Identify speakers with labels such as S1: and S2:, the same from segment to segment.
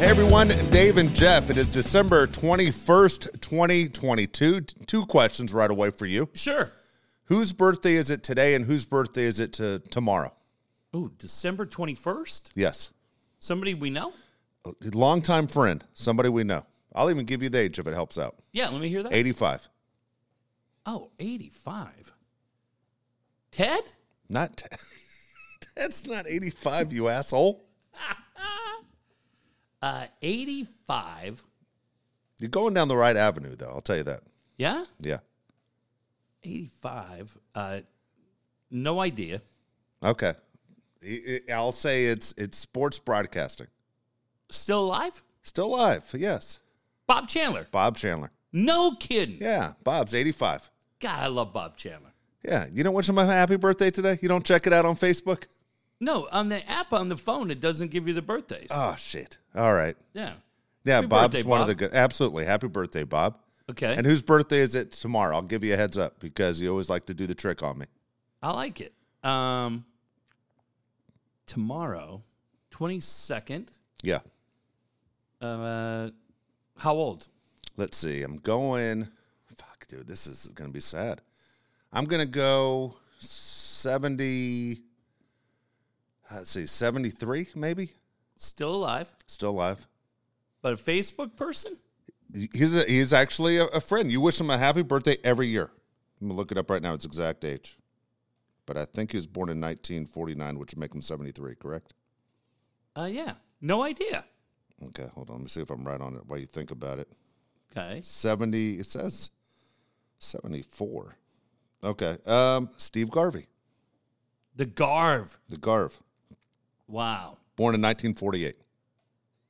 S1: everyone, Dave and Jeff. It is December 21st, 2022. T- Two questions right away for you.
S2: Sure.
S1: Whose birthday is it today and whose birthday is it to tomorrow?
S2: Oh, December 21st?
S1: Yes.
S2: Somebody we know?
S1: Longtime friend, somebody we know. I'll even give you the age if it helps out.
S2: Yeah, let me hear that.
S1: 85.
S2: Oh, 85. Ted?
S1: Not t- That's not 85, you asshole.
S2: Uh, 85.
S1: You're going down the right avenue though, I'll tell you that.
S2: Yeah?
S1: Yeah.
S2: 85. Uh, no idea.
S1: Okay. I- I- I'll say it's it's sports broadcasting.
S2: Still alive?
S1: Still alive. Yes.
S2: Bob Chandler.
S1: Bob Chandler.
S2: No kidding.
S1: Yeah, Bob's 85.
S2: God, I love Bob Chandler.
S1: Yeah, you don't wish him a happy birthday today? You don't check it out on Facebook?
S2: No, on the app on the phone, it doesn't give you the birthdays.
S1: Oh, shit. All right.
S2: yeah.
S1: Yeah,
S2: Happy
S1: Bob's
S2: birthday,
S1: one of
S2: Bob.
S1: the good. Absolutely. Happy birthday, Bob.
S2: Okay.
S1: And whose birthday is it tomorrow? I'll give you a heads up because you always like to do the trick on me.
S2: I like it. Um, tomorrow, 22nd.
S1: Yeah.
S2: Uh, how old?
S1: Let's see. I'm going. Fuck, dude. This is going to be sad. I'm going to go 70. Let's see, 73 maybe?
S2: Still alive,
S1: Still alive.
S2: but a Facebook person?
S1: He's a, he's actually a, a friend. You wish him a happy birthday every year. I'm gonna look it up right now. It's exact age, but I think he was born in 1949, which would make him 73. Correct?
S2: Uh, yeah. No idea.
S1: Okay, hold on. Let me see if I'm right on it. While you think about it,
S2: Okay.
S1: 70. It says 74. Okay. Um, Steve Garvey,
S2: The Garv.
S1: the Garv,
S2: Wow.
S1: born in 1948.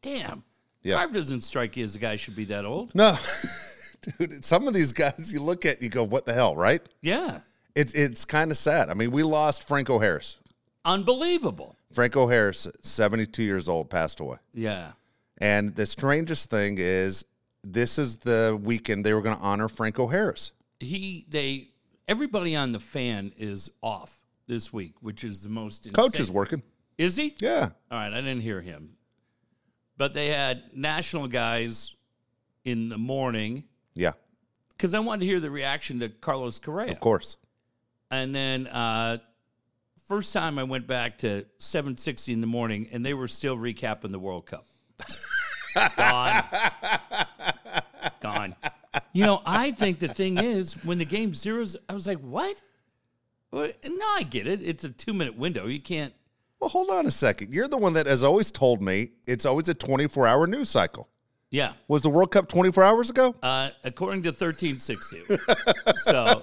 S2: Damn.
S1: Yeah.
S2: Garv doesn't strike you as a guy who should be that old.
S1: No, dude. Some of these guys you look at, and you go, "What the hell?" Right?
S2: Yeah.
S1: It's it's kind of sad. I mean, we lost Franco Harris.
S2: Unbelievable.
S1: Franco Harris, 72 years old, passed away.
S2: Yeah.
S1: And the strangest thing is, this is the weekend they were going to honor Franco Harris.
S2: He, they, everybody on the fan is off this week, which is the most insane.
S1: Coach is working.
S2: Is he?
S1: Yeah.
S2: All right, I didn't hear him. But they had national guys in the morning
S1: Yeah.
S2: because I wanted to hear the reaction to Carlos Correa.
S1: Of course.
S2: And then uh, first time I went back to 7:60 in the morning, and they were still recapping the World Cup. Gone. Gone. You know, I think the thing is when the game zeroes, I was like, what? Well, no, I get it. It's a two minute window. You can't.
S1: Well, hold on a second. You're the one that has always told me it's always a 24 hour news cycle.
S2: Yeah.
S1: Was the World Cup 24 hours ago?
S2: Uh, according to 1360. so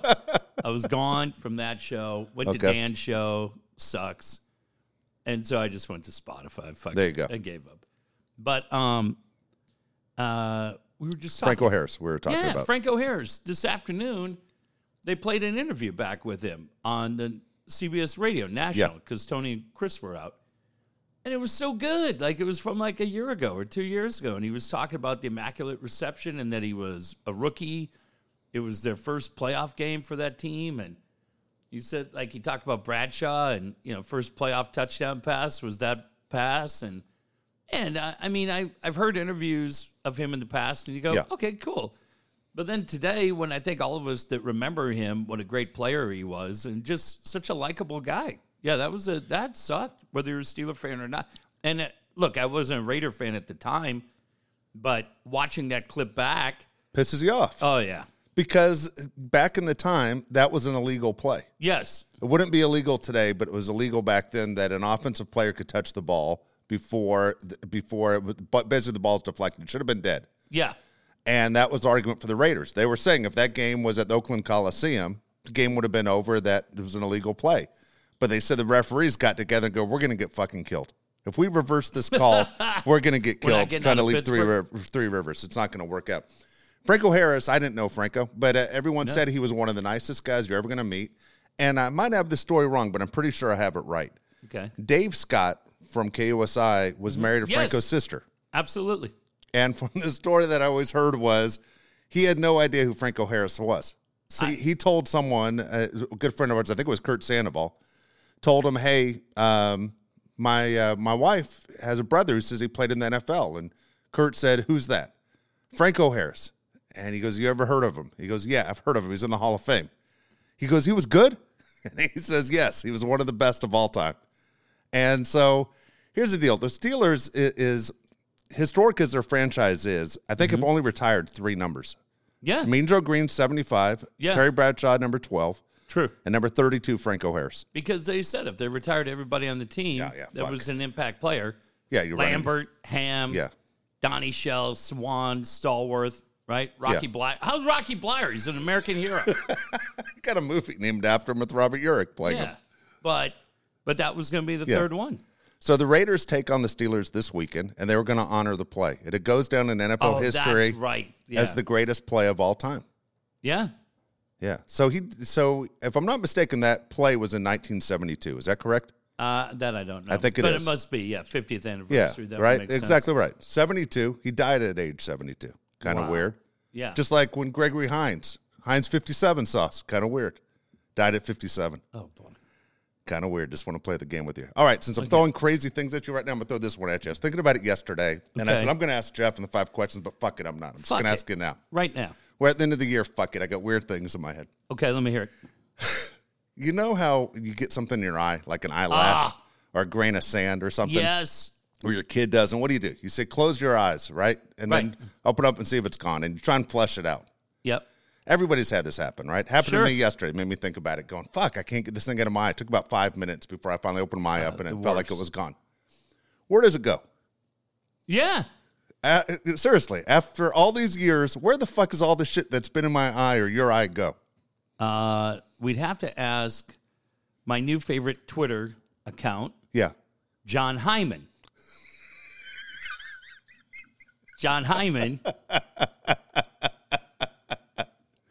S2: I was gone from that show, went to
S1: Okay.
S2: Dan's show, sucks. And so I just went to Spotify. Fuck
S1: There
S2: it,
S1: you go.
S2: And gave up. But um, uh, we were just talking.
S1: Franco Harris, we were talking
S2: yeah,
S1: about.
S2: Franco Harris. This afternoon, they played an interview back with him on the CBS Radio National because Tony and Chris were out. And it was so good. Like it was from like a year ago or two years ago. And he was talking about the immaculate reception and that he was a rookie. It was their first playoff game for that team. And he said, like, he talked about Bradshaw and, you know, first playoff touchdown pass was that pass. And, and uh, I, I mean, I, I've heard interviews of him in the past and you go,
S1: Yeah.
S2: okay, cool. But then today, when I think all of us that remember him, what a great player he was, and just such a likable guy. Yeah, that was a that sucked, whether you're a Steeler fan or not. And uh look, I wasn't a Raider fan at the time, but watching that clip back,
S1: Pisses you off.
S2: oh yeah,
S1: because back in the time, that was an illegal play.
S2: yes,
S1: It wouldn't be illegal today, but it was illegal back then that an offensive player could touch the ball before before it was, but basically the ball's deflected. It should have been dead.
S2: yeah,
S1: And that was the argument for the Raiders. They were saying if that game was at the Oakland Coliseum, the game would have been over. That it was an illegal play. But they said the referees got together and go, "We're going to get fucking killed if we reverse this call. we're going to get
S2: not
S1: killed.
S2: getting
S1: Trying
S2: out
S1: to
S2: of
S1: leave three riv- three rivers. It's not going to work out." Franco Harris, I didn't know Franco, but uh, everyone said he was one of the nicest guys you're ever going to meet. And I might have this story wrong, but I'm pretty sure I have it right.
S2: okay,
S1: Dave Scott from KUSI was married to
S2: Mm-hmm. Yes.
S1: Franco's sister.
S2: absolutely,
S1: And from the story that I always heard was he had no idea who Franco Harris was. See, he told someone, uh, a good friend of ours, I think it was Kurt Sandoval, told him, "Hey, um, my uh, my wife has a brother who says he played in the NFL." And Kurt said, Who's that? Franco Harris. And he goes, You ever heard of him? He goes, Yeah, I've heard of him. He's in the Hall of Fame. He goes, He was good? And he says, Yes, he was one of the best of all time. And so here's the deal the Steelers i- is, historic as their franchise is, I think
S2: Mm-hmm.
S1: have only retired three numbers
S2: Yeah,
S1: Mean Joe Green, 75,
S2: Yeah.
S1: Terry Bradshaw, number 12,
S2: true.
S1: and number 32, Franco Harris.
S2: Because they said if they retired everybody on the team
S1: Yeah, yeah,
S2: that
S1: fuck.
S2: was an impact player,
S1: Yeah, you're right.
S2: Lambert, Ham,
S1: Yeah.
S2: Donnie Shell, Swan, Stallworth, right? Rocky Blyer. How's Rocky Blyer? He's an American hero.
S1: Got a movie named after him with Robert Urich playing him.
S2: yeah, but but that was going to be the third one.
S1: So the Raiders take on the Steelers this weekend, and they were going to honor the play. And it goes down in NFL
S2: Oh,
S1: history
S2: that's right. Yeah.
S1: as the greatest play of all time.
S2: yeah,
S1: Yeah. So he. So if I'm not mistaken, that play was in 1972. Is that correct?
S2: uh, that I don't know.
S1: I think it
S2: but
S1: is.
S2: it must be yeah, 50th
S1: Yeah.
S2: anniversary. that would
S1: right.
S2: make sense.
S1: Exactly right. 72. He died at age 72. Kind of
S2: Wow.
S1: weird.
S2: Yeah.
S1: Just like when Gregory Hines, Hines 57 sauce. Kind of weird. Died at 57.
S2: oh boy.
S1: Kind of weird. Just want to play the game with you. All right. Since I'm throwing crazy things at you right now, I'm gonna throw this one at you. I was thinking about it yesterday, and I
S2: Okay.
S1: said I'm gonna ask Jeff in the five questions, but fuck it, I'm not. I'm just
S2: Fuck
S1: gonna
S2: it.
S1: ask it now.
S2: Right now.
S1: We're at the end of the year. Fuck it. I got weird things in my head.
S2: Okay, let me hear it.
S1: You know how you get something in your eye, like an eyelash
S2: Ah.
S1: or a grain of sand or something,
S2: Yes.
S1: or your kid does, and what do you do? You say, close your eyes, right? And then
S2: Right.
S1: open up and see if it's gone, and you try and flush it out.
S2: Yep.
S1: Everybody's had this happen, right? Happened to
S2: Sure.
S1: me yesterday. It Made me think about it, going, fuck, I can't get this thing out of my eye. It took about five minutes before I finally opened my eye up, and it
S2: Uh, the
S1: felt like it
S2: worst.
S1: was gone. Where does it go?
S2: Yeah.
S1: Uh, seriously, after all these years, where the fuck is all the shit that's been in my eye or your eye go?
S2: Uh, we'd have to ask my new favorite Twitter account,
S1: Yeah.
S2: John Hyman. John Hyman.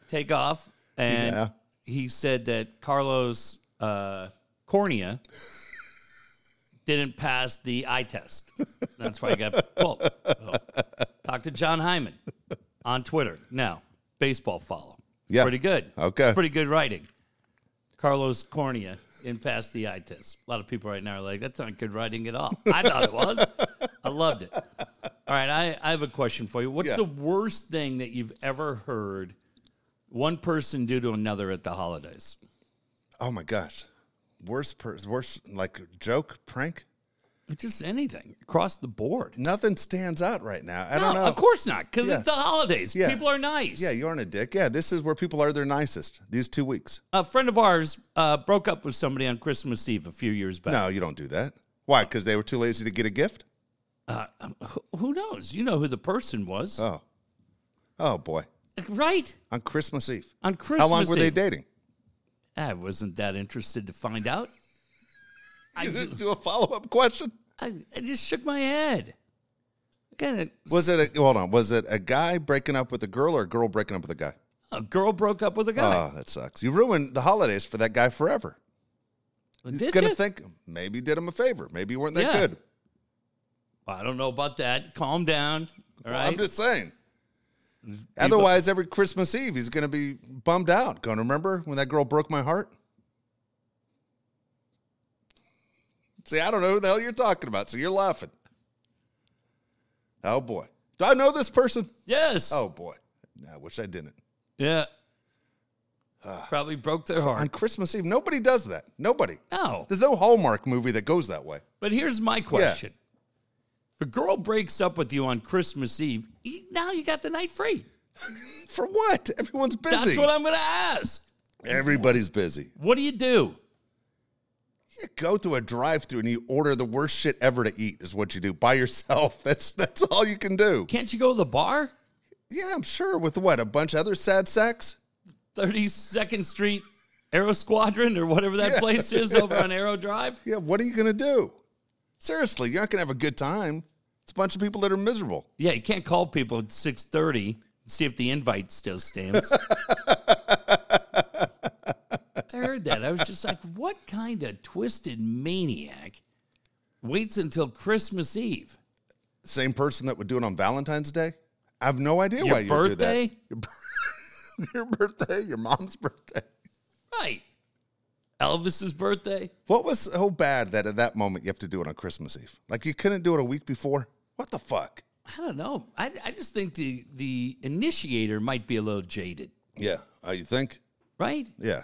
S2: take off. And
S1: Yeah.
S2: he said that Carlos uh, Cornea didn't pass the eye test. That's why I got pulled. So, talk to John Hyman on Twitter. Now, baseball follow.
S1: Yeah.
S2: Pretty good.
S1: Okay.
S2: Pretty good writing. Carlos Cornea in past the eye test. A lot of people right now are like, that's not good writing at all. I thought it was. I loved it. All right, I, I have a question for you. What's
S1: Yeah.
S2: the worst thing that you've ever heard one person do to another at the holidays?
S1: Oh my gosh. Worst, per- worst, like joke, prank.
S2: Just anything across the board.
S1: Nothing stands out right now. I
S2: No,
S1: don't know.
S2: of course not, because
S1: Yeah.
S2: it's the holidays.
S1: Yeah.
S2: People are nice.
S1: Yeah, you aren't a dick. Yeah, this is where people are their nicest. These two weeks.
S2: A friend of ours uh, broke up with somebody on Christmas Eve a few years back.
S1: No, you don't do that. Why? Because they were too lazy to get a gift.
S2: Uh, who- who knows? You know who the person was,
S1: Oh, oh boy.
S2: right?
S1: On Christmas Eve.
S2: On Christmas.
S1: How long were they
S2: Eve.
S1: dating?
S2: I wasn't that interested to find out. I,
S1: You
S2: ju-
S1: didn't do a follow up question.
S2: I, I just shook my head. Kind of
S1: Was it a, hold on? Was it a guy breaking up with a girl or a girl breaking up with a guy?
S2: a girl broke up with a guy.
S1: Oh, that sucks. You ruined the holidays for that guy forever. He's
S2: Did
S1: gonna
S2: ya?
S1: think maybe you did him a favor. Maybe you weren't that
S2: Yeah.
S1: good.
S2: Well, I don't know about that. Calm down. All
S1: Well,
S2: right.
S1: I'm just saying. Otherwise, every Christmas Eve, he's going to be bummed out. Going, remember when that girl broke my heart? See, I don't know who the hell you're talking about, so you're laughing. Oh, boy. Do I know this person?
S2: yes.
S1: Oh, boy. No, I wish I didn't.
S2: Yeah.
S1: Ah.
S2: Probably broke their
S1: On
S2: heart.
S1: Christmas Eve, nobody does that. Nobody.
S2: No.
S1: There's no Hallmark movie that goes that way.
S2: But here's my question. If a girl breaks up with you on Christmas Eve, you- now you got the night free.
S1: For what? Everyone's busy.
S2: That's what I'm going to ask.
S1: Everybody's busy.
S2: What do you do?
S1: You go through a drive-through and you order the worst shit ever to eat is what you do by yourself. That's that's all you can do.
S2: Can't you go to the bar?
S1: Yeah, I'm sure. With what a bunch of other sad sacks.
S2: 32nd Street Aero Squadron or whatever that place is over on Aero Drive.
S1: Yeah, what are you gonna do? Seriously, you're not gonna have a good time. It's a bunch of people that are miserable.
S2: Yeah, you can't call people at 6:30 and see if the invite still stands. I heard that. I was just like, what kind of twisted maniac waits until Christmas Eve?
S1: Same person that would do it on Valentine's Day. I have no idea
S2: Your
S1: why you
S2: birthday?
S1: would do that. Your birthday, your mom's birthday.
S2: Right. Elvis's birthday?
S1: What was so bad that at that moment you have to do it on Christmas Eve? Like you couldn't do it a week before? What the fuck?
S2: I don't know. I, I just think the the initiator might be a little jaded,
S1: Yeah. Uh, you think?
S2: right?
S1: Yeah.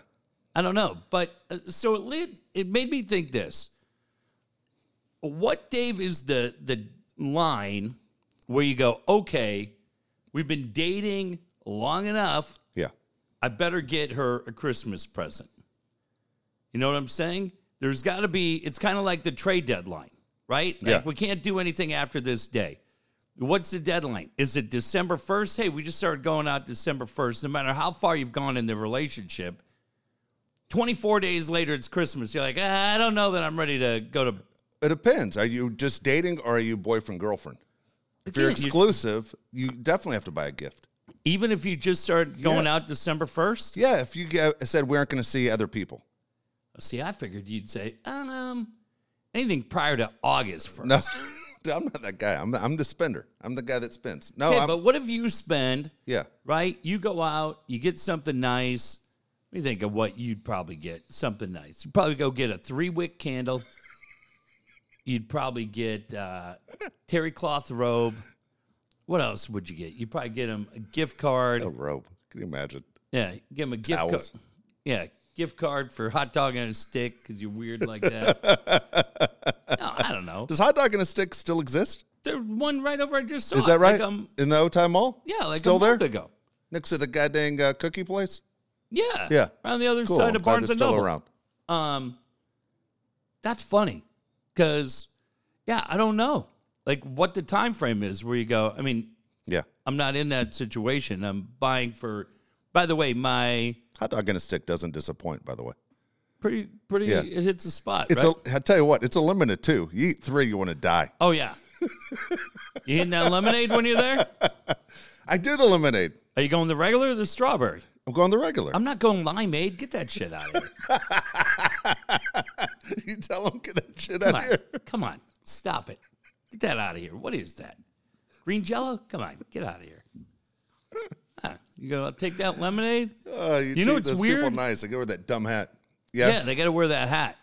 S2: I don't know, but uh, so it led, it made me think this. What Dave is the the line where you go, okay, we've been dating long enough.
S1: Yeah.
S2: I better get her a Christmas present. You know what I'm saying? There's got to be. It's kind of like the trade deadline, right? Like
S1: Yeah.
S2: we can't do anything after this day. What's the deadline? Is it December 1st? Hey, we just started going out December 1st. No matter how far you've gone in the relationship, 24 days later, it's Christmas. You're like, "Ah, I don't know that I'm ready to go to.
S1: It depends. Are you just dating or are you boyfriend girlfriend? If you're
S2: Again, you-
S1: exclusive, you definitely have to buy a gift.
S2: even if you just started going out December 1st.
S1: Yeah, if you get, said we aren't going to see other people.
S2: See, I figured you'd say, um, anything prior to August 1st.
S1: No, I'm not that guy. I'm I'm the spender. I'm the guy that spends. No,
S2: Okay,
S1: Oh, I'm,
S2: but what if you spend,
S1: yeah,
S2: right? You go out, you get something nice. Let me think of what you'd probably get. Something nice. You'd probably go get a three wick candle. you'd probably get uh, terry cloth robe. What else would you get? You'd probably get him a gift card.
S1: a robe. Can you imagine?
S2: Yeah, give him a gift
S1: Oh. Towels.
S2: card. Yeah, gift card for hot dog and a stick because you're weird like that. no, I don't know.
S1: Does hot dog and a stick still exist?
S2: There's one right over I just saw.
S1: Is that right?
S2: Like, um,
S1: In the Old Time Mall?
S2: yeah, like
S1: still
S2: a
S1: there
S2: month ago.
S1: next to the goddamn uh, cookie place.
S2: Yeah,
S1: Yeah.
S2: Around the other
S1: Cool.
S2: side
S1: I'm
S2: of
S1: glad
S2: Barnes
S1: it's
S2: and
S1: still
S2: Noble.
S1: around.
S2: Um, that's funny because, yeah, I don't know like what the time frame is where you go. I mean,
S1: Yeah,
S2: I'm not in that situation. I'm buying for. By the way, my
S1: hot dog and a stick doesn't disappoint. By the way,
S2: pretty pretty
S1: Yeah.
S2: it hits a spot.
S1: it's
S2: right?
S1: a. I tell you what, it's a limited too. You eat three, you want to die.
S2: Oh yeah. you hitting that lemonade when you're there?
S1: I do the lemonade.
S2: Are you going the regular or the strawberry?
S1: I'm going the regular.
S2: I'm not going limeade. Get that shit out of here.
S1: you tell them get that shit
S2: Come
S1: out of
S2: on.
S1: here.
S2: Come on. Stop it. Get that out of here. What is that? Green jello? Come on. Get out of here. Huh. You gonna take that lemonade?
S1: Uh, you
S2: You know
S1: treat
S2: what's
S1: those people
S2: weird?
S1: nice. I go with that dumb hat. Yeah,
S2: Yeah,
S1: yeah,
S2: they gotta wear that hat.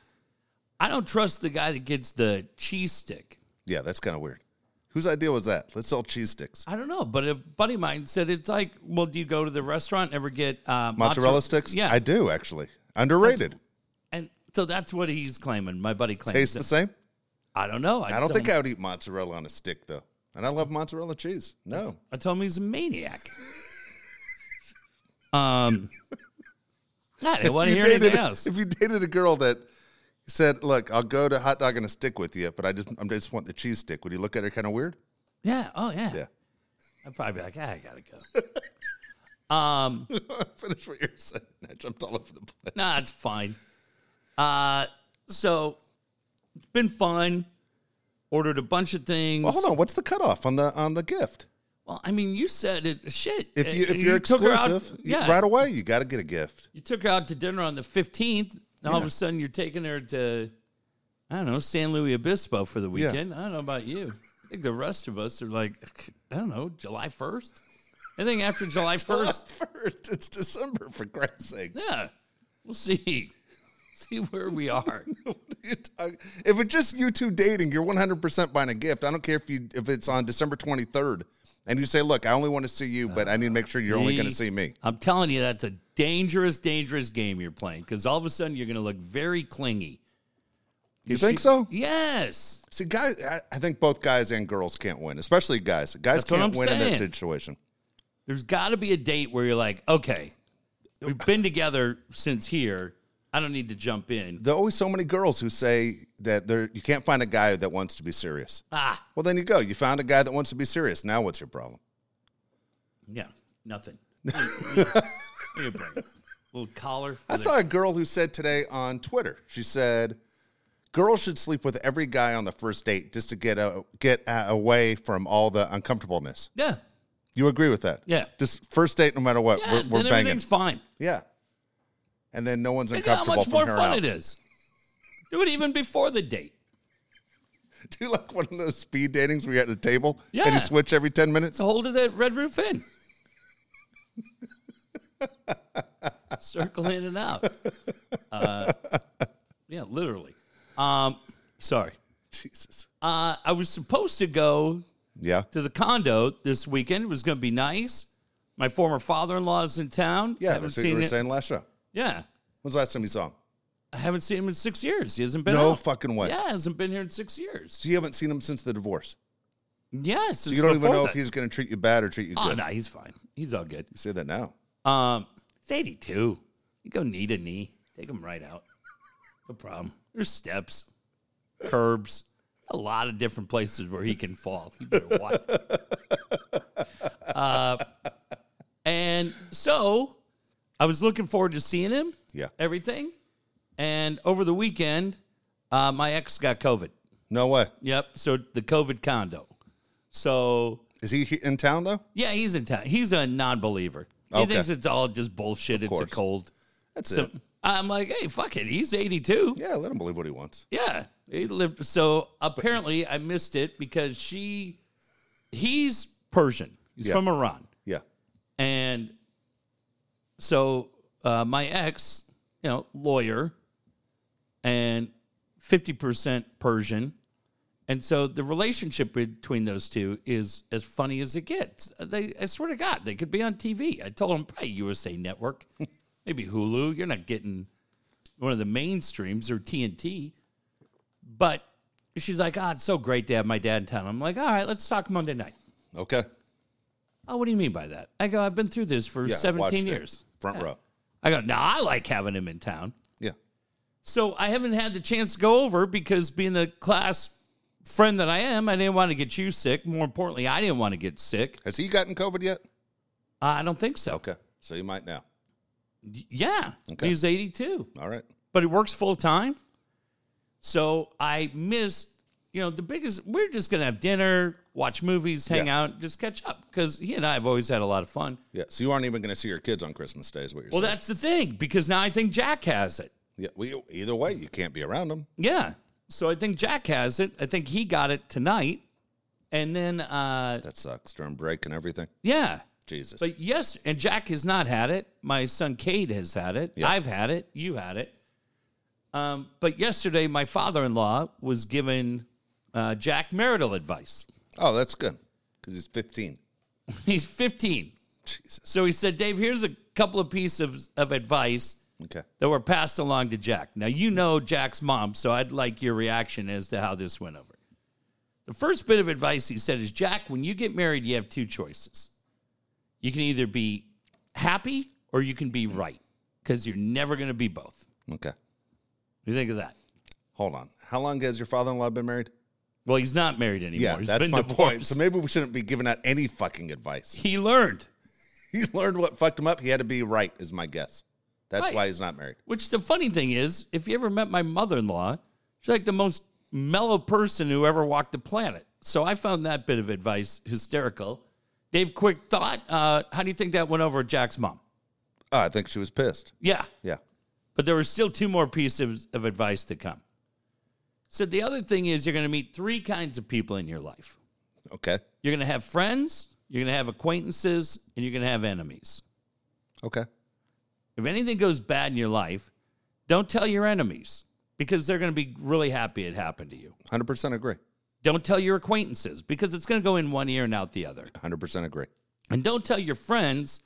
S2: I don't trust the guy that gets the cheese stick.
S1: that's kind of weird. Whose idea was that? Let's sell cheese sticks.
S2: I don't know, but a buddy of mine said it's like, well, do you go to the restaurant and ever get uh,
S1: Mozzarella
S2: mozzarella-
S1: sticks.
S2: Yeah,
S1: I do actually. Underrated.
S2: and so that's what he's claiming. My buddy claims
S1: Taste
S2: that.
S1: the same.
S2: I don't know.
S1: I don't
S2: tell
S1: think
S2: him-
S1: I would eat mozzarella on a stick though, and I love mozzarella cheese. No,
S2: I tell him he's a maniac. um, God, I didn't want to
S1: If you
S2: hear anything
S1: dated-
S2: else.
S1: If you dated a girl that said, "Look, I'll go to hot dog and a stick with you, but I just I just want the cheese stick," would you look at her kind of weird?
S2: yeah. Oh, yeah.
S1: Yeah.
S2: I'd probably be like, ah, I gotta go. um,
S1: Finish what you're saying. I jumped all over the place.
S2: nah, it's fine. Uh, so it's been fun. Ordered a bunch of things.
S1: Well, hold on. What's the cutoff on the on the gift?
S2: Well, I mean, you said it. Shit.
S1: If you
S2: uh,
S1: if you're
S2: took her out-
S1: exclusive, you-
S2: yeah.
S1: right away you got to get a gift.
S2: you took her out to dinner on the 15th, and all of a sudden you're taking her to, I don't know, San Luis Obispo for the weekend. I don't know about you. I think the rest of us are like, I don't know, July 1st? Anything after July 1st?
S1: First, it's December for Christ's sake.
S2: Yeah. We'll see. See where we are.
S1: What are you talking- if it's just you two dating, you're 100% buying a gift. I don't care if you if it's on December 23rd and you say, "Look, I only want to see you, but I need to make sure you're only going to
S2: see?
S1: see me."
S2: I'm telling you, that's a dangerous, dangerous game you're playing because all of a sudden you're going to look very clingy.
S1: You think so?
S2: Yes.
S1: See, guys, I, I think both guys and girls can't win, especially guys. Guys
S2: what
S1: can't
S2: I'm
S1: win in that
S2: saying.
S1: situation.
S2: There's got to be a date where you're like, okay, we've been together since here. I don't need to jump in.
S1: There are always so many girls who say that they're, you can't find a guy that wants to be serious.
S2: Ah,
S1: Well, then you go. You found a guy that wants to be serious. Now, what's your problem?
S2: yeah, nothing. Here, bring it. Little collar. For
S1: I
S2: the-
S1: saw a girl who said today on Twitter. She said, "Girls should sleep with every guy on the first date just to get a, get uh, away from all the uncomfortableness."
S2: yeah,
S1: You agree with that?
S2: Yeah.
S1: Just first date, no matter what,
S2: yeah.
S1: we're, we're
S2: then
S1: banging.
S2: everything's fine.
S1: Yeah. And then no one's
S2: Look how
S1: uncomfortable
S2: much
S1: from
S2: more
S1: her
S2: fun
S1: out.
S2: it is. Do it even before the date.
S1: Do you like one of those speed datings where you're at the table and
S2: Yeah.
S1: you switch every ten minutes?
S2: Hold it at Red Roof Inn. Circle in and out. Uh, yeah, literally. Um, sorry.
S1: Jesus.
S2: Uh, I was supposed to go
S1: Yeah.
S2: to the condo this weekend. It was going to be nice. My former father in law is in town.
S1: Yeah.
S2: haven't
S1: That's what you
S2: seen
S1: were
S2: it.
S1: saying last show.
S2: Yeah,
S1: When's the last time you saw him?
S2: I haven't seen him in six years. He hasn't been.
S1: No
S2: out.
S1: fucking way.
S2: Yeah, hasn't been here in six years.
S1: So you haven't seen him since the divorce.
S2: Yes,
S1: So you don't even know if he's going to treat you bad or treat you good.
S2: Oh no, he's fine. He's all good.
S1: You say that now.
S2: Um, it's eighty-two. You go knee to knee. Take him right out. No problem. There's steps, curbs, a lot of different places where he can fall. You better watch. Uh, and so, I was looking forward to seeing him.
S1: Yeah.
S2: Everything. And over the weekend, uh, my ex got COVID.
S1: No way.
S2: Yep. So the COVID condo. So
S1: Is he he- in town though?
S2: yeah, he's in town. He's a non-believer. He
S1: Okay.
S2: thinks it's all just bullshit. it's a
S1: course.
S2: cold.
S1: That's
S2: So
S1: it.
S2: I'm like, hey, fuck it. He's 82.
S1: Yeah, let him believe what he wants.
S2: Yeah, he lived. So apparently, I missed it because she, he's Persian. He's
S1: Yeah.
S2: from Iran,
S1: Yeah.
S2: and so uh, my ex, you know, lawyer, and fifty percent Persian. And so the relationship between those two is as funny as it gets. They, I swear to God, they could be on TV. I told them probably USA Network, maybe Hulu. You're not getting one of the mainstreams or TNT. But she's like, "Ah, it's so great to have my dad in town." I'm like, "All right, let's talk Monday night."
S1: Okay.
S2: Oh, what do you mean by that? I go, "I've been through this for
S1: Yeah, watched
S2: 17
S1: it.
S2: years."
S1: Front row.
S2: I go, "No, I like having him in town."
S1: Yeah.
S2: So I haven't had the chance to go over because being the class friend that I am, I didn't want to get you sick. More importantly, I didn't want to get sick.
S1: Has he gotten COVID yet?
S2: Uh, I don't think so.
S1: Okay. So you might now.
S2: Y- Yeah.
S1: Okay.
S2: He's 82,
S1: All right.
S2: but he works full time. So I missed, you know, the biggest, we're just going to have dinner, watch movies, hang out, just catch up because he and I have always had a lot of fun.
S1: Yeah. So you aren't even going to see your kids on Christmas Day, is what you're
S2: Well,
S1: saying.
S2: that's the thing because now I think Jack has it.
S1: yeah. Well, either way, you can't be around them.
S2: Yeah. So I think Jack has it. I think he got it tonight. And then, uh,
S1: That sucks during break and everything.
S2: yeah.
S1: Jesus.
S2: But yes, and Jack has not had it. My son Cade has had it. I've had it. You had it. Um, but yesterday, my father-in-law was giving uh, Jack marital advice.
S1: oh, that's good because he's 15.
S2: He's 15,
S1: Jesus.
S2: so he said, "Dave, here's a couple of pieces of, of advice
S1: Okay.
S2: that were passed along to Jack." Now you know Jack's mom, so I'd like your reaction as to how this went over. The first bit of advice he said is, "Jack, when you get married, you have two choices. You can either be happy or you can be right, because you're never going to be both."
S1: Okay.
S2: What do you think of that?
S1: Hold on. How long has your father-in-law been married?
S2: Well, he's not married anymore.
S1: Yeah,
S2: He's
S1: that's
S2: been
S1: my point.
S2: divorced.
S1: So maybe we shouldn't be giving out any fucking advice.
S2: He learned,
S1: He learned what fucked him up. He had to be right, is my guess. That's
S2: Right.
S1: why he's not married.
S2: which the funny thing is, if you ever met my mother-in-law, she's like the most mellow person who ever walked the planet. So I found that bit of advice hysterical. Dave, quick thought. Uh, how do you think that went over Jack's mom?
S1: Oh, I think she was pissed.
S2: Yeah.
S1: Yeah.
S2: But there were still two more pieces of advice to come. So the other thing is you're going to meet three kinds of people in your life.
S1: Okay.
S2: You're going to have friends, you're going to have acquaintances, and you're going to have enemies.
S1: Okay.
S2: If anything goes bad in your life, don't tell your enemies because they're going to be really happy it happened to you.
S1: 100% agree.
S2: Don't tell your acquaintances because it's going to go in one ear and out the other.
S1: 100% agree.
S2: And don't tell your friends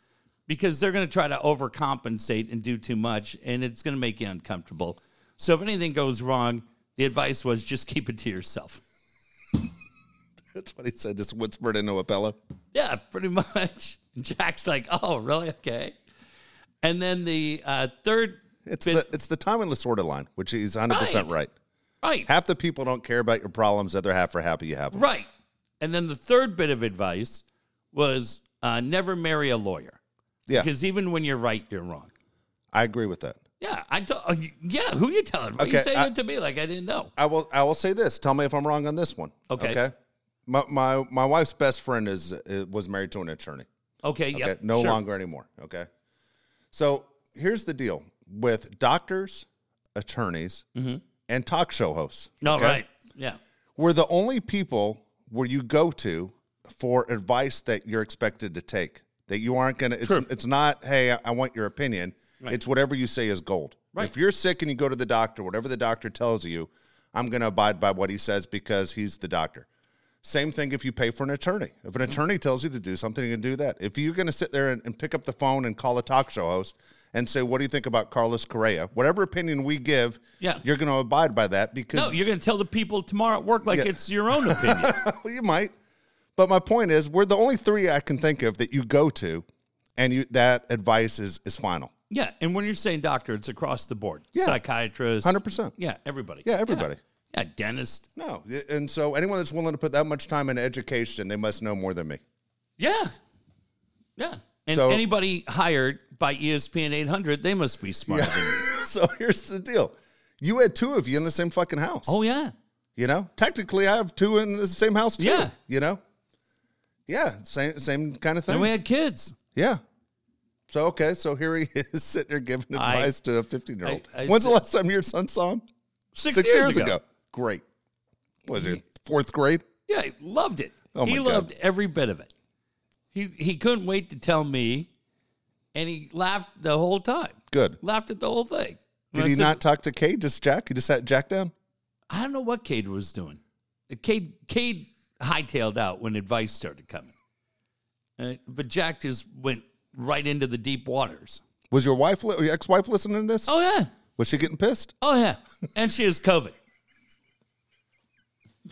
S2: because they're going to try to overcompensate and do too much and it's going to make you uncomfortable. So if anything goes wrong, the advice was just keep it to yourself.
S1: That's what he said. Just whispered into a pillow.
S2: Yeah, pretty much. Jack's like, oh, really? Okay. And then the uh, third,
S1: It's the, it's the Tom and Lasorda line, which he's 100% right.
S2: Right. right,
S1: Half the people don't care about your problems. The other half are happy you have them.
S2: Right. And then the third bit of advice was uh, never marry a lawyer.
S1: Yeah.
S2: Because even when you're right, you're wrong.
S1: I agree with that.
S2: Yeah. I to- uh, y- yeah. Who you telling? Why you
S1: Okay,
S2: saying
S1: I-
S2: it to me like I didn't know?
S1: I will I will say this. Tell me if I'm wrong on this one.
S2: Okay.
S1: My, my my wife's best friend is uh, was married to an attorney.
S2: Okay. Yep.
S1: Okay, no
S2: sure.
S1: longer anymore. Okay. So here's the deal with doctors, attorneys,
S2: Mm-hmm.
S1: and talk show hosts.
S2: No,
S1: okay?
S2: right. Yeah.
S1: We're the only people where you go to for advice that you're expected to take. That you aren't gonna. It's,
S2: True.
S1: it's not. Hey, I, I want your opinion. It's whatever you say is gold.
S2: Right.
S1: If you're sick and you go to the doctor, whatever the doctor tells you, I'm gonna abide by what he says because he's the doctor. Same thing if you pay for an attorney. If
S2: Mm-hmm.
S1: an attorney tells you to do something, you can do that. If you're going to sit there and, and pick up the phone and call a talk show host and say, What do you think about Carlos Correa? Whatever opinion we give,
S2: Yeah.
S1: you're going to abide by that because
S2: No, you're going to tell the people tomorrow at work like
S1: Yeah.
S2: it's your own opinion.
S1: Well, you might. But my point is, we're the only three I can think of that you go to, and you that advice is is final.
S2: yeah, and when you're saying doctor, it's across the board.
S1: Yeah.
S2: Psychiatrist.
S1: Hundred percent.
S2: Yeah, everybody.
S1: Yeah, everybody.
S2: Yeah, dentist.
S1: No, and so anyone that's willing to put that much time into education, they must know more than me.
S2: Yeah. Yeah. And
S1: So-
S2: anybody hired by E ESPN 800, they must be smarter than you.
S1: so here's the deal: you had two of you in the same fucking house.
S2: Oh, yeah.
S1: You know, technically, I have two in the same house too.
S2: Yeah.
S1: You know. Yeah, same same kind of thing.
S2: And we had kids.
S1: yeah. So okay, so here he is sitting there giving
S2: I-
S1: advice to a fifteen year old.
S2: I- I
S1: When's the
S2: said-
S1: last time your son saw him?
S2: Six,
S1: six years, ago. Great. Was it fourth grade?
S2: Yeah, he loved it.
S1: Oh, my
S2: he
S1: God.
S2: loved every bit of it. He he couldn't wait to tell me, and he laughed the whole time.
S1: Good.
S2: Laughed at the whole thing. And
S1: Did
S2: I
S1: he
S2: said,
S1: not talk to Kate? Just Jack? He just sat Jack down?
S2: I don't know what Cade was doing. Cade Cade hightailed out when advice started coming, Uh, but Jack just went right into the deep waters.
S1: Was your wife, li- your ex wife listening to this?
S2: Oh yeah,
S1: Was she getting pissed?
S2: oh yeah, and she has COVID.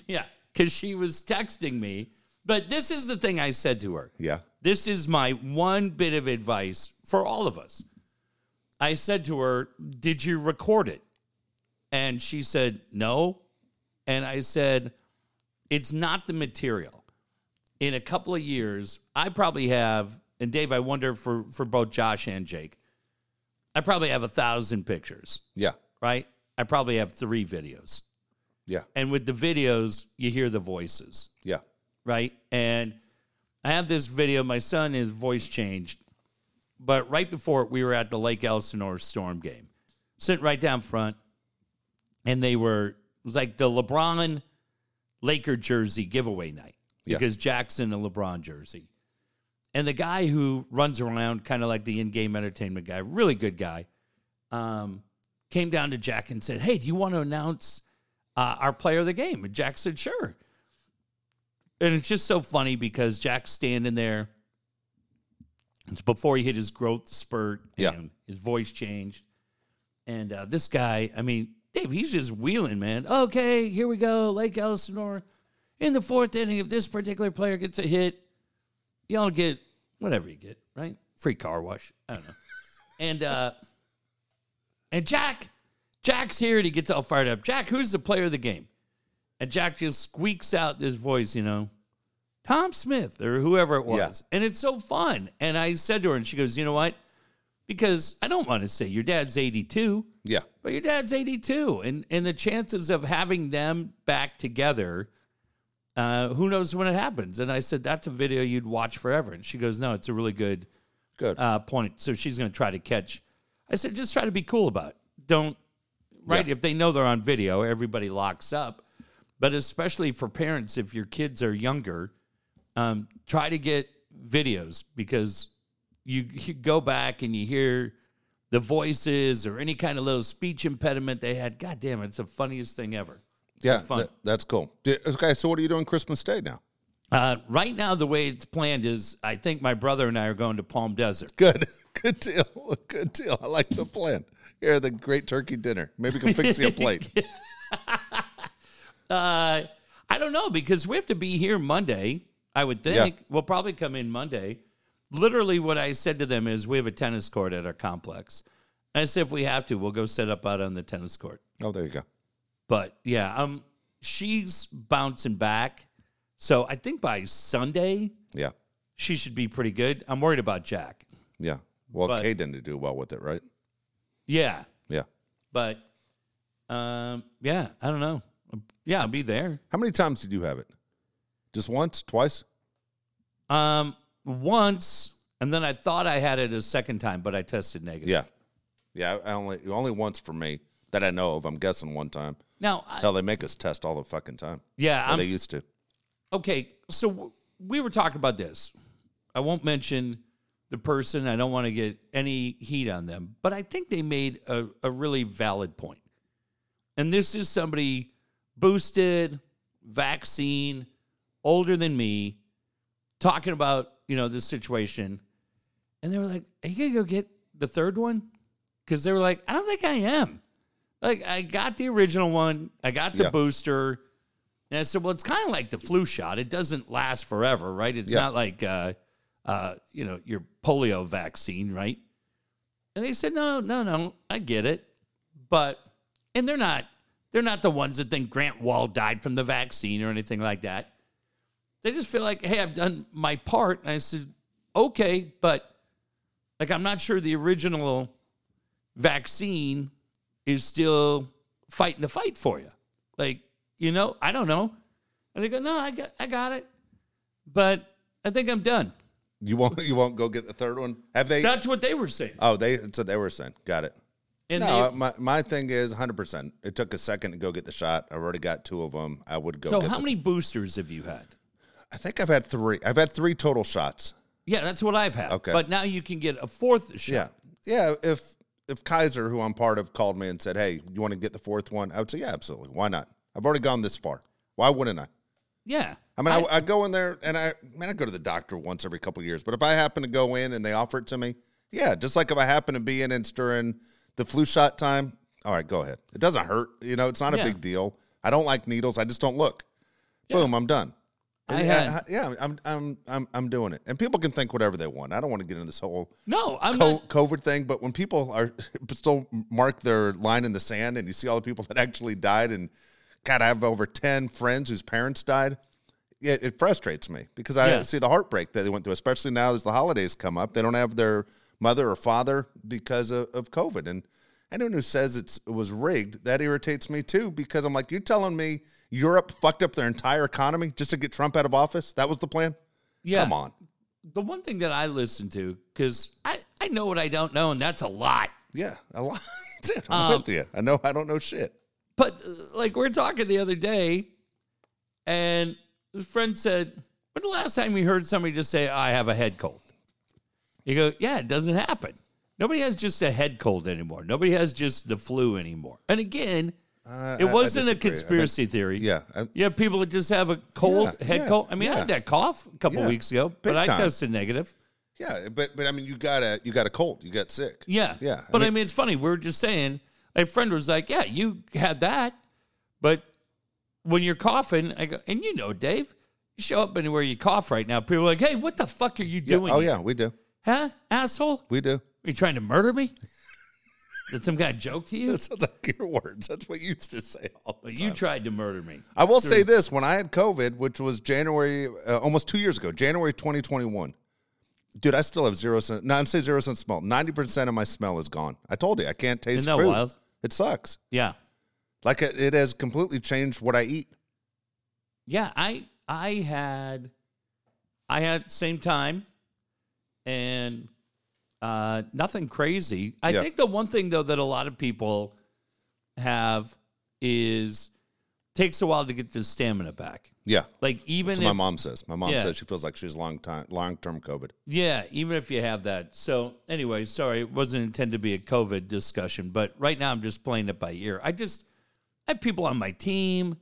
S2: Yeah, because she was texting me. But this is the thing I said to her.
S1: Yeah.
S2: This is my one bit of advice for all of us. I said to her, Did you record it? And she said, No. And I said, It's not the material. In a couple of years, I probably have, and Dave, I wonder for, for both Josh and Jake, I probably have a thousand pictures,
S1: Yeah.
S2: right? I probably have three videos.
S1: Yeah.
S2: And with the videos, you hear the voices
S1: Yeah.
S2: right? And I have this video. My son, his voice changed, but right before it, we were at the Lake Elsinore Storm game, sitting right down front, and they were it was like the LeBron Laker jersey giveaway night
S1: Yeah.
S2: because Jackson and LeBron jersey, and the guy who runs around, kind of like the in-game entertainment guy, really good guy, um, came down to Jack and said, "Hey, do you want to announce?" Uh, our player of the game. And Jack said, sure and it's just so funny because Jack's standing there. It's before he hit his growth spurt.
S1: Yeah.
S2: and his voice changed, and uh, this guy, I mean, Dave, he's just wheeling, man. Okay, here we go, Lake Elsinore. In the fourth inning, if this particular player gets a hit, y'all get whatever you get, right? Free car wash. I don't know. and uh, and Jack, Jack's here, and he gets all fired up. Jack, who's the player of the game? And Jack just squeaks out this voice, you know, Tom Smith or whoever it was. And it's so fun. And I said to her, and she goes, You know what? Because I don't want to say your dad's 82,
S1: Yeah.
S2: but your dad's 82. And, and the chances of having them back together, uh, who knows when it happens? And I said, That's a video you'd watch forever. And she goes, No, it's a really good
S1: Good.
S2: uh, point. So she's going to try to catch. I said, just try to be cool about it. Don't, right? If they know they're on video, everybody locks up. But especially for parents, if your kids are younger, um, try to get videos because you, you go back and you hear the voices or any kind of little speech impediment they had. God damn, it's the funniest thing ever.
S1: yeah.
S2: fun.
S1: that- that's cool. Di- Okay. So what are you doing Christmas Day now?
S2: Uh, right now, the way it's planned is I think my brother and I are going to Palm Desert.
S1: Good. Good deal. Good deal. I like the plan. Here, the great turkey dinner. Maybe we can fix you a plate.
S2: Uh, I don't know because we have to be here Monday. I would think we'll probably come in Monday. Literally, what I said to them is, we have a tennis court at our complex. And I said, if we have to, we'll go set up out on the tennis court.
S1: Oh, there you go.
S2: But yeah, um, she's bouncing back, so I think by Sunday
S1: Yeah.
S2: she should be pretty good. I'm worried about Jack.
S1: Yeah. Well,
S2: But-
S1: Kay didn't do well with it, right?
S2: Yeah,
S1: Yeah.
S2: but um, yeah, I don't know. Yeah, I'll be there.
S1: How many times did you have it? Just once, twice?
S2: Um, once, and then I thought I had it a second time, but I tested negative.
S1: Yeah, yeah. I only only once for me that I know of. I'm guessing one time.
S2: Now, I,
S1: Hell, they make us test all the fucking time.
S2: yeah,
S1: Or they
S2: I'm,
S1: used to.
S2: okay. So w- we were talking about this. I won't mention the person. I don't want to get any heat on them, but I think they made a, a really valid point. And this is somebody boosted, vaccine, older than me talking about, you know, this situation. And they were like, Are you going to go get the third one? Because they were like, I don't think I am. Like, I got the original one, I got the
S1: Yeah.
S2: booster. And I said, Well, it's kind of like the flu shot. It doesn't last forever, right? It's
S1: Yeah.
S2: not like, uh, uh, you know, your polio vaccine, right? And they said, No, no, no, I get it. But, and they're not. They're not the ones that think Grant Wall died from the vaccine or anything like that they just feel like, hey, I've done my part. And I said, okay, but like I'm not sure the original vaccine is still fighting the fight for you. Like, you know, I don't know. And they go, no, I got, I got it, but I think I'm done.
S1: You won't. You won't go get the third one. Have they?
S2: That's what they were saying.
S1: oh, they. So they were saying. Got it.
S2: And
S1: No,
S2: they,
S1: my, my thing is 100. percent It took a second to go get the shot. I already got two of them. I would go.
S2: so
S1: get
S2: how
S1: the-
S2: many boosters have you had?
S1: I think I've had three. I've had three total shots.
S2: Yeah, that's what I've had.
S1: Okay.
S2: But now you can get a fourth shot.
S1: Yeah, yeah. If if Kaiser, who I'm part of, called me and said, "Hey, you want to get the fourth one?" I would say, "Yeah, absolutely. Why not? I've already gone this far. Why wouldn't I?"
S2: Yeah.
S1: I mean, I, I go in there and I man, I go to the doctor once every couple years. But if I happen to go in and they offer it to me, yeah, just like if I happen to be in and it's during the flu shot time, all right, go ahead. It doesn't hurt. You know, it's not a
S2: Yeah.
S1: big deal. I don't like needles. I just don't look. Boom, I'm done.
S2: I
S1: yeah,
S2: had-
S1: I- yeah, I'm, I'm, I'm, I'm doing it. And people can think whatever they want. I don't want to get into this whole
S2: No, I'm
S1: co-
S2: not.
S1: COVID thing, but when people are still mark their line in the sand and you see all the people that actually died, and God, I have over 10 friends whose parents died, it, it frustrates me because I
S2: Yeah.
S1: see the heartbreak that they went through, especially now as the holidays come up. They don't have their mother or father because of, of COVID. And anyone who says it's, it was rigged, that irritates me too because I'm like, you're telling me Europe fucked up their entire economy just to get Trump out of office? That was the plan?
S2: Yeah.
S1: Come on.
S2: the one thing that I listen to, because I, I know what I don't know, and that's a lot.
S1: Yeah, a lot. Dude, I'm
S2: Um,
S1: with you. I know I don't know shit.
S2: But uh, like we're talking the other day, and his friend said, When the last time we heard somebody just say, I have a head cold? You go, Yeah, it doesn't happen. Nobody has just a head cold anymore. Nobody has just the flu anymore. And again,
S1: Uh,
S2: it
S1: I- I
S2: wasn't a
S1: disagree. I think-
S2: conspiracy theory.
S1: yeah, I-
S2: You have people that just have a cold,
S1: Yeah,
S2: head
S1: yeah,
S2: cold. I mean, I
S1: yeah.
S2: had that cough a couple
S1: Yeah,
S2: weeks ago, but
S1: big
S2: I
S1: time.
S2: tested negative.
S1: yeah, but but I mean, you got a you got a cold, you got sick.
S2: Yeah.
S1: Yeah, I
S2: But I mean,
S1: mean-
S2: it's funny. We were just saying, a friend was like, yeah, you had that. But when you're coughing, I go, and you know, Dave, you show up anywhere you cough right now. People are like, hey, what the fuck are you
S1: Yeah,
S2: doing?
S1: oh
S2: here?
S1: yeah, we do,
S2: Huh? Asshole? Are
S1: we do.
S2: you trying to murder me? Did some guy joke to you?
S1: That sounds like your words. That's what you used to say all the
S2: But
S1: time.
S2: you tried to murder me.
S1: I will say this: when I had COVID, which was January, uh, almost two years ago, January 2021, dude, I still have zero sense. No, I'd say zero sense smell. Ninety percent of my smell is gone. I told you, I can't taste
S2: Isn't that
S1: food.
S2: wild?
S1: It sucks.
S2: Yeah.
S1: Like it, it has completely changed what I eat.
S2: Yeah, I I had I had same time and uh nothing crazy. I
S1: Yeah.
S2: think the one thing though that a lot of people have is takes a while to get the stamina back.
S1: Yeah,
S2: Like even
S1: that's what my
S2: if,
S1: mom says. My mom
S2: Yeah.
S1: says she feels like she's long time, long term COVID.
S2: yeah, even if you have that. So anyway, sorry, it wasn't intended to be a COVID discussion, but right now I'm just playing it by ear. I just I have people on my team.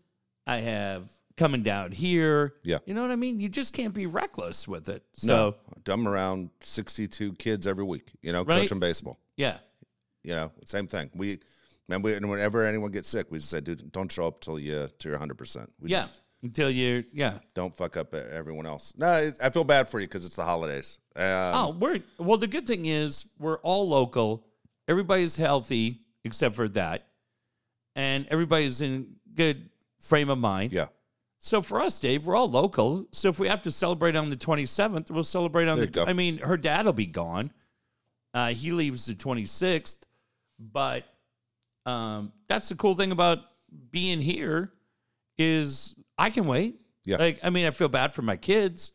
S2: I have coming down here.
S1: Yeah.
S2: You know what I mean? You just can't be reckless with it. So
S1: I'm around 62 kids every week, you know,
S2: Right.
S1: coaching baseball.
S2: yeah.
S1: You know, same thing. We, man, we, and whenever anyone gets sick, we just say, dude, don't show up till you till you're 100. percent We
S2: Yeah.
S1: just
S2: Until you yeah.
S1: don't fuck up e-, everyone else. No, I- I feel bad for you because it's the holidays. Um,
S2: Oh, we're well the good thing is we're all local. Everybody's healthy except for that. And everybody's in good frame of mind.
S1: yeah,
S2: So for us, Dave, we're all local. So if we have to celebrate on the 27th, we'll celebrate on
S1: There you go.
S2: the. I mean, her dad will be gone. Uh, he leaves the 26th, but um, that's the cool thing about being here is I can wait.
S1: Yeah.
S2: Like I mean, I feel bad for my kids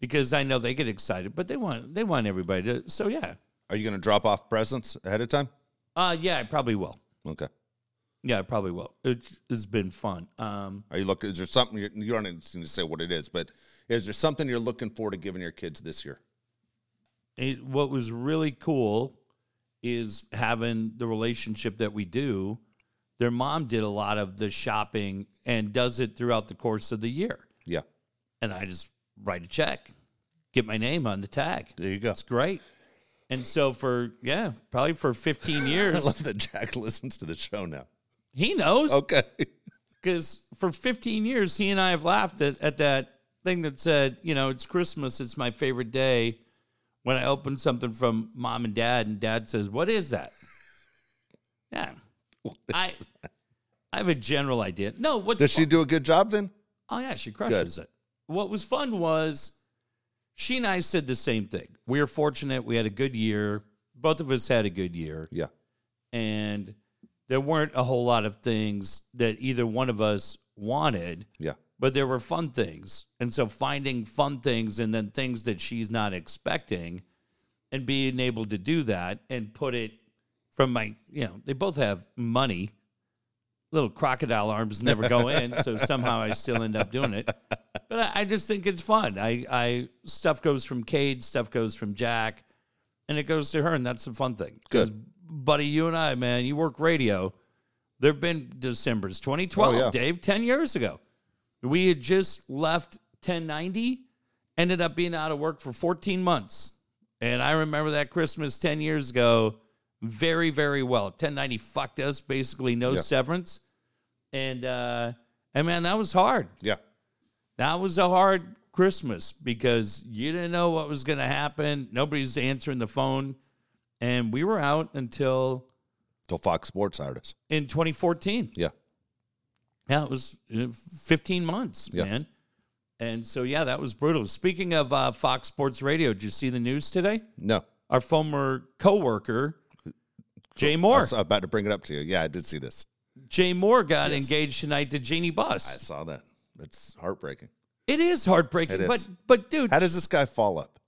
S2: because I know they get excited, but they want they want everybody to. So yeah,
S1: are you gonna drop off presents ahead of time?
S2: uh, yeah, I probably will.
S1: Okay.
S2: Yeah, I probably will. It's, it's been fun. Um,
S1: Are you looking? Is there something you're, you don't need to say what it is, but is there something you're looking forward to giving your kids this year?
S2: it, what was really cool is having the relationship that we do. Their mom did a lot of the shopping and does it throughout the course of the year.
S1: Yeah,
S2: and I just write a check, get my name on the tag.
S1: There you go.
S2: It's great. And so for yeah, probably for 15 years,
S1: I love that Jack listens to the show now.
S2: he knows
S1: Okay.
S2: because for 15 years he and I have laughed at, at that thing that said, you know, it's Christmas, it's my favorite day. When I open something from mom and dad, and dad says, "What is that?" yeah, I I have a general idea. No, what's
S1: Does she
S2: fun-
S1: do a good job then?
S2: Oh yeah, she crushes it. What was fun was she and I said the same thing. We were fortunate. We had a good year. Both of us had a good year,
S1: Yeah.
S2: and there weren't a whole lot of things that either one of us wanted,
S1: Yeah.
S2: but there were fun things. And so finding fun things and then things that she's not expecting, and being able to do that and put it from my, you know, they both have money. Little crocodile arms never go in, so somehow I still end up doing it. But I, I just think it's fun. I, I stuff goes from Cade, stuff goes from Jack, and it goes to her, and that's the fun thing. 'Cause, buddy, you and I, man, you work radio. There've been December's 2012,
S1: Oh, yeah.
S2: Dave, 10 years ago. We had just left 1090, ended up being out of work for 14 months. And I remember that Christmas 10 years ago very, very well. 1090 fucked us, basically no
S1: Yeah.
S2: severance. And, uh, and man, that was hard.
S1: Yeah.
S2: That was a hard Christmas because you didn't know what was going to happen. Nobody's answering the phone. And we were out until
S1: Till Fox Sports hired us.
S2: in 2014.
S1: Yeah.
S2: Yeah, it was uh, 15 months,
S1: Yeah.
S2: man. And so, yeah, that was brutal. Speaking of uh, Fox Sports Radio, did you see the news today?
S1: No.
S2: Our former coworker, Jay Moore.
S1: I was about to bring it up to you. Yeah, I did see this.
S2: Jay Moore got engaged tonight to Jeannie Buss.
S1: I saw that. It's heartbreaking.
S2: It is heartbreaking,
S1: It
S2: but
S1: is.
S2: but dude,
S1: How does this guy fall up?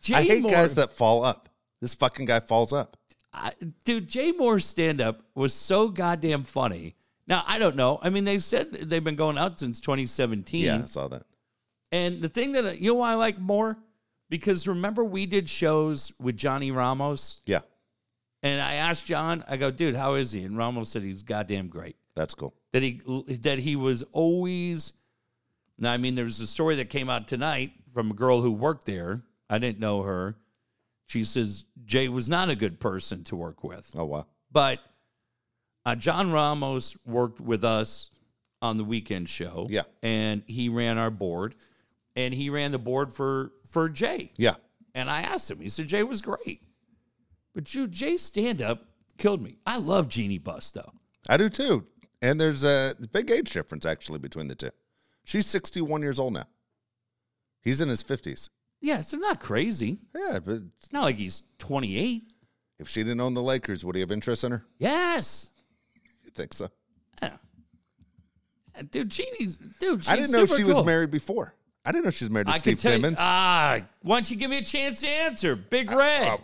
S2: Jay
S1: I hate
S2: Moore,
S1: guys that fall up. This fucking guy falls up.
S2: I, dude, Jay Moore's stand up was so goddamn funny. Now I don't know. I mean, they said that they've been going out since 2017.
S1: Yeah, I saw that.
S2: And the thing that you know why I like Moore because remember we did shows with Johnny Ramos
S1: Yeah,
S2: and I asked John, I go, dude, how is he? And Ramos said he's goddamn great.
S1: that's cool.
S2: that he that he was always. Now, I mean, there's a story that came out tonight from a girl who worked there. I didn't know her. She says Jay was not a good person to work with,
S1: Oh wow.
S2: but uh, John Ramos worked with us on the weekend show.
S1: Yeah.
S2: and he ran our board, and he ran the board for for Jay.
S1: Yeah,
S2: And I asked him. He said Jay was great, but you Jay's stand up killed me. I love Jeannie Buss though.
S1: I do too. And there's a big age difference actually between the two. She's 61 years old now. He's in his 50s.
S2: Yeah, so not crazy.
S1: Yeah, but
S2: It's not like he's 28.
S1: if she didn't own the Lakers, would he have interest in her?
S2: Yes.
S1: You think so?
S2: Yeah. Dude, Jeannie's dude. She's
S1: I didn't know
S2: super
S1: she
S2: cool.
S1: was married before. I didn't know she's married to
S2: I
S1: Steve
S2: can tell
S1: Timmons. Uh,
S2: You, ah, why don't you give me a chance to answer? Big Red,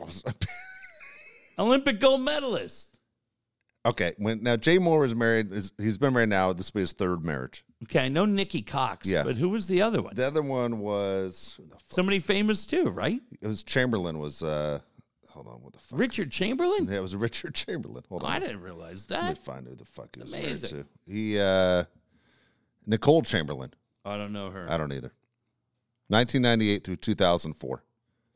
S2: Olympic gold medalist.
S1: okay, when now Jay Moore is married. Is, he's been married now. This will be his third marriage.
S2: Okay, I know Nikki Cox,
S1: Yeah.
S2: but who was the other one?
S1: The other one was who the fuck-
S2: Somebody famous too, right?
S1: it was Chamberlain. Was uh, hold on, what the fuck?
S2: Richard Chamberlain?
S1: That was Richard Chamberlain. Hold on,
S2: I didn't realize
S1: Let
S2: that.
S1: me find who the fuck he was
S2: Amazing.
S1: married to. He uh Nicole Chamberlain.
S2: I don't know her.
S1: I don't either. 1998 through 2004.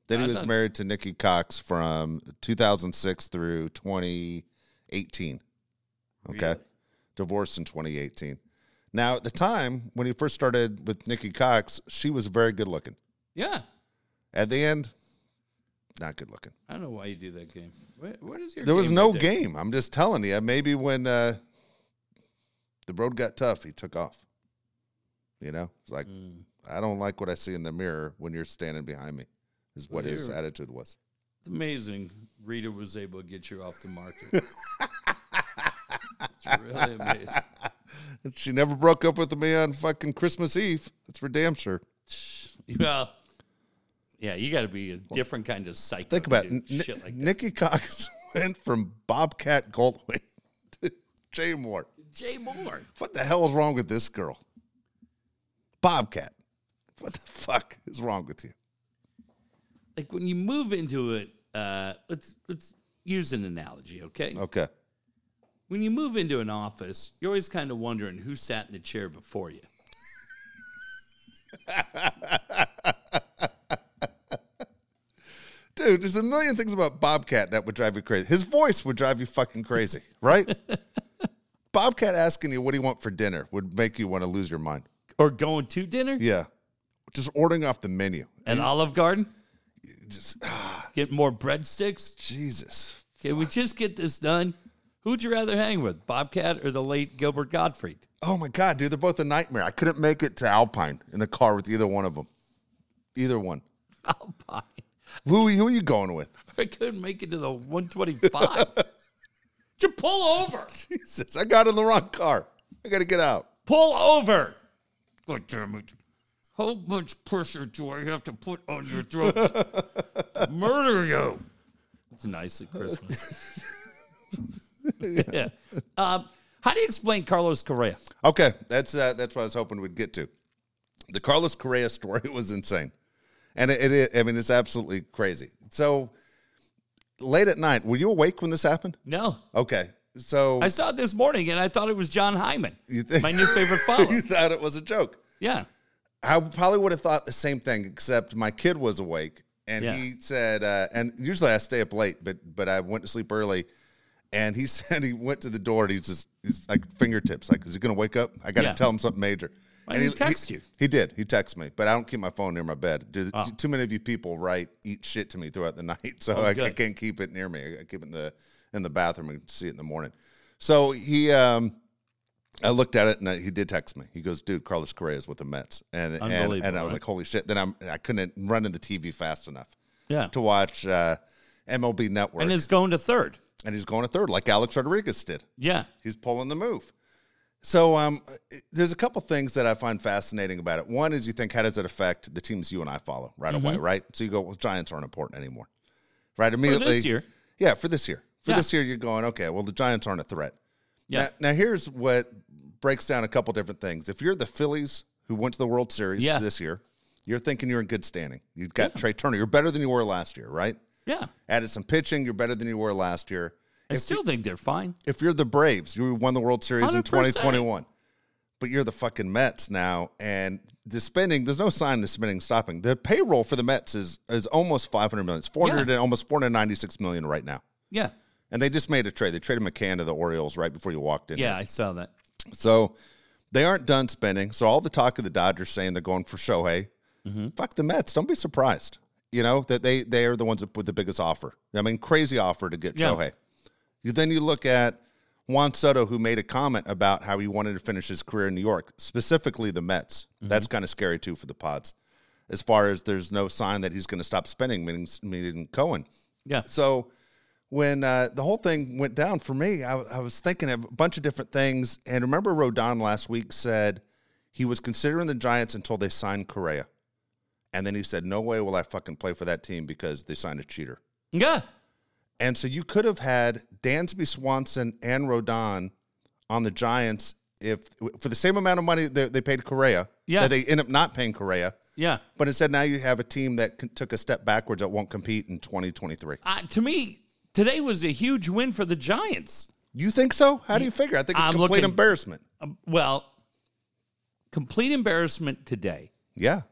S1: Then
S2: I
S1: he was
S2: thought-
S1: married to Nikki Cox from 2006 through 2018. Okay.
S2: Really?
S1: Divorced in 2018. Now, at the time when he first started with Nikki Cox, she was very good looking.
S2: yeah,
S1: At the end, not good looking.
S2: I don't know why you do that game. What, what is your?
S1: There was
S2: game
S1: no
S2: right
S1: game. I'm just telling you. Maybe when uh, the road got tough, he took off. You know, it's like
S2: Hmm.
S1: I don't like what I see in the mirror when you're standing behind me. Is what
S2: Well,
S1: his
S2: you're-
S1: attitude was.
S2: It's amazing Rita was able to get you off the market. it's really amazing.
S1: And she never broke up with me on fucking Christmas Eve. That's for damn sure.
S2: Well, yeah, you got to be a different kind of psycho.
S1: Think
S2: to
S1: about it.
S2: do
S1: N-
S2: shit like that.
S1: Nikki Cox went from Bobcat Goldwing to Jay Moore.
S2: Jay Moore.
S1: What the hell is wrong with this girl? Bobcat. What the fuck is wrong with you?
S2: Like when you move into it, uh, let's let's use an analogy, okay?
S1: Okay.
S2: When you move into an office, you're always kind of wondering who sat in the chair before you.
S1: Dude, there's a million things about Bobcat that would drive you crazy. His voice would drive you fucking crazy, right? Bobcat asking you what do you want for dinner would make you want to lose your mind.
S2: Or going to dinner
S1: Yeah. Just ordering off the menu.
S2: at Olive Garden,
S1: Just ah,
S2: get more breadsticks.
S1: Jesus.
S2: Can we just get this done? Who'd you rather hang with, Bobcat or the late Gilbert Gottfried?
S1: Oh my god, dude, they're both a nightmare. I couldn't make it to Alpine in the car with either one of them. Either one.
S2: Alpine.
S1: Who who are you going with?
S2: Oh, I couldn't make it to the 125. Just pull over.
S1: Jesus, I got in the wrong car. I got to get out.
S2: Pull over. God damn it. How much pressure do I have to put on your throat? to Murder you. It's nice at Christmas. yeah. Um, how do you explain Carlos Correa?
S1: Okay, that's uh, that's what I was hoping we'd get to. The Carlos Correa story was insane, and it, it I mean it's absolutely crazy. So late at night, were you awake when this happened?
S2: No.
S1: Okay, so
S2: I saw it this morning and I thought it was John Hyman,
S1: you think-
S2: my new favorite follow.
S1: you thought it was a joke.
S2: Yeah.
S1: I probably would have thought the same thing, except my kid was awake and
S2: Yeah.
S1: he said, uh, and usually I stay up late, but but I went to sleep early. And he said he went to the door and he's just he's like fingertips, like, is he gonna wake up? I gotta
S2: Yeah.
S1: tell him something major.
S2: Why
S1: and
S2: didn't he text you? Ah.
S1: He did. He texted me, but I don't keep my phone near my bed. Dude, Too many of you people write eat shit to me throughout the night, so I, I
S2: Oh, good.
S1: can't keep it near me. I keep it in the in the bathroom and see it in the morning. So he, um, I looked at it and I, he did text me. He goes, "Dude, Carlos Correa is with the Mets," and and,
S2: Unbelievable,
S1: and I was
S2: right?
S1: like, "Holy shit!" Then I'm I couldn't run to the TV fast enough
S2: Yeah.
S1: to watch uh, MLB Network,
S2: And it's going to third.
S1: and he's going to third like Alex Rodriguez did.
S2: Yeah.
S1: He's pulling the move. So um, there's a couple things that I find fascinating about it. One is you think, how does it affect the teams you and I follow right
S2: Mm-hmm.
S1: away, right? So you go, well, Giants aren't important anymore, right? Immediately
S2: year.
S1: yeah, for this year. For
S2: Yeah.
S1: this year, you're going, okay, well, the Giants aren't a threat.
S2: Yeah.
S1: Now, now here's what breaks down a couple different things. If you're the Phillies who went to the World Series
S2: Yeah.
S1: this year, you're thinking you're in good standing. You've got Trey Turner. You're better than you were last year, right?
S2: Yeah.
S1: Added some pitching. You're better than you were last year
S2: I still think they're fine.
S1: if you're the Braves, you won the World Series in
S2: 100%.
S1: 2021, but you're the fucking Mets now, and the spending. There's no sign the spending stopping. The payroll for the Mets is is almost 500 million. It's 400 and almost 496 million right now.
S2: Yeah.
S1: And they just made a trade. They traded McCann to the Orioles right before you walked in.
S2: Yeah, I saw that.
S1: So they aren't done spending. So all the talk of the Dodgers saying they're going for Shohei,
S2: Mm-hmm.
S1: fuck the Mets. Don't be surprised. You know that they they are the ones with the biggest offer. I mean, crazy offer to get
S2: Yeah.
S1: Shohei. You, then you look at Juan Soto, who made a comment about how he wanted to finish his career in New York, specifically the Mets.
S2: Mm-hmm.
S1: That's kind of scary too for the Pods, as far as there's no sign that he's going to stop spending. Meaning, meaning Cohen.
S2: Yeah.
S1: So when uh, the whole thing went down for me, I, I was thinking of a bunch of different things. And remember, Rodon last week said he was considering the Giants until they signed Correa. And then he said, No way will I fucking play for that team because they signed a cheater.
S2: Yeah.
S1: And so you could have had Dansby Swanson and Rodon on the Giants if for the same amount of money that they paid Correa.
S2: Yeah.
S1: That they end up not paying Correa.
S2: Yeah.
S1: But instead, now you have a team that c- took a step backwards that won't compete in 2023.
S2: Uh, to me, today was a huge win for the Giants.
S1: You think so? How do you figure? I think it's
S2: I'm
S1: complete
S2: looking-
S1: embarrassment.
S2: Um, well, complete embarrassment today.
S1: Yeah.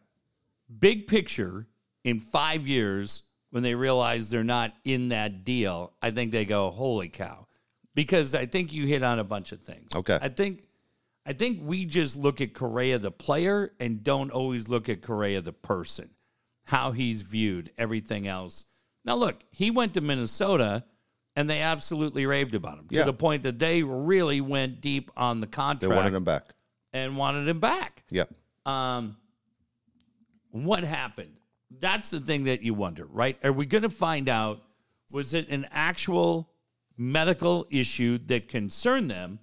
S2: Big picture in five years when they realize they're not in that deal, I think they go, holy cow. Because I think you hit on a bunch of things.
S1: Okay.
S2: I think I think we just look at Correa the player and don't always look at Correa the person, how he's viewed, everything else. Now look, he went to Minnesota and they absolutely raved about him
S1: Yeah.
S2: to the point that they really went deep on the
S1: They
S2: contract
S1: wanted him back.
S2: and wanted him back.
S1: Yeah.
S2: Um, what happened? That's the thing that you wonder, right? Are we going to find out? Was it an actual medical issue that concerned them,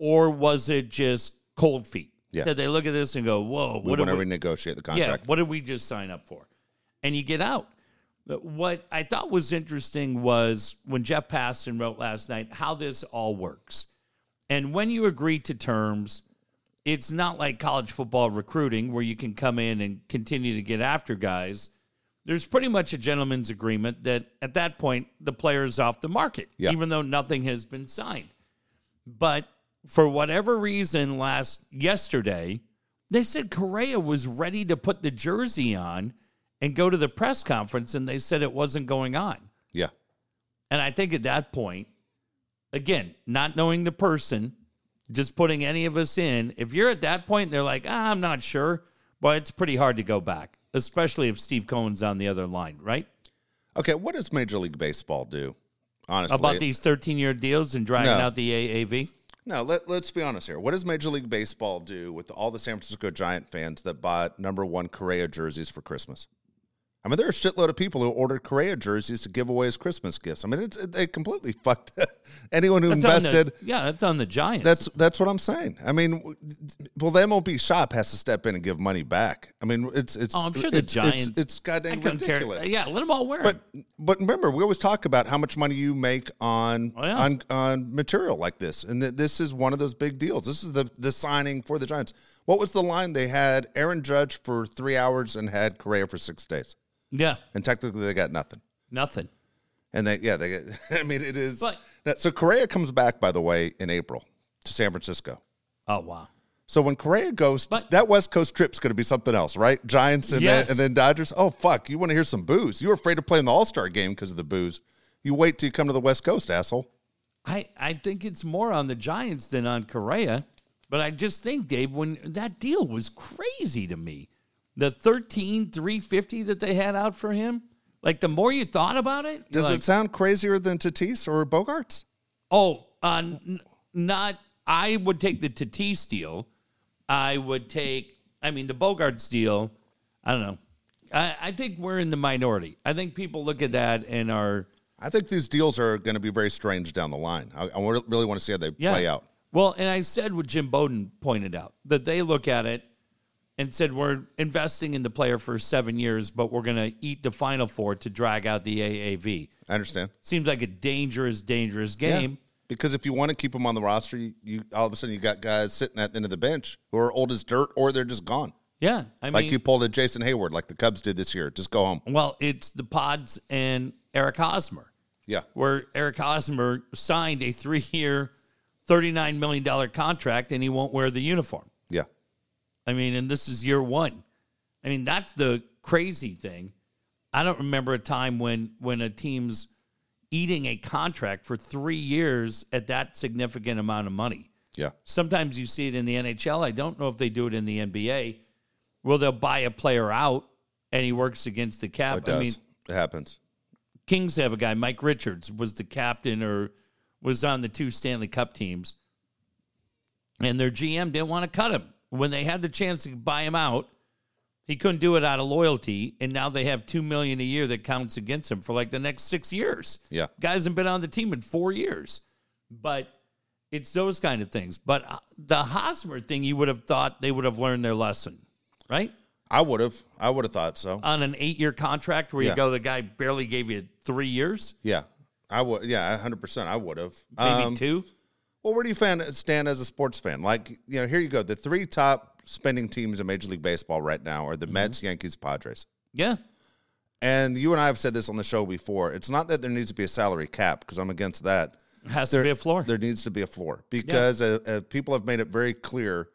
S2: or was it just cold feet?
S1: Yeah.
S2: Did they look at this and go, "Whoa,
S1: We
S2: what
S1: want
S2: are
S1: to
S2: we,
S1: renegotiate the
S2: yeah,
S1: contract.
S2: what did we just sign up for?" And you get out. But what I thought was interesting was when Jeff Passon wrote last night how this all works. And when you agree to terms, it's not like college football recruiting where you can come in and continue to get after guys. There's pretty much a gentleman's agreement that at that point the player is off the market,
S1: Yeah.
S2: even though nothing has been signed. But for whatever reason, last yesterday, They said Correa was ready to put the jersey on and go to the press conference, and they said it wasn't going on.
S1: Yeah.
S2: And I think at that point, again, not knowing the person, just putting any of us in, if you're at that point, and they're like, ah, I'm not sure, well, it's pretty hard to go back, especially if Steve Cohen's on the other line, right?
S1: Okay. What does Major League Baseball do? Honestly,
S2: About these 13 year deals and driving
S1: No.
S2: out the AAV.
S1: No, let, let's be honest here. What does Major League Baseball do with all the San Francisco Giant fans that bought number one Correa jerseys for Christmas? I mean, there are a shitload of people who ordered Correa jerseys to give away as Christmas gifts. I mean, it's, they completely fucked anyone who
S2: That's on the-
S1: invested.
S2: yeah, that's on the Giants.
S1: That's that's what I'm saying. I mean, w- well, the MLB shop has to step in and give money back. I mean, it's it's.
S2: Oh, I'm sure the
S1: it's,
S2: Giants-
S1: It's, it's goddamn
S2: couldn't care- Uh,
S1: ridiculous.
S2: Yeah, let them all wear
S1: But
S2: it.
S1: but remember, we always talk about how much money you make on
S2: Oh, yeah.
S1: on on material like this, and th- this is one of those big deals. This is the the signing for the Giants. What was the line they had? Aaron Judge for three hours and had Correa for six days,
S2: Yeah,
S1: and technically they got nothing.
S2: nothing.
S1: And they yeah they get. I mean it is.
S2: But-
S1: Now, so Correa comes back by the way in April to San Francisco.
S2: Oh, wow.
S1: So when Correa goes,
S2: But-
S1: that West Coast trip's going to be something else, right? Giants and,
S2: Yes.
S1: then, and then Dodgers. Oh fuck, you want to hear some booze? You were afraid of playing the All Star game because of the booze. You wait till you come to the West Coast, asshole.
S2: I, I think it's more on the Giants than on Correa. But I just think, Dave, when that deal was crazy to me. The 13 350 that they had out for him. Like the more you thought about it, you're
S1: Does
S2: like,
S1: it sound crazier than Tatis or Bogarts?
S2: oh, uh, n- not I would take the Tatis deal. I would take I mean the Bogarts deal. I don't know. I, I think we're in the minority. I think people look at that and are
S1: I think these deals are going to be very strange down the line. I, I wa- really want to see how they play out.
S2: Well, and I said what Jim Bowden pointed out that they look at it and said we're investing in the player for seven years, but we're going to eat the final four to drag out the AAV.
S1: I understand.
S2: Seems like a dangerous, dangerous
S1: Yeah.
S2: game.
S1: Because if you want to keep them on the roster, you, you all of a sudden you got guys sitting at the end of the bench who are old as dirt, or they're just gone.
S2: Yeah, I
S1: Like
S2: mean,
S1: you pulled a Jason Hayward, like the Cubs did this year. Just go home.
S2: well, it's the Pods and Eric Hosmer,
S1: Yeah.
S2: where Eric Hosmer signed a three-year, thirty-nine million dollar contract, and he won't wear the uniform.
S1: Yeah.
S2: I mean, and this is year one. I mean, that's the crazy thing. I don't remember a time when when a team's eating a contract for three years at that significant amount of money.
S1: Yeah.
S2: Sometimes you see it in the NHL. I don't know if they do it in the NBA. Well, they'll buy a player out and he works against the cap.
S1: Oh, It does.
S2: I mean,
S1: it happens.
S2: Kings have a guy, Mike Richards, was the captain or was on the two Stanley Cup teams. And their GM didn't want to cut him. When they had the chance to buy him out, he couldn't do it out of loyalty. And now they have two million a year that counts against him for like the next six years.
S1: Yeah.
S2: Guy hasn't been on the team in four years. But it's those kind of things. But uh, the Hosmer thing, you would have thought they would have learned their lesson, right?
S1: I would have. I would have thought so.
S2: On an eight year contract where
S1: Yeah.
S2: you go, the guy barely gave you three years,
S1: yeah. I would. Yeah. 100%. I would have.
S2: maybe
S1: Um,
S2: two.
S1: well, where do you fan, stand as a sports fan? Like, you know, here you go. The three top spending teams in Major League Baseball right now are the Mets, Yankees, Padres.
S2: Yeah.
S1: And you and I have said this on the show before. It's not that there needs to be a salary cap because I'm against that.
S2: Has to be a floor.
S1: There needs to be a floor because uh, uh, people have made it very clear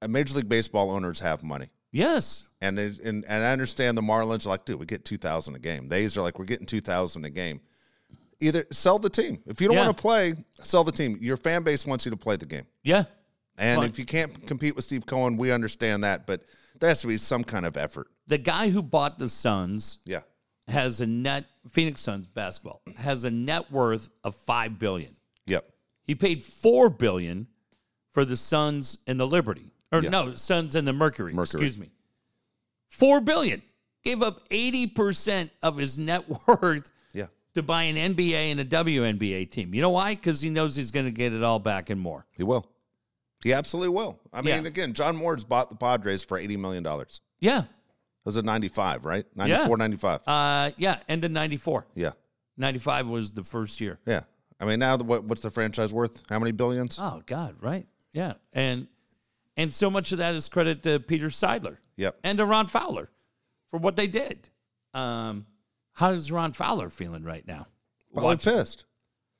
S1: uh, Major League Baseball owners have money.
S2: Yes.
S1: And it, and and I understand the Marlins are like, dude, we get two thousand a game. They's are like, we're getting two thousand a game. Either sell the team if you don't
S2: Yeah.
S1: want to play, sell the team. Your fan base wants you to play the game,
S2: Yeah.
S1: and
S2: Fine.
S1: if you can't compete with Steve Cohen, we understand that, but there has to be some kind of effort.
S2: The guy who bought the Suns
S1: Yeah,
S2: has a net Phoenix Suns basketball has a net worth of 5 billion.
S1: yep,
S2: He paid 4 billion for the Suns and the Liberty. Or no, Suns and the Mercury,
S1: Mercury.
S2: excuse me. 4 billion. Gave up 80% of his net worth
S1: yeah,
S2: to buy an NBA and a WNBA team. You know why? Cuz he knows he's going to get it all back and more.
S1: he will. He absolutely will. I mean,
S2: Yeah.
S1: again, John Moore's bought the Padres for eighty million dollars.
S2: Yeah.
S1: It was a ninety-five, right? 94, 95.
S2: Uh yeah, end of 94.
S1: yeah,
S2: 95 was the first year.
S1: yeah. I mean, now the, what, what's the franchise worth? How many billions?
S2: Oh God, right? Yeah, and and so much of that is credit to Peter Seidler
S1: Yep.
S2: and to Ron Fowler for what they did. Um, how is Ron Fowler feeling right now?
S1: Probably
S2: Watch-
S1: pissed.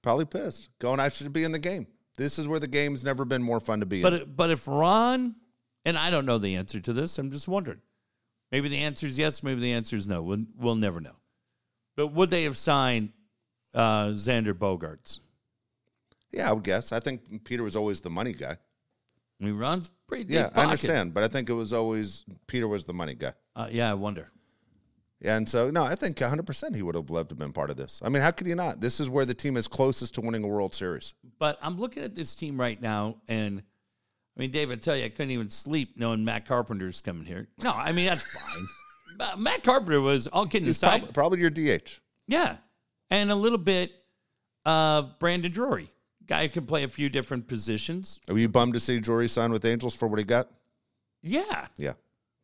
S1: Probably pissed. Going, I should be in the game. This is where the game's never been more fun to be in.
S2: but but if Ron And I don't know the answer to this. I'm just wondering. Maybe the answer is yes. Maybe the answer is no. We'll, we'll never know. But would they have signed uh, Xander Bogarts?
S1: Yeah, I would guess. I think Peter was always the money guy.
S2: I mean, Ron's pretty deep
S1: Yeah, I
S2: pockets.
S1: understand, but I think it was always Peter was the money guy.
S2: Uh, yeah, I wonder.
S1: And so, no, I think 100% he would have loved to have been part of this. I mean, how could he not? This is where the team is closest to winning a World Series.
S2: But I'm looking at this team right now, and I mean, Dave, I tell you, I couldn't even sleep knowing Matt Carpenter's coming here. No, I mean that's fine. But Matt Carpenter was all kidding
S1: He's
S2: aside.
S1: prob- probably your DH.
S2: Yeah. And a little bit of Brandon Drury, guy who can play a few different positions.
S1: Are you bummed to see Drury sign with the Angels for what he got?
S2: Yeah.
S1: Yeah.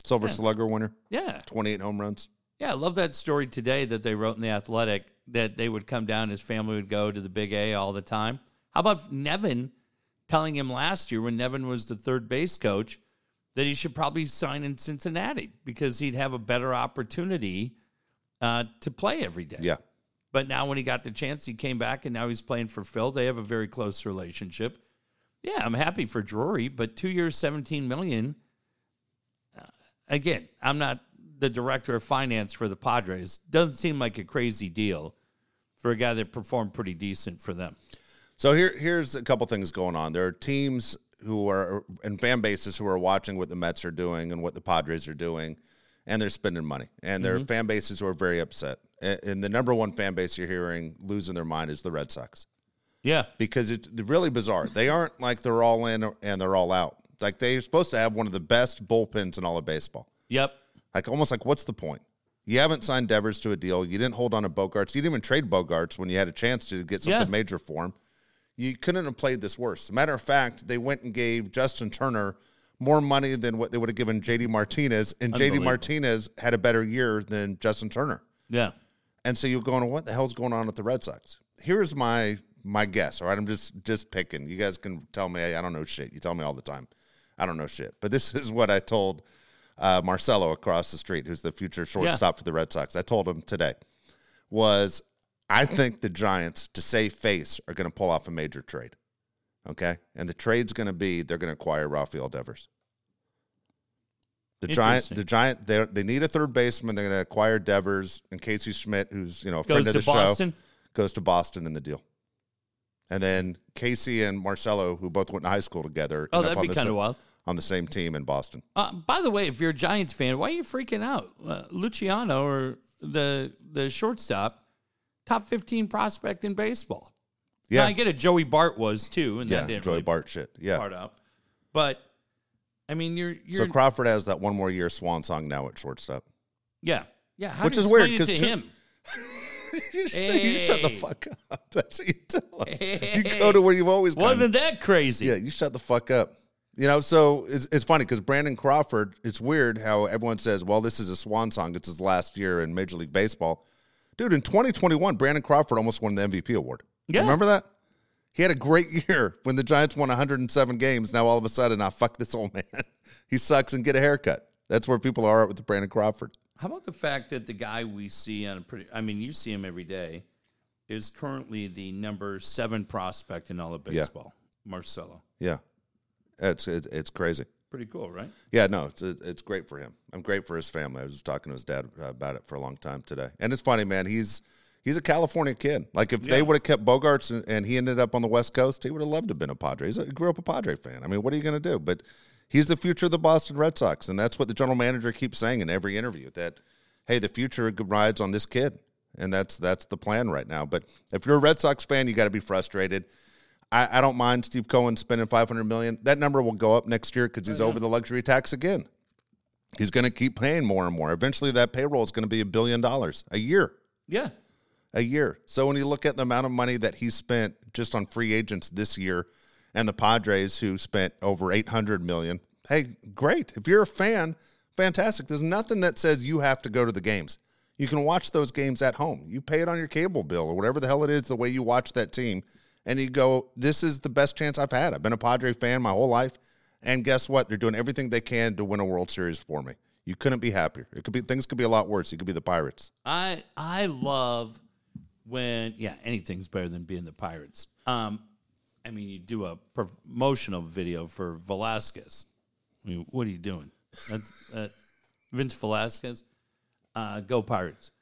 S1: Silver Slugger winner,
S2: Yeah.
S1: 28 home runs.
S2: Yeah. I love that story today that they wrote in The Athletic that they would come down, his family would go to the Big A all the time. How about Nevin telling him last year when Nevin was the third base coach that he should probably sign in Cincinnati because he'd have a better opportunity uh, to play every day?
S1: Yeah.
S2: But now when he got the chance, he came back and now he's playing for Phil. They have a very close relationship. Yeah, I'm happy for Drury, but two years, 17 million. uh, again, I'm not the director of finance for the Padres. Doesn't seem like a crazy deal for a guy that performed pretty decent for them.
S1: So here, here's a couple things going on. There are teams who are and fan bases who are watching what the Mets are doing and what the Padres are doing, and they're spending money. And there are fan bases who are very upset. And, and the number one fan base you're hearing losing their mind is the Red Sox
S2: Yeah.
S1: because it's really bizarre. They aren't like they're all in and they're all out. Like they're supposed to have one of the best bullpens in all of baseball.
S2: Yep.
S1: Like almost like what's the point? You haven't signed Devers to a deal. You didn't hold on to Bogarts. You didn't even trade Bogarts when you had a chance to get something
S2: Yeah.
S1: major for him. You couldn't have played this worse. Matter of fact, they went and gave Justin Turner more money than what they would have given JD Martinez, and JD
S2: Unbelievable.
S1: Martinez had a better year than Justin Turner.
S2: Yeah.
S1: And so you're going, what the hell's going on with the Red Sox? Here's my my guess. All right, I'm just just picking. You guys can tell me I, I don't know shit. You tell me all the time. I don't know shit. But this is what I told uh, Marcelo across the street, who's the future shortstop for the Red Sox. I told him today was I think the Giants to save face are going to pull off a major trade. Okay, and the trade's going to be they're going to acquire Rafael Devers. The giant,
S2: Interesting.
S1: the giant, they they need a third baseman. They're going to acquire Devers and Casey Schmidt, who's you know a friend
S2: Goes
S1: of the
S2: to
S1: show,
S2: Boston.
S1: goes to Boston in the deal, and then Casey and Marcelo, who both went to high school together,
S2: Oh,
S1: end up
S2: that'd
S1: on
S2: be
S1: the
S2: kind
S1: sa-
S2: of wild.
S1: on the same team in Boston.
S2: Uh, by the way, if you're a Giants fan, why are you freaking out? Uh, Luciano or the the shortstop, top 15 prospect in baseball. Yeah,
S1: Yeah,
S2: I get it. Joey Bart was too, and
S1: yeah,
S2: that didn't
S1: Joey
S2: really
S1: Bart shit. Yeah,
S2: part up. But I mean, you're you're
S1: so Crawford has that one more year swan song now at shortstop.
S2: yeah yeah. How
S1: Which
S2: do you
S1: is weird,
S2: explain it
S1: 'cause
S2: to
S1: two-
S2: him.
S1: you shut the
S2: Hey.
S1: fuck up. That's what you tell him. You go to where you've always gone.
S2: Wasn't that crazy?
S1: Yeah, you shut the fuck up. You know, so it's, it's funny because Brandon Crawford, it's weird how everyone says, well, this is a swan song. It's his last year in Major League Baseball. Dude, in 2021, Brandon Crawford almost won the MVP award.
S2: Yeah.
S1: Remember that? He had a great year when the Giants won 107 games. Now all of a sudden, I fuck this old man. he sucks and get a haircut. That's where people are at with the Brandon Crawford.
S2: How about the fact that the guy we see on a pretty, I mean, you see him every day, is currently the number seven prospect in all of baseball, Marcelo.
S1: Yeah. It's, it's, it's crazy.
S2: Pretty cool, right?
S1: Yeah, no, it's it's great for him. I'm great for his family. I was just talking to his dad uh, about it for a long time today, and it's funny, man. He's he's a California kid. Like if they would have kept Bogarts and, and he ended up on the West Coast, he would have loved to have been a Padre. He's a, he grew up a Padre fan. I mean, what are you going to do? But he's the future of the Boston Red Sox, and that's what the general manager keeps saying in every interview that hey, the future rides on this kid, and that's that's the plan right now. But if you're a Red Sox fan, you got to be frustrated. I, I don't mind Steve Cohen spending 500 million. That number will go up next year because he's over the luxury tax again. He's going to keep paying more and more. Eventually, that payroll is going to be a billion dollars a year,
S2: Yeah.
S1: a year. So when you look at the amount of money that he spent just on free agents this year, and the Padres who spent over 800 million, hey, great. If you're a fan, fantastic. There's nothing that says you have to go to the games. You can watch those games at home. You pay it on your cable bill or whatever the hell it is, the way you watch that team. And you go, this is the best chance I've had. I've been a Padre fan my whole life. And guess what? They're doing everything they can to win a World Series for me. You couldn't be happier. It could be things could be a lot worse. You could be the Pirates.
S2: I I love when yeah anything's better than being the Pirates. Um, I mean you do a promotional video for Velasquez, I mean, what are you doing? That's, that, Vince Velasquez, uh, go Pirates.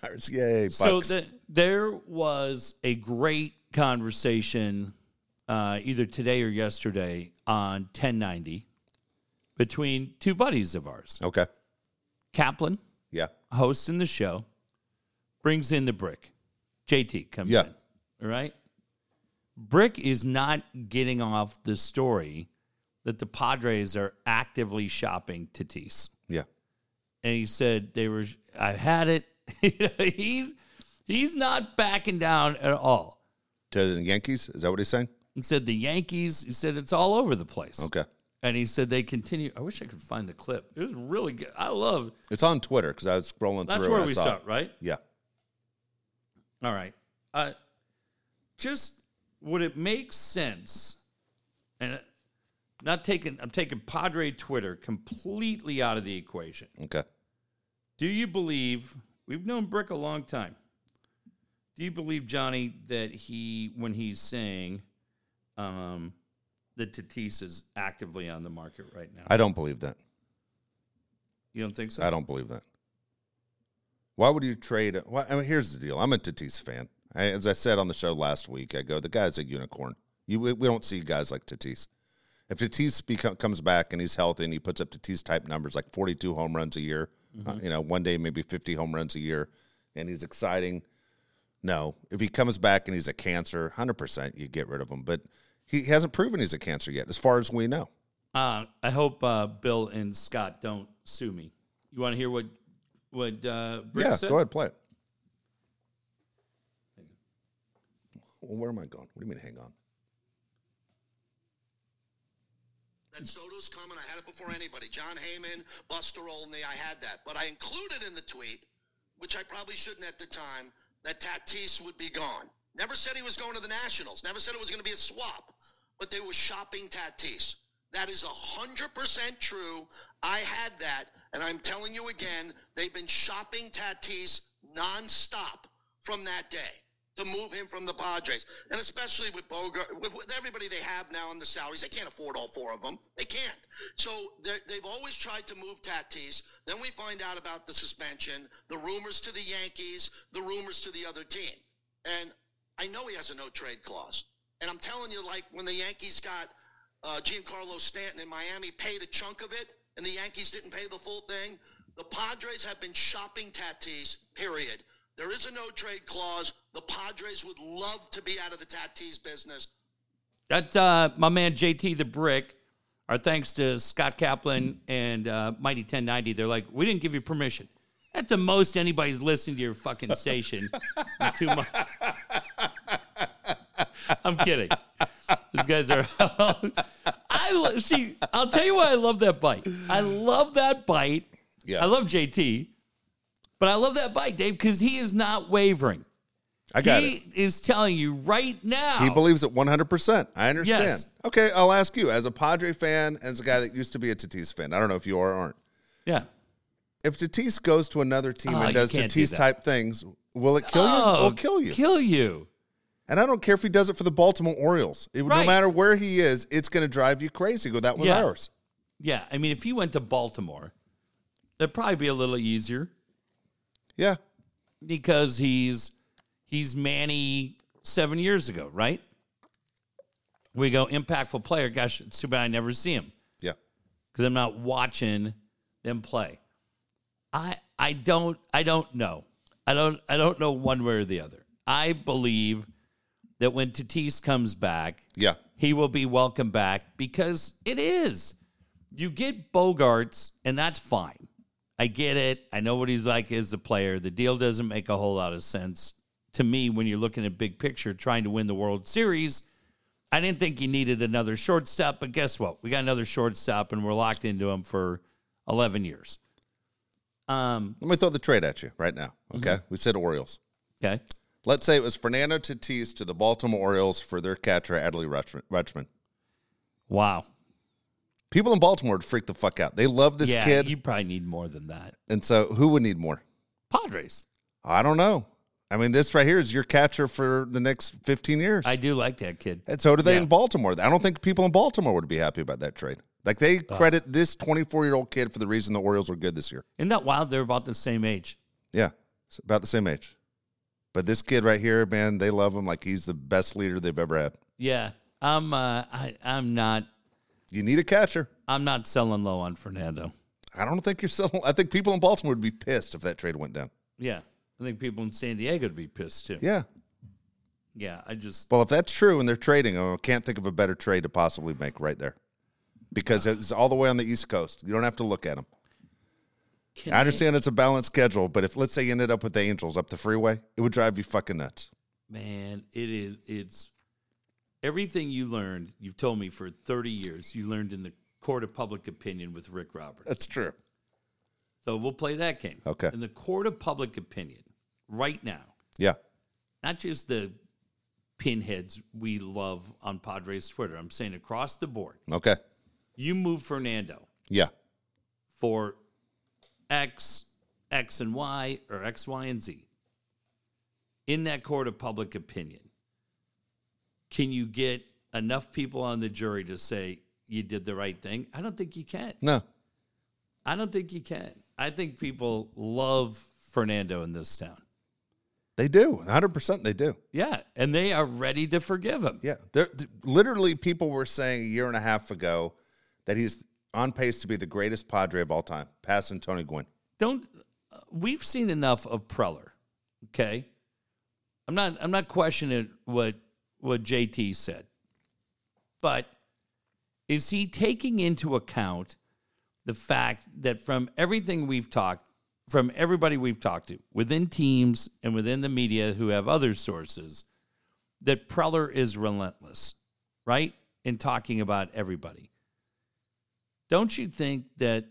S1: Pirates, yay! Bucks.
S2: So th- there was a great conversation uh, either today or yesterday on 1090 between two buddies of ours.
S1: okay,
S2: Kaplan,
S1: yeah,
S2: hosting the show, brings in the brick. JT comes
S1: Yeah.
S2: in. All right. Brick is not getting off the story that the Padres are actively shopping Tatis.
S1: yeah,
S2: And he said they were I had it. You know, he's he's not backing down at all.
S1: to the Yankees. Is that what he's saying?
S2: He said the Yankees, he said it's all over the place.
S1: Okay,
S2: And he said they continue. I wish I could find the clip. It was really good. I love
S1: it's on Twitter because I was scrolling
S2: that's
S1: through.
S2: where
S1: and I
S2: we
S1: saw
S2: saw
S1: it.
S2: it, right?
S1: Yeah,
S2: All right. Uh, just would it make sense? And uh, not taking, I'm taking Padre Twitter completely out of the equation.
S1: okay,
S2: Do you believe we've known Brick a long time? Do you believe Johnny that he, when he's saying um, that Tatis is actively on the market right now,
S1: I don't believe that.
S2: you don't think so?
S1: I don't believe that. Why would you trade? Why, I mean, here's the deal. I'm a Tatis fan. I, as I said on the show last week, I go, the guy's a unicorn. You, we we don't see guys like Tatis. If Tatis become, comes back and he's healthy and he puts up Tatis type numbers like 42 home runs a year, uh, you know, one day maybe 50 home runs a year, and he's exciting. No, if he comes back and he's a cancer, 100% you get rid of him. But he hasn't proven he's a cancer yet, as far as we know.
S2: Uh, I hope uh, Bill and Scott don't sue me. You want to hear what what uh, Brick
S1: yeah,
S2: said?
S1: go ahead, play it. Well, where am I going? What do you mean, hang on?
S3: That Soto's comment, I had it before anybody. John Heyman, Buster Olney, I had that. But I included in the tweet, which I probably shouldn't at the time, that Tatis would be gone. Never said he was going to the Nationals. Never said it was going to be a swap. But they were shopping Tatis. That is 100% true. I had that. And I'm telling you again, they've been shopping Tatis nonstop from that day to move him from the Padres, and especially with Bogart, with, with everybody they have now in the salaries, they can't afford all four of them. They can't. So they're- they've always tried to move Tatis. Then we find out about the suspension, the rumors to the Yankees, the rumors to the other team, and I know he has a no trade clause. And I'm telling you, like when the Yankees got uh, Giancarlo Stanton in Miami, paid a chunk of it, and the Yankees didn't pay the full thing. The Padres have been shopping Tatis. Period. There is a no trade clause. The Padres would love to be out of the Tatis business.
S2: That's uh, my man JT the Brick. Our thanks to Scott Kaplan and uh, Mighty 1090. They're like, we didn't give you permission. That's the most anybody's listened to your fucking station in two months. I'm kidding. These guys are. I lo- see. I'll tell you why I love that bite. I love that bite.
S1: Yeah.
S2: I love JT, but I love that bite, Dave, because he is not wavering.
S1: I got
S2: he
S1: it.
S2: is telling you right now.
S1: He believes it 100%. I understand.
S2: Yes.
S1: Okay, I'll ask you as a Padre fan, as a guy that used to be a Tatis fan, I don't know if you are or aren't.
S2: yeah.
S1: If Tatis goes to another team
S2: Oh, you
S1: and does
S2: can't do
S1: Tatis
S2: that. Oh,
S1: type things, will it kill you? It'll kill you.
S2: Kill you.
S1: and I don't care if he does it for the Baltimore Orioles. It, No
S2: Right.
S1: matter where he is, it's going to drive you crazy. Go, that was
S2: Yeah.
S1: ours.
S2: Yeah. I mean, if he went to Baltimore, that'd probably be a little easier
S1: Yeah.
S2: because he's he's Manny seven years ago, right? We go impactful player. Gosh, it's too bad I never see him
S1: Yeah.
S2: because I'm not watching them play. I I don't I don't know. I don't I don't know one way or the other. I believe that when Tatis comes back,
S1: Yeah.
S2: he will be welcome back because it is. You get Bogarts, and that's fine. I get it. I know what he's like as a player. The deal doesn't make a whole lot of sense to me when you're looking at big picture trying to win the World Series. I didn't think you needed another shortstop, but guess what? We got another shortstop, and we're locked into him for 11 years. Um,
S1: Let me throw the trade at you right now.
S2: Mm-hmm.
S1: Okay. We said Orioles.
S2: okay.
S1: Let's say it was Fernando Tatis to the Baltimore Orioles for their catcher Adley Rutschman. Rutschman.
S2: Wow.
S1: People in Baltimore would freak the fuck out. They love this
S2: yeah,
S1: kid,
S2: you probably need more than that.
S1: and so who would need more?
S2: Padres.
S1: I don't know. I mean, this right here is your catcher for the next fifteen years.
S2: I do like that kid.
S1: and so do they
S2: yeah.
S1: in Baltimore. I don't think people in Baltimore would be happy about that trade. Like they credit this 24 year old kid for the reason the Orioles were good this year.
S2: Isn't that wild? They're about the same age.
S1: Yeah, it's about the same age. But this kid right here, man, they love him like he's the best leader they've ever had.
S2: Yeah, I'm. Uh, I, I'm not.
S1: You need a catcher.
S2: I'm not selling low on Fernando.
S1: I don't think you're selling. I think people in Baltimore would be pissed if that trade went down.
S2: Yeah, I think people in San Diego would be pissed too.
S1: Yeah.
S2: Yeah, I just
S1: Well, if that's true and they're trading, oh, I can't think of a better trade to possibly make right there because it's all the way on the East Coast. You don't have to look at them.
S2: can
S1: I understand it's a balanced schedule, but if let's say you ended up with the Angels up the freeway, it would drive you fucking nuts.
S2: man, it is. It's everything you learned. You've told me for 30 years. You learned in the court of public opinion with Rick Roberts.
S1: That's true.
S2: So we'll play that game.
S1: Uh, Okay.
S2: In the court of public opinion, right now,
S1: Yeah.
S2: not just the pinheads we love on Padres Twitter. I'm saying across the board.
S1: Okay.
S2: You move Fernando
S1: Yeah.
S2: for X, X and Y, or X, Y, and Z in that court of public opinion, can you get enough people on the jury to say you did the right thing? I don't think you can.
S1: No.
S2: I don't think you can. I think people love Fernando in this town.
S1: They do. 100% they do.
S2: Yeah. And they are ready to forgive him.
S1: Yeah. There, th- literally, people were saying a year and a half ago that he's on pace to be the greatest Padre of all time, passing Tony Gwynn.
S2: don't uh, we've seen enough of Preller. Okay. I'm not I'm not questioning what what JT said. But is he taking into account the fact that from everything we've talked from everybody we've talked to within teams and within the media who have other sources that Preller is relentless, right? In talking about everybody. Don't you think that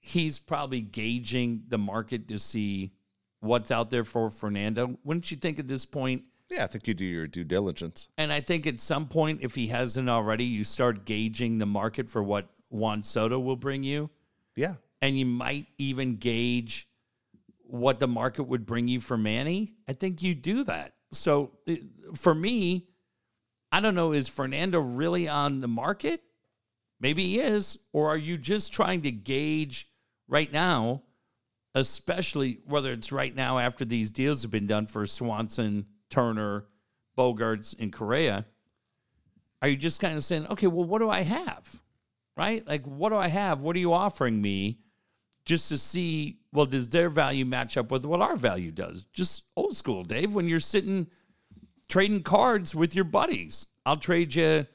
S2: he's probably gauging the market to see what's out there for Fernando. Wouldn't you think at this point?
S1: Yeah. I think you do your due diligence.
S2: And I think at some point, if he hasn't already, you start gauging the market for what Juan Soto will bring you.
S1: Yeah.
S2: And you might even gauge what the market would bring you for Manny. I think you do that. So it- for me, I don't know, is Fernando really on the market? Maybe he is. Or are you just trying to gauge right now, especially whether it's right now after these deals have been done for Swanson, Turner, Bogarts, and Correa? Are you just kind of saying, okay, well, what do I have? Right? Like, what do I have? What are you offering me? Just to see, well, does their value match up with what our value does? Just old school, Dave, when you're sitting trading cards with your buddies. I'll trade you,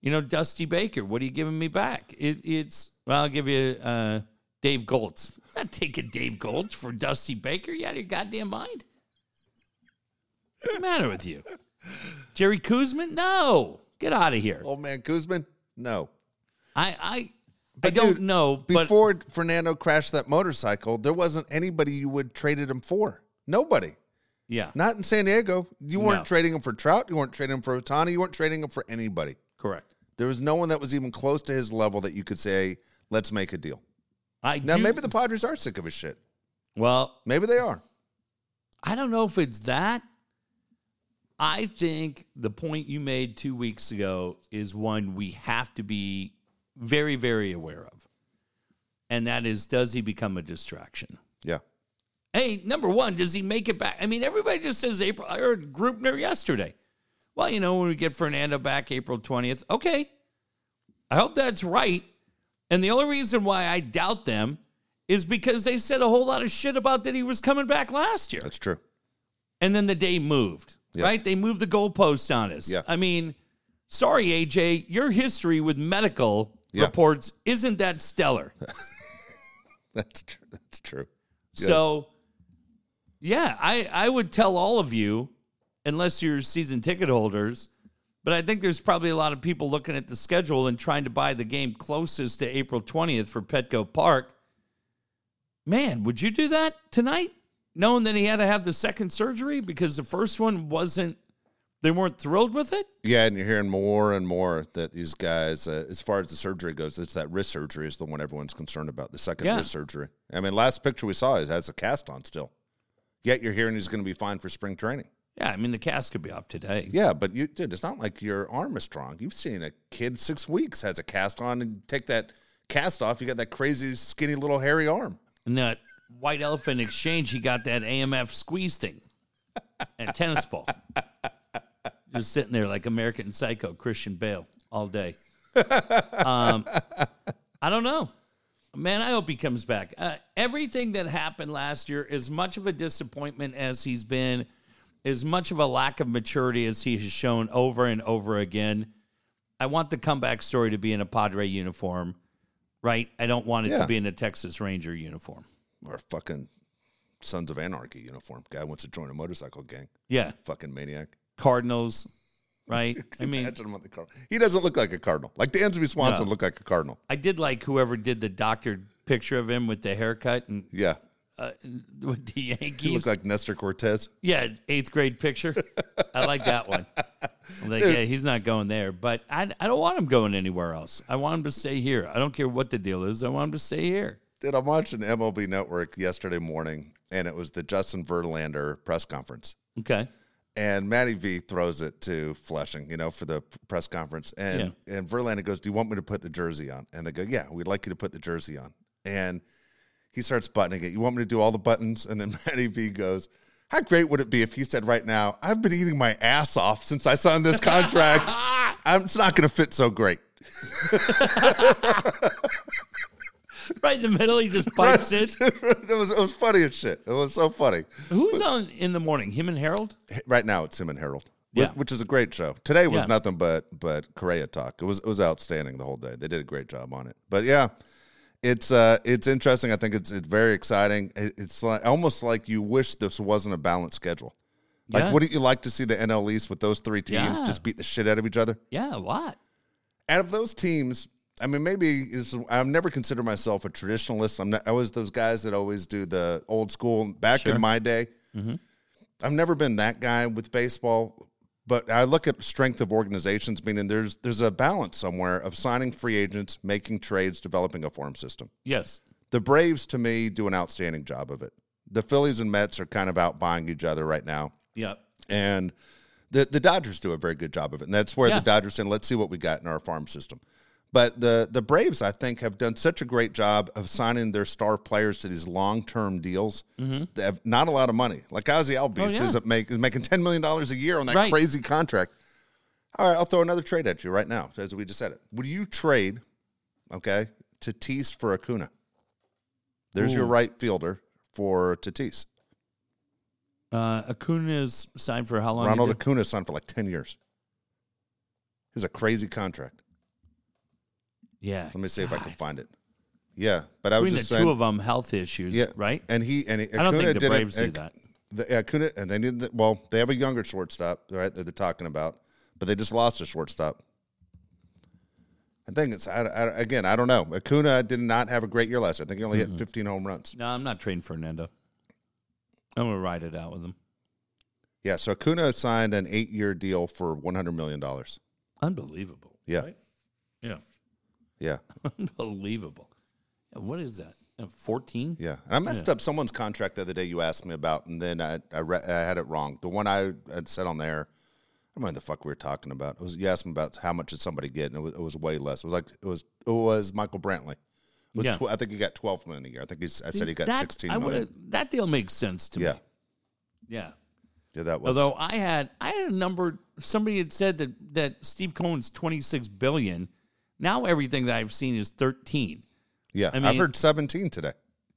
S2: you know, Dusty Baker. What are you giving me back? It, it's well, I'll give you uh, Dave Goltz. I'm not taking Dave Goltz for Dusty Baker. You out of your goddamn mind? What's the matter with you, Jerry Kuzman? No, get out of here.
S1: Old man Guzman? No.
S2: I I, I
S1: But
S2: don't
S1: dude,
S2: know, but
S1: Before Fernando crashed that motorcycle, there wasn't anybody you would traded him for. Nobody.
S2: yeah,
S1: Not in San Diego. You weren't
S2: No.
S1: trading him for Trout. You weren't trading him for Otani. You weren't trading him for anybody.
S2: correct.
S1: There was no one that was even close to his level that you could say, let's make a deal.
S2: I
S1: Now,
S2: do-
S1: maybe the Padres are sick of his shit.
S2: well,
S1: Maybe they are.
S2: I don't know if it's that. I think the point you made two weeks ago is one we have to be very, very aware of. And that is does he become a distraction?
S1: Yeah.
S2: Hey, number one, does he make it back? I mean, everybody just says April. I heard Grupner yesterday. Well, you know, when we get Fernando back April 20th, okay. I hope that's right. And the only reason why I doubt them is because they said a whole lot of shit about that he was coming back last year
S1: That's true.
S2: and then the day moved,
S1: Yeah.
S2: right? They moved the goalpost on us.
S1: Yeah.
S2: I mean, sorry, AJ, your history with medical
S1: Yeah.
S2: reports isn't that stellar.
S1: That's true. That's true.
S2: So, yeah, I, I would tell all of you, unless you're season ticket holders, but I think there's probably a lot of people looking at the schedule and trying to buy the game closest to April 20th for Petco Park. Man, would you do that tonight? Knowing that he had to have the second surgery because the first one wasn't, they weren't thrilled with it?
S1: Yeah, and you're hearing more and more that these guys, uh, as far as the surgery goes, it's that wrist surgery is the one everyone's concerned about, the second
S2: Yeah.
S1: wrist surgery. I mean, last picture we saw is has a cast on still. Yet you're hearing he's going to be fine for spring training.
S2: Yeah, I mean the cast could be off today.
S1: Yeah, but you, dude, it's not like your arm is strong. You've seen a kid six weeks has a cast on, and take that cast off, you got that crazy skinny little hairy arm.
S2: And that White Elephant Exchange, he got that AMF squeeze thing, and a tennis ball. Just sitting there like American Psycho, Christian Bale all day. Um, I don't know. Man, I hope he comes back. Uh, everything that happened last year, as much of a disappointment as he's been, as much of a lack of maturity as he has shown over and over again, I want the comeback story to be in a Padre uniform, right? I don't want it
S1: Yeah.
S2: to be in a Texas Ranger uniform.
S1: Or a fucking Sons of Anarchy uniform. Guy wants to join a motorcycle gang.
S2: Yeah,
S1: Fucking maniac.
S2: Mm. Cardinals, right? I mean,
S1: Imagine him on the cardinal. He doesn't look like a cardinal. Like the Ansby Swanson
S2: No.
S1: looked like a cardinal.
S2: I did like whoever did the doctored picture of him with the haircut and
S1: Yeah.
S2: uh, with the Yankees.
S1: He looked like Nestor Cortez.
S2: Yeah, eighth grade picture. I like that one. I'm like, yeah, he's not going there, but I, I don't want him going anywhere else. I want him to stay here. I don't care what the deal is. I want him to stay here.
S1: Dude, I'm watching MLB Network yesterday morning, and it was the Justin Verlander press conference.
S2: Okay.
S1: And Matty V throws it to Flushing, you know, for the p- press conference. And and Verlander goes, Do you want me to put the jersey on? And they go, Yeah, we'd like you to put the jersey on. And he starts buttoning it. You want me to do all the buttons? And then Matty V goes, How great would it be if he said right now, I've been eating my ass off since I signed this contract. I'm, it's not going to fit so great.
S2: Right in the middle, he just pipes it.
S1: it was it was funny as shit. It was so funny.
S2: Who's on in the morning? Him and Harold?
S1: Right now it's him and Harold. wh-
S2: Yeah.
S1: Which is a great show. Today was
S2: Yeah.
S1: nothing but but Korea talk. It was it was outstanding the whole day. They did a great job on it. But yeah, it's uh it's interesting. I think it's it's very exciting. It- It's like almost like you wish this wasn't a balanced schedule. Like
S2: Yeah.
S1: wouldn't you like to see the NL East with those three teams
S2: Yeah.
S1: just beat the shit out of each other?
S2: Yeah, a lot.
S1: out of those teams, I mean, maybe is I've never considered myself a traditionalist. I'm not. I was those guys that always do the old school back in my day. I've never been that guy with baseball, but I look at strength of organizations, meaning there's there's a balance somewhere of signing free agents, making trades, developing a farm system.
S2: Yes.
S1: The Braves, to me, do an outstanding job of it. The Phillies and Mets are kind of out buying each other right now
S2: Yep.
S1: and the the Dodgers do a very good job of it, and that's where
S2: Yeah.
S1: the Dodgers said, "Let's see what we got in our farm system." But the the Braves, I think, have done such a great job of signing their star players to these long term deals. They have not a lot of money. Like Ozzy Albies
S2: Mm-hmm. Oh, yeah.
S1: is, up make, is making ten million dollars a year on that
S2: Right.
S1: crazy contract. All right, I'll throw another trade at you right now, as we just said it. Would you trade, okay, Tatis for Acuna? There's your
S2: Ooh.
S1: right fielder for Tatis.
S2: Uh, Acuna is signed for how long?
S1: Ronald
S2: again?
S1: Acuna signed for like ten years. It was a crazy contract.
S2: Yeah.
S1: Let me see if I can find it. Yeah, but I was
S2: Between the
S1: just saying.
S2: two of them, health issues.
S1: yeah,
S2: Right.
S1: And he and he, Acuna
S2: I don't think the
S1: did
S2: Braves
S1: it,
S2: do that.
S1: The, Acuna and they did the, well. They have a younger shortstop, right? That they're talking about, but they just lost a shortstop. I think it's I, I, again. I don't know. Acuna did not have a great year last year. I think he only hit 15 home runs.
S2: No, I'm not trading Fernando. I'm gonna ride it out with him.
S1: Yeah, so Acuna signed an eight-year deal for 100 million dollars.
S2: Unbelievable.
S1: Yeah.
S2: right? Yeah.
S1: Yeah,
S2: Unbelievable. Yeah, What is that? Uh, Fourteen?
S1: Yeah, and I messed up someone's contract the other day you asked me about, and then I I, re- I had it wrong. The one I had said on there, I don't know what the fuck we were talking about. It was you asked me about how much did somebody get, and it was, it was way less. It was like it was it was Michael Brantley. It was
S2: Yeah.
S1: tw- I think he got twelve million a year. I think he's, I said he got
S2: that,
S1: sixteen
S2: I
S1: million.
S2: would've- that deal makes sense to
S1: Yeah,
S2: me. Yeah.
S1: yeah, that was.
S2: Although I had I had a number somebody had said that that Steve Cohen's twenty six billion. Now everything that I've seen is thirteen.
S1: yeah, I
S2: I
S1: have
S2: mean-
S1: heard seventeen today.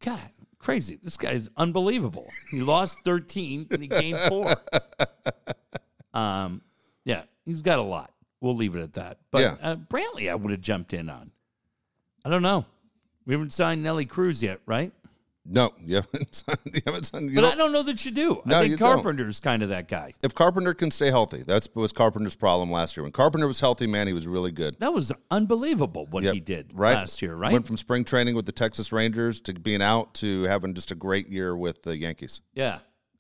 S2: God, crazy. This guy is unbelievable. He lost 13 and he gained four. Um, yeah, he's got a lot. We'll leave it at that. But
S1: Yeah.
S2: uh, Brantley, I would have jumped in on. I don't know. We haven't signed Nelly Cruz yet, right?
S1: No, you haven't. signed- You haven't. signed- you
S2: But
S1: don't-
S2: I don't know that you do.
S1: No,
S2: I think
S1: you don't.
S2: Carpenter's kind of that guy.
S1: if Carpenter can stay healthy, that's was Carpenter's problem last year. When Carpenter was healthy, man, he was really good.
S2: That was unbelievable what he did
S1: right.
S2: last year, right?
S1: Went from spring training with the Texas Rangers to being out to having just a great year with the Yankees.
S2: yeah.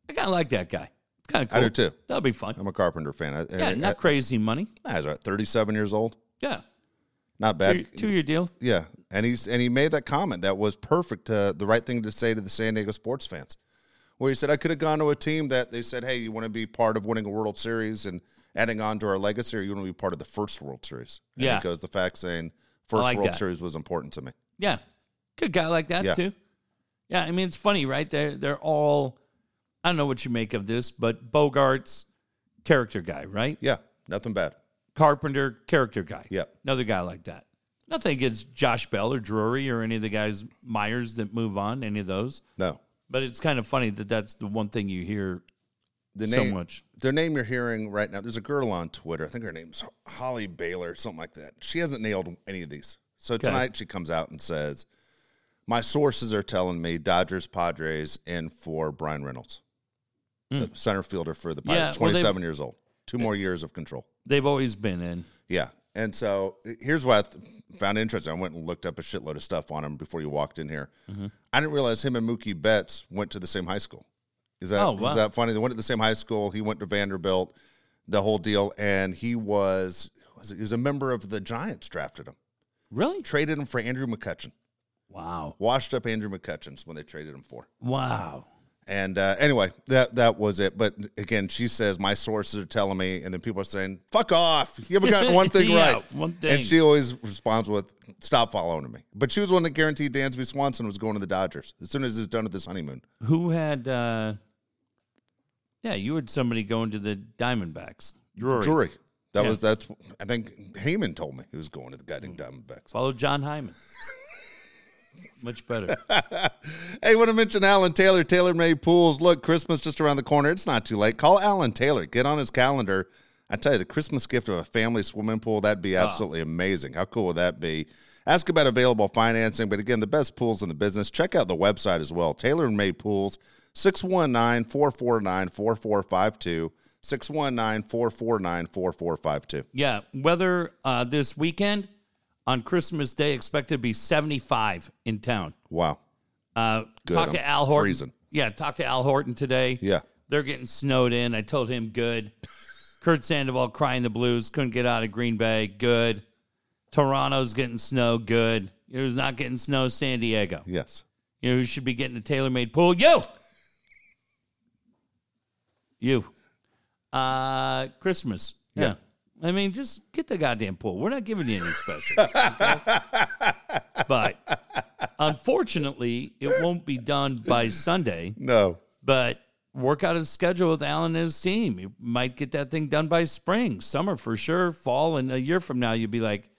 S2: I kind of like that guy. Kind of
S1: I do
S2: cool.
S1: too. uh,
S2: That'll be fun.
S1: I'm a Carpenter fan. I,
S2: Yeah,
S1: I,
S2: not crazy money.
S1: I- he's about 37 years old.
S2: Yeah.
S1: Not
S2: Two,
S1: bad.
S2: two year deal.
S1: Yeah, and he's and he made that comment that was perfect. Uh, the right thing to say to the San Diego sports fans. where he said, I could have gone to a team that they said, hey, you want to be part of winning a World Series and adding on to our legacy, or you want to be part of the first World Series? And
S2: Yeah.
S1: He goes, the fact saying, first
S2: like
S1: World
S2: that.
S1: Series was important to me.
S2: Yeah. Good guy like that
S1: Yeah.
S2: too. Yeah, I mean it's funny, right? They're they're all I don't know what you make of this, but Bogart's character guy, right?
S1: Yeah, nothing bad.
S2: Carpenter character guy.
S1: Yeah.
S2: Another guy like that. Nothing against Josh Bell or Drury or any of the guys Myers that move on, any of those.
S1: No.
S2: But it's kind of funny that that's the one thing you hear
S1: The
S2: so
S1: name,
S2: much.
S1: their name you're hearing right now. There's a girl on Twitter. I think her name's Holly Baylor, something like that. She hasn't nailed any of these. So tonight she comes out and says, "My sources are telling me Dodgers, Padres, and for Brian Reynolds, the center fielder for the Pirates,
S2: Hmm. Yeah, well, they-
S1: 27 years old, two more years of control."
S2: They've always been in.
S1: Yeah. And so here's what I th- found interesting. I went and looked up a shitload of stuff on him before you walked in here.
S2: Mm-hmm.
S1: I didn't realize him and Mookie Betts went to the same high school. Is that,
S2: Oh, wow.
S1: is that funny? They went to the same high school. He went to Vanderbilt, the whole deal. And he was, was it- he was a member of the Giants, drafted him,
S2: Really?
S1: traded him for Andrew McCutcheon,
S2: Wow.
S1: washed up Andrew McCutcheon's when they traded him for.
S2: Wow.
S1: And uh, anyway, that that was it. But again, she says my sources are telling me, and then people are saying, "Fuck off! You haven't gotten one thing
S2: Yeah,
S1: right."
S2: one thing.
S1: And she always responds with, "Stop following me." But she was one that guaranteed Dansby Swanson was going to the Dodgers as soon as he's done with this honeymoon.
S2: Who had uh Yeah, you had somebody going to the Diamondbacks. Drury.
S1: Drury, that
S2: Yeah.
S1: was that's. I think Heyman told me he was going to the goddamn Diamondbacks.
S2: Follow John Hyman. Much better.
S1: Hey, want to mention Alan Taylor, Taylor Made Pools. Look, Christmas just around the corner. It's not too late. Call Alan Taylor. Get on his calendar. I tell you, the Christmas gift of a family swimming pool, that'd be absolutely amazing. How cool would that be? Ask about available financing, but again, the best pools in the business. Check out the website as well. Taylor Made Pools, 619 449 4452. 619 449 4452.
S2: Yeah, weather uh, this weekend on Christmas Day expected to be 75 in town.
S1: Wow.
S2: Uh,
S1: Good,
S2: Talk to
S1: I'm
S2: Al Horton.
S1: freezing.
S2: Yeah, talk to Al Horton today.
S1: Yeah.
S2: They're getting snowed in. I told him good. Kurt Sandoval crying the blues. Couldn't get out of Green Bay. Good. Toronto's getting snow. Good. It was not getting snow. San Diego.
S1: Yes.
S2: You know who should be getting a tailor-made pool? You. You. Uh, Christmas. Yeah. I mean, just get the goddamn pool. We're not giving you any specials. okay? but unfortunately, it won't be done by Sunday.
S1: No.
S2: But work out a schedule with Alan and his team. You might get that thing done by spring, summer for sure, fall, and a year from now, you'd be like,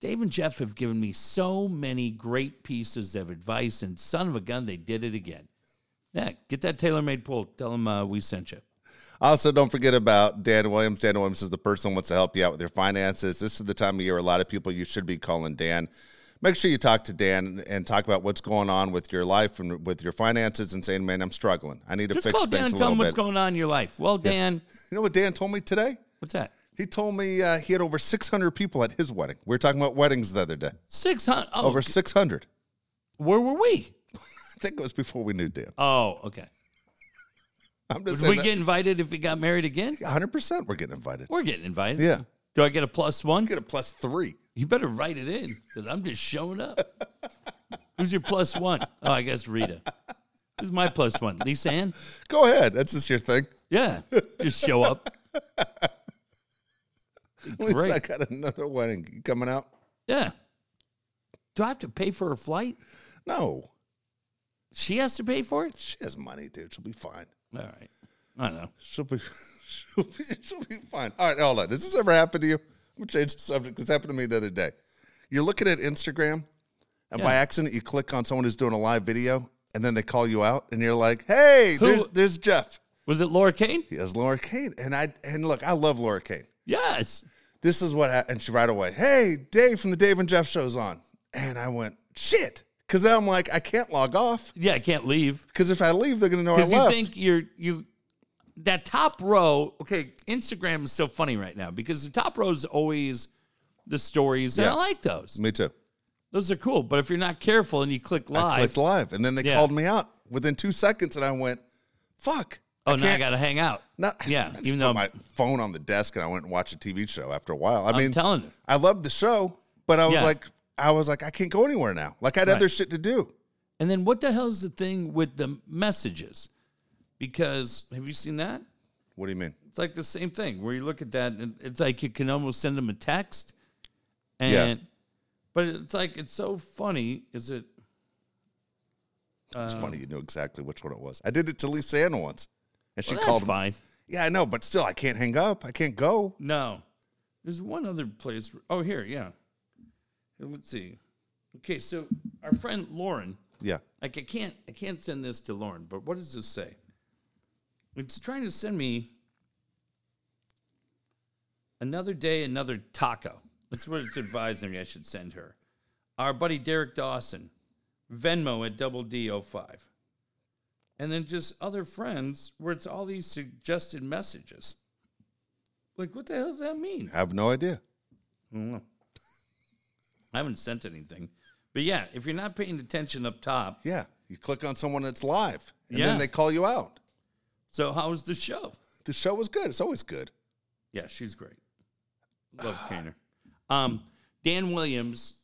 S2: Dave and Jeff have given me so many great pieces of advice, and son of a gun, they did it again. Yeah, get that tailor-made pool. Tell them uh, we sent you.
S1: Also, don't forget about Dan Williams. Dan Williams is the person who wants to help you out with your finances. This is the time of year a lot of people you should be calling Dan. Make sure you talk to Dan and talk about what's going on with your life and with your finances and saying, man, I'm struggling. I need to
S2: Just
S1: fix
S2: call
S1: things
S2: Dan and
S1: a
S2: tell
S1: little
S2: him what's
S1: bit.
S2: going on in your life. Well, Dan,
S1: you know what Dan told me today?
S2: what's that?
S1: He told me uh, he had over 600 people at his wedding. We were talking about weddings the other day.
S2: Six hundred. Oh,
S1: Over 600.
S2: where were we?
S1: I think it was before we knew Dan.
S2: Oh, okay.
S1: I'm just
S2: Would
S1: saying
S2: we get invited if we got married again?
S1: that 100% we're getting invited.
S2: We're getting invited.
S1: Yeah.
S2: Do I get a plus one?
S1: Get a plus three.
S2: You better write it in because I'm just showing up. Who's your plus one? Oh, I guess Rita. Who's my plus one? Lisa Ann?
S1: Go ahead. That's just your thing.
S2: Yeah. Just show up.
S1: At least
S2: Great.
S1: I got another wedding You coming out.
S2: Yeah. Do I have to pay for her flight?
S1: No.
S2: She has to pay for it?
S1: She has money, dude. She'll be fine.
S2: All right. I don't know.
S1: She'll be, she'll be, she'll be fine. All right, hold on. Has this ever happened to you? I'm gonna change the subject. 'cause This happened to me the other day. You're looking at Instagram, and by
S2: Yeah.
S1: accident, you click on someone who's doing a live video, and then they call you out, and you're like, "Hey,
S2: Who-
S1: there's there's Jeff.
S2: Was it Laura Kane?
S1: He has Laura Kane." And I and look, I love Laura Kane.
S2: Yes.
S1: This is what happened. And she right away, "Hey, Dave from the Dave and Jeff show's on," and I went, "Shit," because I'm like, I can't log off
S2: Yeah, I can't leave.
S1: because if I leave, they're gonna know I
S2: Because you
S1: left.
S2: think you're you that top row, okay, Instagram is so funny right now because the top row is always the stories. And I
S1: Yeah.
S2: like those.
S1: me too.
S2: Those are cool, but if you're not careful and you click
S1: I
S2: live,
S1: clicked live, and then they
S2: Yeah.
S1: called me out within two seconds, and I went, "Fuck!"
S2: oh, now I
S1: can't-
S2: got to hang out.
S1: Not
S2: Yeah,
S1: I just
S2: even
S1: put
S2: though-
S1: my phone on the desk, and I went and watched a TV show. After a while, I
S2: I'm
S1: mean,
S2: telling you.
S1: I loved the show, but I was
S2: Yeah.
S1: like, I was like, I can't go anywhere now. Like I had
S2: Right.
S1: other shit to do.
S2: And then what the hell is the thing with the messages? because have you seen that?
S1: What do you mean?
S2: It's like the same thing where you look at that and it's like you can almost send them a text. And
S1: Yeah.
S2: but it's like it's so funny. Is it
S1: It's
S2: Uh,
S1: funny you knew exactly which one it was. I did it to Lisa Ann once, and she
S2: well, that's
S1: called. me.
S2: fine.
S1: Yeah, I know, but still, I can't hang up. I can't go.
S2: No. There's one other place. Oh, here, yeah. Let's see. Okay, so our friend Lauren,
S1: Yeah,
S2: like I can't I can't send this to Lauren, but what does this say? It's trying to send me another day, another taco. That's what it's advising me I should send her. Our buddy Derek Dawson, Venmo at double D05. And then just other friends where it's all these suggested messages. Like, what the hell does that mean?
S1: I have no idea.
S2: I don't know. I haven't sent anything. But yeah, if you're not paying attention up top,
S1: Yeah, you click on someone that's live, and
S2: Yeah.
S1: then they call you out.
S2: so how was the show?
S1: The show was good. It's always good.
S2: Yeah, she's great. Love Kaner. Um, Dan Williams.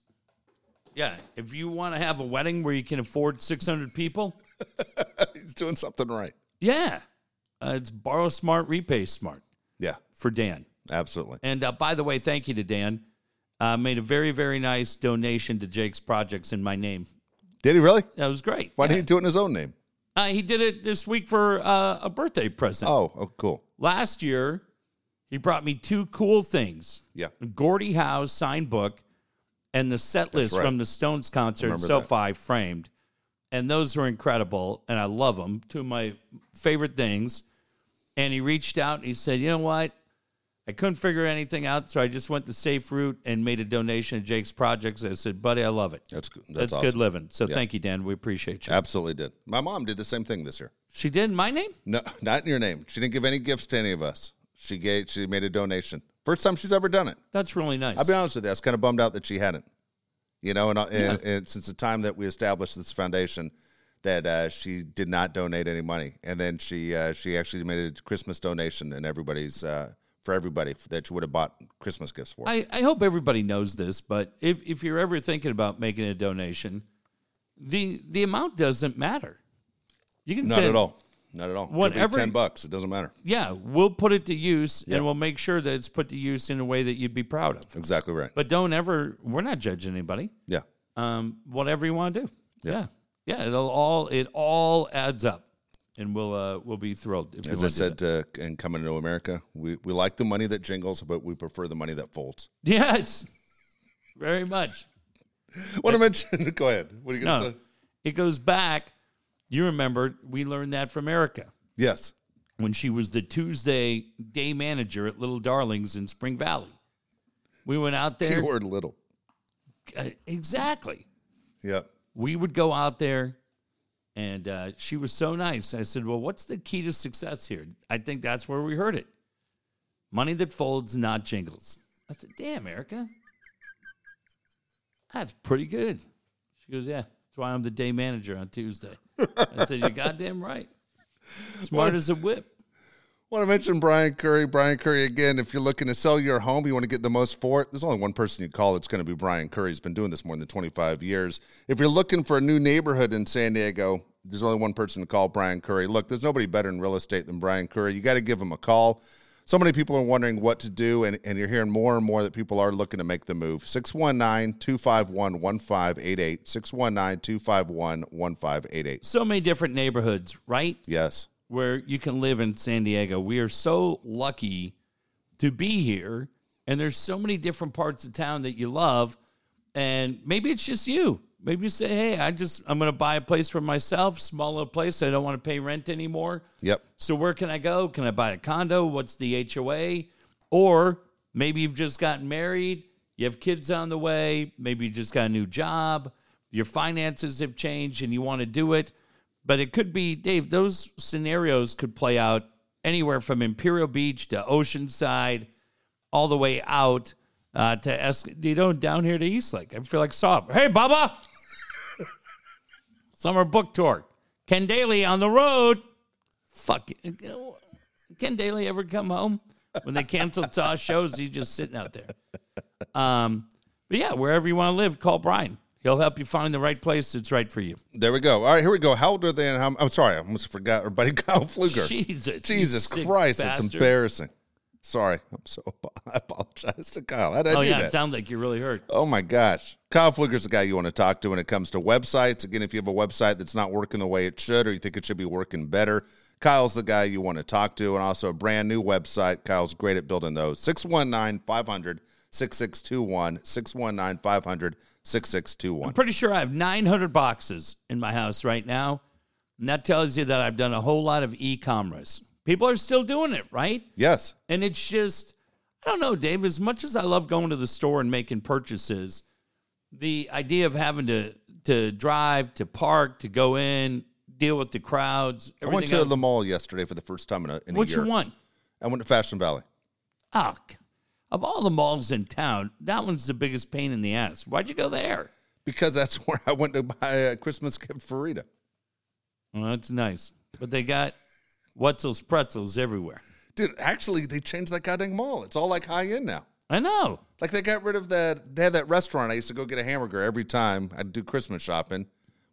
S2: Yeah, if you want to have a wedding where you can afford 600 people,
S1: He's doing something right.
S2: yeah, uh, it's borrow smart, repay smart
S1: Yeah,
S2: for Dan.
S1: absolutely.
S2: And uh, by the way, thank you to Dan. Uh, made a very, very nice donation to Jake's projects in my name.
S1: Did he really?
S2: That was great.
S1: Why did he do it in his own name?
S2: Uh, he did it this week for uh, a birthday present.
S1: Oh, oh, cool.
S2: Last year, he brought me two cool things.
S1: Yeah,
S2: Gordie Howe's sign book and the set list
S1: right.
S2: from the Stones concert at
S1: Remember
S2: SoFi framed. And those were incredible, and I love them. Two of my favorite things. And he reached out and he said, You know what? I couldn't figure anything out, so I just went the safe route and made a donation to Jake's Projects. I said, Buddy, I love it.
S1: that's good. That's,
S2: That's,
S1: awesome.
S2: good living. So thank you, Dan. We appreciate you.
S1: Absolutely did. My mom did the same thing this year.
S2: She did my name?
S1: No, not in your name. She didn't give any gifts to any of us. She gave. She made a donation. First time she's ever done it.
S2: That's really nice.
S1: I'll be honest with you. I was kind of bummed out that she hadn't. You know, and, and, and since the time that we established this foundation, that uh, she did not donate any money, and then she uh, she actually made a Christmas donation, and everybody's uh, for everybody that you would have bought Christmas gifts for.
S2: I, I hope everybody knows this, but if, if you're ever thinking about making a donation, the the amount doesn't matter. You can
S1: not
S2: send,
S1: at all. Not at all. Whatever.
S2: Whatever-
S1: Ten bucks. It doesn't matter.
S2: Yeah, we'll put it to use, and we'll make sure that it's put to use in a way that you'd be proud of.
S1: Exactly right.
S2: But don't ever. We're not judging anybody.
S1: yeah.
S2: Um, whatever you want to do. Yeah, yeah. It'll all it all adds up, and we'll uh, we'll be thrilled. If you
S1: As I
S2: wanna do
S1: said, uh, in coming to America, we, we like the money that jingles, but we prefer the money that folds.
S2: that. yes, very much.
S1: What I mentioned? Go ahead. What are you going to
S2: No,
S1: say?
S2: it goes back. You remember we learned that from Erica.
S1: Yes.
S2: when she was the Tuesday day manager at Little Darlings in Spring Valley. We went out there.
S1: Keyword little.
S2: Uh, exactly.
S1: Yeah.
S2: We would go out there, and uh, she was so nice. I said, Well, what's the key to success here? I think that's where we heard it money that folds, not jingles. I said, Damn, Erica. That's pretty good. She goes, Yeah, that's why I'm the day manager on Tuesday. I said, You're goddamn right. Smart as a whip.
S1: Want to mention Brian Curry. Brian Curry again. If you're looking to sell your home, you want to get the most for it. There's only one person you call. It's going to be Brian Curry. He's been doing this more than 25 years. If you're looking for a new neighborhood in San Diego, there's only one person to call. Brian Curry. Look, there's nobody better in real estate than Brian Curry. You got to give him a call. So many people are wondering what to do, and, and you're hearing more and more that people are looking to make the move. 619 251 1588. 619 251 1588.
S2: so many different neighborhoods, right?
S1: Yes.
S2: Where you can live in San Diego. We are so lucky to be here, and there's so many different parts of town that you love. And maybe it's just you. Maybe you say, "Hey, I just I'm going to buy a place for myself, smaller place. I don't want to pay rent anymore."
S1: Yep.
S2: So where can I go? Can I buy a condo? What's the HOA? Or maybe you've just gotten married, you have kids on the way, maybe you just got a new job, your finances have changed and you want to do it. But it could be, Dave, those scenarios could play out anywhere from Imperial Beach to Oceanside, all the way out uh, to Escondido and down here to Eastlake. I feel like sob. Hey, Bubba! Summer book tour. Ken Daly on the road fuck it. Can Daly ever come home? When they canceled Saw's shows, he's just sitting out there. Um, but yeah, wherever you want to live, call Brian. He'll help you find the right place that's right for you.
S1: There we go. All right, here we go. How old are they? And how, I'm sorry, I almost forgot our buddy Kyle Fluger.
S2: Jesus,
S1: Jesus
S2: you sick
S1: Christ, it's
S2: bastard.
S1: embarrassing. Sorry, I'm so I apologize to Kyle. How did I
S2: Oh
S1: do
S2: yeah,
S1: that?
S2: it sounds like you're really hurt.
S1: Oh my gosh. Kyle Fluger's the guy you want to talk to when it comes to websites. Again, if you have a website that's not working the way it should or you think it should be working better, Kyle's the guy you want to talk to. And also a brand new website. Kyle's great at building those. 619 500 6621. 619 500 6621.
S2: I'm pretty sure I have 900 boxes in my house right now, and that tells you that I've done a whole lot of e-commerce. People are still doing it, right?
S1: Yes.
S2: And it's just, I don't know, Dave, as much as I love going to the store and making purchases, the idea of having to to drive, to park, to go in, deal with the crowds,
S1: I went
S2: everything
S1: to
S2: else.
S1: the mall yesterday for the first time in a, in a
S2: Which
S1: year.
S2: one?
S1: I went to Fashion Valley.
S2: Oh, c- of all the malls in town, that one's the biggest pain in the ass. Why'd you go there?
S1: Because that's where I went to buy a Christmas gift for Rita.
S2: Well, that's nice. But they got Wetzel's pretzels everywhere.
S1: Dude, actually, they changed that goddamn mall. It's all like high end now.
S2: I know.
S1: Like they got rid of that. They had that restaurant. I used to go get a hamburger every time I'd do Christmas shopping.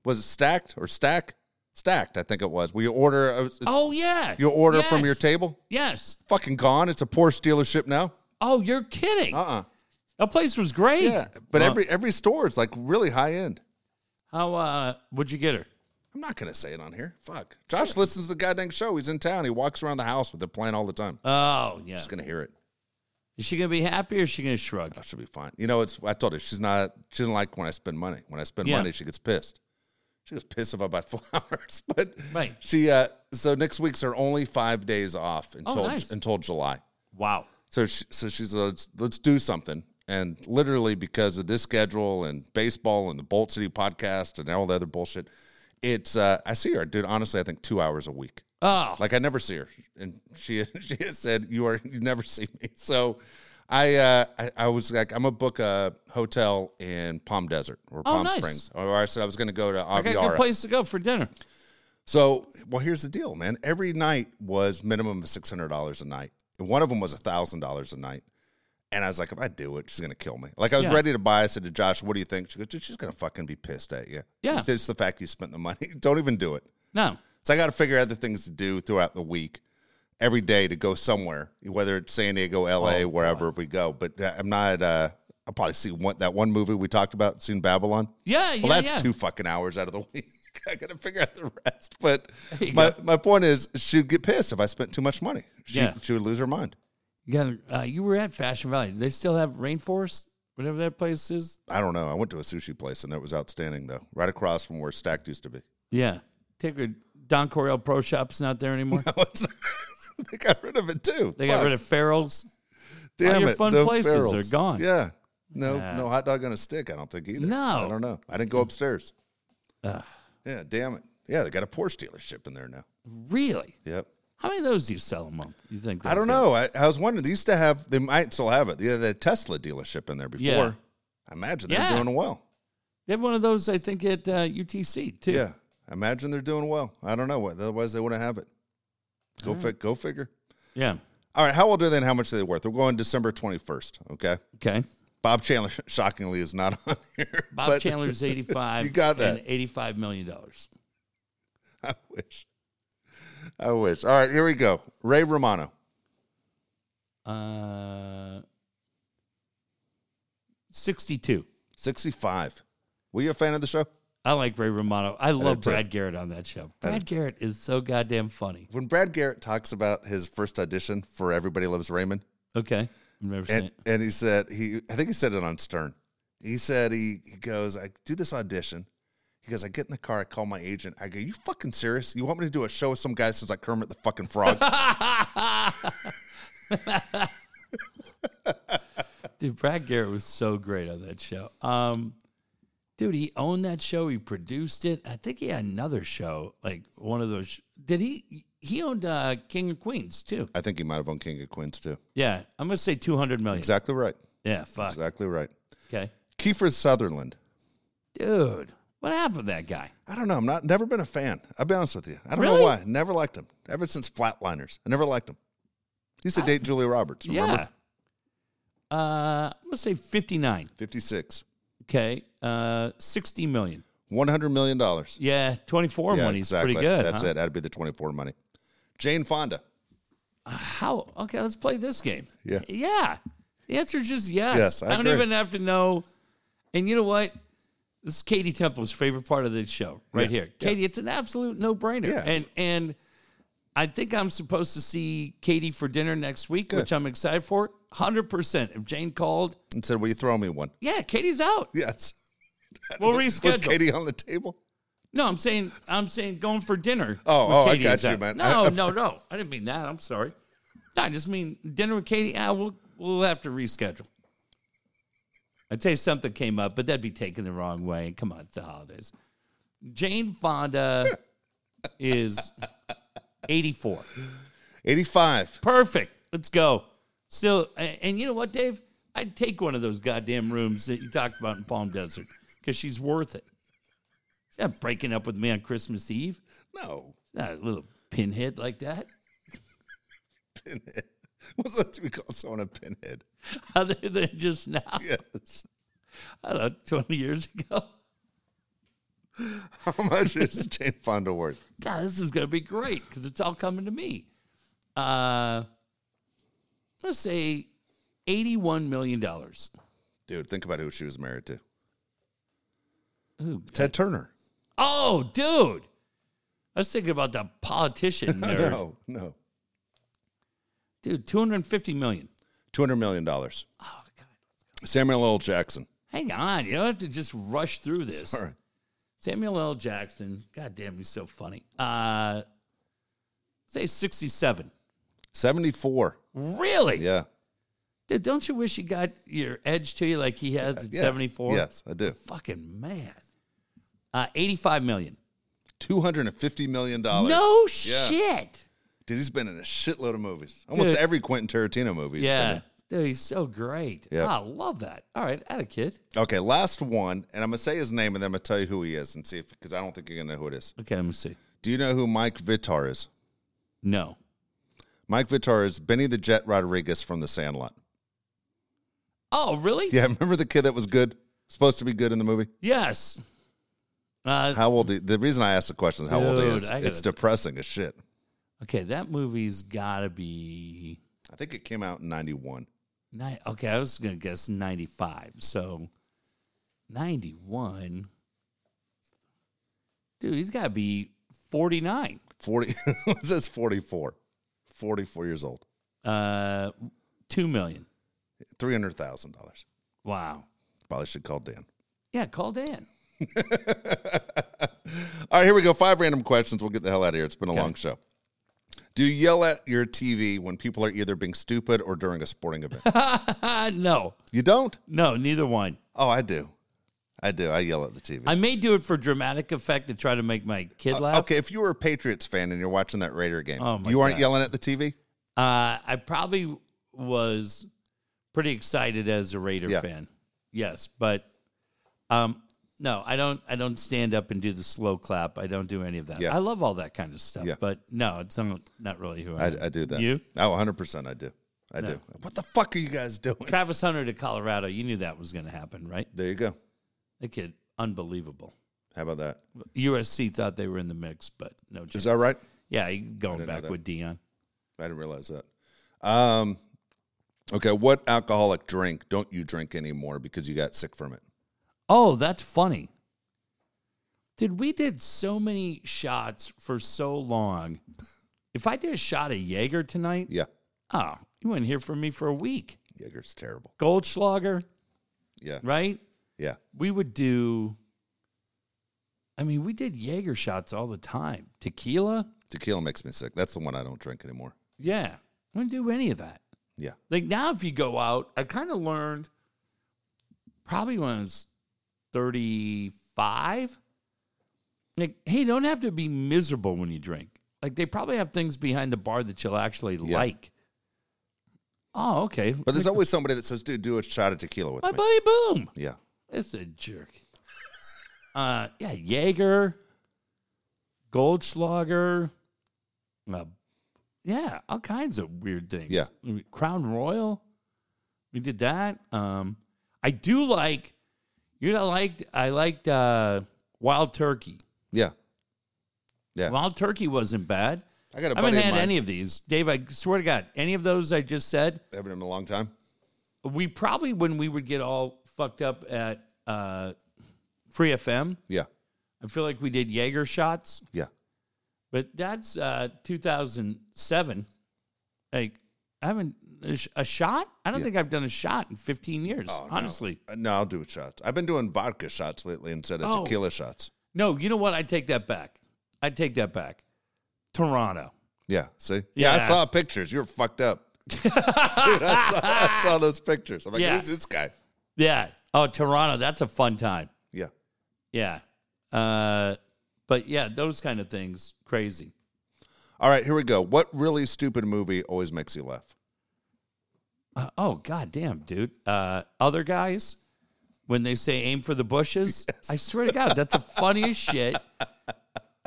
S1: Was it stacked or stack? Stacked, I think it was. Where you order, uh, it's-
S2: Oh yeah.
S1: you order from
S2: Yes.
S1: your table.
S2: Yes.
S1: Fucking gone. It's a Porsche dealership now.
S2: Oh, you're kidding.
S1: Uh uh
S2: that place was great.
S1: Yeah, but
S2: Well,
S1: every every store is like really high end.
S2: how uh would you get her?
S1: I'm not gonna say it on here. Fuck. Josh listens to the goddamn show. He's in town. He walks around the house with it playing all the time.
S2: Oh yeah.
S1: He's gonna hear it.
S2: Is she gonna be happy or is she gonna shrug?
S1: I should be fine. You know, it's I told her she's not she doesn't like when I spend money. When I spend
S2: Yeah.
S1: money, she gets pissed. She gets pissed if I buy flowers. But
S2: Right.
S1: she uh so next week's her only five days off until
S2: Oh, nice.
S1: until July.
S2: Wow.
S1: So she, so she's uh, let's, let's do something. And literally because of this schedule and baseball and the Bolt City podcast and all the other bullshit, it's uh I see her, dude, honestly, I think two hours a week.
S2: Oh
S1: Like I never see her, and she she has said you are you never see me. So, I uh, I, I was like I'm gonna book a hotel in Palm Desert or Palm
S2: Oh, nice.
S1: Springs, or I said I was gonna go to
S2: I got a good
S1: Aviara.
S2: place to go for dinner.
S1: so well, here's the deal, man. Every night was minimum of six hundred dollars a night, and one of them was a thousand dollars a night. And I was like, if I do it, she's gonna kill me. Like I was
S2: Yeah.
S1: ready to buy. I said to Josh, "What do you think?" She goes, "Dude, "She's gonna fucking be pissed at you."
S2: Yeah.
S1: it's just the fact you spent the money. Don't even do it.
S2: No.
S1: So I got to figure other things to do throughout the week, every day to go somewhere, whether it's San Diego, LA,
S2: Oh,
S1: wherever we go. But uh, I'm not. Uh, I'll probably see one that one movie we talked about, seen Babylon.
S2: Yeah,
S1: Well,
S2: yeah,
S1: that's
S2: yeah.
S1: two fucking hours out of the week. I got to figure out the rest. But
S2: There you
S1: my, my point is, she'd get pissed if I spent too much money. She,
S2: Yeah.
S1: she would lose her mind.
S2: You, got, uh, you were at Fashion Valley. Do they still have Rainforest, whatever that place is.
S1: I don't know. I went to a sushi place and that was outstanding though, right across from where Stacked used to be.
S2: Yeah. Take her. Don Coryell Pro Shop's not there anymore.
S1: they got rid of it too.
S2: They got
S1: Fuck.
S2: rid of Farrell's.
S1: Damn
S2: your
S1: it,
S2: fun
S1: no
S2: places
S1: ferals.
S2: are gone.
S1: Yeah. No,
S2: Yeah.
S1: no hot dog on a stick. I don't think either.
S2: No.
S1: I don't know. I didn't go upstairs.
S2: Ugh.
S1: Yeah, damn it. Yeah, they got a Porsche dealership in there now.
S2: Really?
S1: Yep.
S2: How many of those do you sell a month? You think?
S1: I don't
S2: those
S1: know. I, I was wondering. They used to have. They might still have it. Yeah, the Tesla dealership in there before.
S2: Yeah.
S1: I imagine they're
S2: Yeah.
S1: doing well.
S2: They have one of those, I think, at uh, UTC too.
S1: Yeah, I imagine they're doing well. I don't know what. Otherwise, they wouldn't have it. Go fi- Go figure.
S2: Yeah.
S1: All right. How old are they? and How much are they worth? We're going December twenty first. Okay.
S2: Okay.
S1: Bob Chandler shockingly is not on here.
S2: Bob
S1: but
S2: Chandler's eighty-five.
S1: You got that.
S2: And eighty-five million dollars.
S1: I wish. I wish. All right, here we go. Ray Romano.
S2: Uh, sixty-two.
S1: 65. Were you a fan of the show?
S2: I like Ray Romano. I love
S1: too.
S2: Brad Garrett on that show. Brad Garrett is so goddamn funny.
S1: When Brad Garrett talks about his first audition for Everybody Loves Raymond,
S2: Okay, I've never seen
S1: and,
S2: it.
S1: and he said he I think he said it on Stern. He said he he goes, I do this audition. He goes, I get in the car, I call my agent. I go, You fucking serious? You want me to do a show with some guy since like Kermit the fucking frog?
S2: Dude, Brad Garrett was so great on that show. Um, dude, he owned that show. He produced it. I think he had another show, like one of those. Did he? He owned uh, King of Queens too.
S1: I think he might have owned King of Queens too.
S2: Yeah, I'm gonna say two hundred million.
S1: Exactly right.
S2: Yeah, fuck.
S1: Exactly right.
S2: Okay,
S1: Kiefer Sutherland.
S2: dude, what happened to that guy?
S1: I don't know. I'm not never been a fan. I'll be honest with you. I don't
S2: Really?
S1: know why. Never liked him. Ever since Flatliners. I never liked him. He used to date Julia Roberts, remember?
S2: Yeah. Uh, I'm gonna say fifty nine.
S1: 56.
S2: Okay, uh, sixty million.
S1: One hundred million dollars.
S2: Yeah, twenty four money's pretty good.
S1: That's
S2: huh?
S1: it. That'd be the twenty-four money. Jane Fonda.
S2: How? Okay, let's play this game.
S1: Yeah.
S2: Yeah. The answer is just yes.
S1: Yes, I
S2: don't
S1: agree.
S2: even have to know. And you know what? This is Katie Temple's favorite part of this show, right
S1: Yeah,
S2: here. Katie, it's an absolute no brainer.
S1: Yeah.
S2: And and I think I'm supposed to see Katie for dinner next week, which I'm excited for. Hundred percent. If Jane called,
S1: And said, "Will you throw me one?"
S2: yeah, Katie's out.
S1: Yes.
S2: We'll
S1: Was
S2: reschedule.
S1: Katie on the table?
S2: No, I'm saying I'm saying going for dinner.
S1: Oh,
S2: with
S1: oh, I
S2: Katie
S1: got
S2: is
S1: you,
S2: out.
S1: man.
S2: No,
S1: I-
S2: no, no. I didn't mean that. I'm sorry. No, I just mean dinner with Katie. Ah, we'll we'll have to reschedule. I'd say something came up, but that'd be taken the wrong way. Come on, it's the holidays. Jane Fonda is 84.
S1: Eighty-five.
S2: Perfect. Let's go. Still, a- and you know what, Dave? I'd take one of those goddamn rooms that you talked about in Palm Desert because she's worth it. She's not breaking up with me on Christmas Eve.
S1: No.
S2: Not a little pinhead like that.
S1: Pinhead. What's that we call someone a pinhead?
S2: Other than just now,
S1: Yes.
S2: I don't know, 20 years ago.
S1: How much is Jane Fonda worth?
S2: God, this is going to be great because it's all coming to me. Uh, let's say $81 million.
S1: Dude, think about who she was married to.
S2: Who?
S1: Ted Turner.
S2: Oh, dude. I was thinking about the politician there.
S1: No, no.
S2: Dude, 250 million.
S1: Two hundred million dollars.
S2: Oh, God.
S1: Samuel L. Jackson.
S2: Hang on. You don't have to just rush through this.
S1: All right.
S2: Samuel L. Jackson. God damn, he's so funny. Uh, say 67.
S1: Seventy-four.
S2: Really?
S1: Yeah.
S2: Dude, don't you wish you got your edge to you like he has at
S1: Yeah.
S2: 74?
S1: Yes, I do.
S2: Fucking man. Uh, 85 million.
S1: Two hundred and fifty million dollars.
S2: No
S1: Oh, Yeah.
S2: shit.
S1: Dude, he's been in a shitload of movies. Almost
S2: Dude.
S1: every Quentin Tarantino movie. he's
S2: yeah.
S1: been
S2: Dude, he's so great. Ah,
S1: Yeah.
S2: I love that. All right, add a kid.
S1: in. Okay, last one, and I'm gonna say his name, and then I'm gonna tell you who he is, and see if because I don't think you're gonna know who it is.
S2: Okay, let me see.
S1: Do you know who Mike Vitar is?
S2: No.
S1: Mike Vitar is Benny the Jet Rodriguez from The Sandlot.
S2: Oh, really?
S1: Yeah, remember the kid that was good, supposed to be good in the movie.
S2: Yes. Uh,
S1: How old? He, the reason I asked the question is how old he
S2: Dude,
S1: is.
S2: I
S1: It's
S2: gotta-
S1: depressing as shit.
S2: okay, that movie's got to be.
S1: I think it came out in '91.
S2: Ni- okay, I was going to guess 95. So 91. Dude, he's got to be 49.
S1: 40 it says 44 44 years old
S2: Uh, 2 million.
S1: $300000
S2: Wow.
S1: probably should call dan
S2: Yeah, call Dan.
S1: all right here we go five random questions we'll get the hell out of here it's been a long show do you yell at your tv when people are either being stupid or during a sporting event
S2: no,
S1: you don't
S2: no, neither one.
S1: oh i do i do i yell at the tv
S2: I may do it for dramatic effect to try to make my kid laugh.
S1: okay if you were a patriots fan and you're watching that raider game
S2: Oh, my
S1: you aren't
S2: God.
S1: yelling at the tv
S2: Uh, I probably was pretty excited as a Raider
S1: Yeah.
S2: fan. Yes, but um, no, I don't. I don't stand up and do the slow clap. I don't do any of that.
S1: Yeah.
S2: I love all that kind of stuff.
S1: Yeah.
S2: But no, it's not, not really who I,
S1: i,
S2: am.
S1: I do that
S2: You?
S1: oh 100% i do i do what the fuck are you guys doing
S2: Travis Hunter to Colorado. You knew that was going to happen, right?
S1: there you go
S2: That kid, unbelievable.
S1: how about that
S2: USC thought they were in the mix, but no chance.
S1: is that right
S2: Yeah, he- going
S1: didn't know
S2: back
S1: that.
S2: with Dion.
S1: I didn't realize that. Um, okay, what alcoholic drink don't you drink anymore because you got sick from it?
S2: Oh, that's funny. Dude, we did so many shots for so long. If I did a shot of Jaeger tonight,
S1: Yeah,
S2: oh, you wouldn't hear from me for a week.
S1: Jaeger's terrible.
S2: Goldschlager,
S1: Yeah,
S2: right?
S1: yeah,
S2: We would do, I mean, we did Jaeger shots all the time. Tequila,
S1: tequila makes me sick. That's the one I don't drink anymore.
S2: yeah. I wouldn't do any of that.
S1: Yeah,
S2: Like now, if you go out, I kind of learned probably when I was 35. Like, hey, you don't have to be miserable when you drink. Like, they probably have things behind the bar that you'll actually
S1: Yeah.
S2: like. Oh, okay.
S1: but there's always somebody that says, "Dude, do a shot of tequila with
S2: My
S1: me."
S2: buddy Boom.
S1: Yeah,
S2: It's a jerk. uh, yeah, Jaeger, Goldschlager, uh, yeah, all kinds of weird things.
S1: Yeah.
S2: I mean, Crown Royal, we did that. Um, I do like, You know, I liked I liked uh, Wild Turkey.
S1: Yeah. Yeah.
S2: Wild Turkey wasn't bad.
S1: I got a
S2: I
S1: buddy
S2: haven't
S1: of
S2: had
S1: mine.
S2: any of these, Dave. I swear to God, any of those I just said,
S1: Haven't in a long time.
S2: we probably when we would get all fucked up at uh, Free FM.
S1: Yeah.
S2: I feel like we did Jaeger shots,
S1: Yeah.
S2: but that's uh, 2007. Like I haven't a sh- a shot. I don't think I've done a shot in 15 years. honestly,
S1: Uh, No, I'll do shots. I've been doing vodka shots lately instead of
S2: Oh.
S1: tequila shots.
S2: no. You know what? I take that back. I take that back. Toronto.
S1: Yeah. See? Yeah. I
S2: Yeah.
S1: saw pictures. You were fucked up. Dude, I, saw, I saw those pictures. I'm like,
S2: Yeah.
S1: who's this guy?
S2: Yeah. Oh, Toronto. That's a fun time.
S1: Yeah.
S2: Yeah. Uh, but yeah, those kind of things. Crazy.
S1: All right, here we go. What really stupid movie always makes you laugh?
S2: Uh, oh god damn, dude. Uh, other guys, when they say aim for the bushes, I swear to God, that's the funniest shit.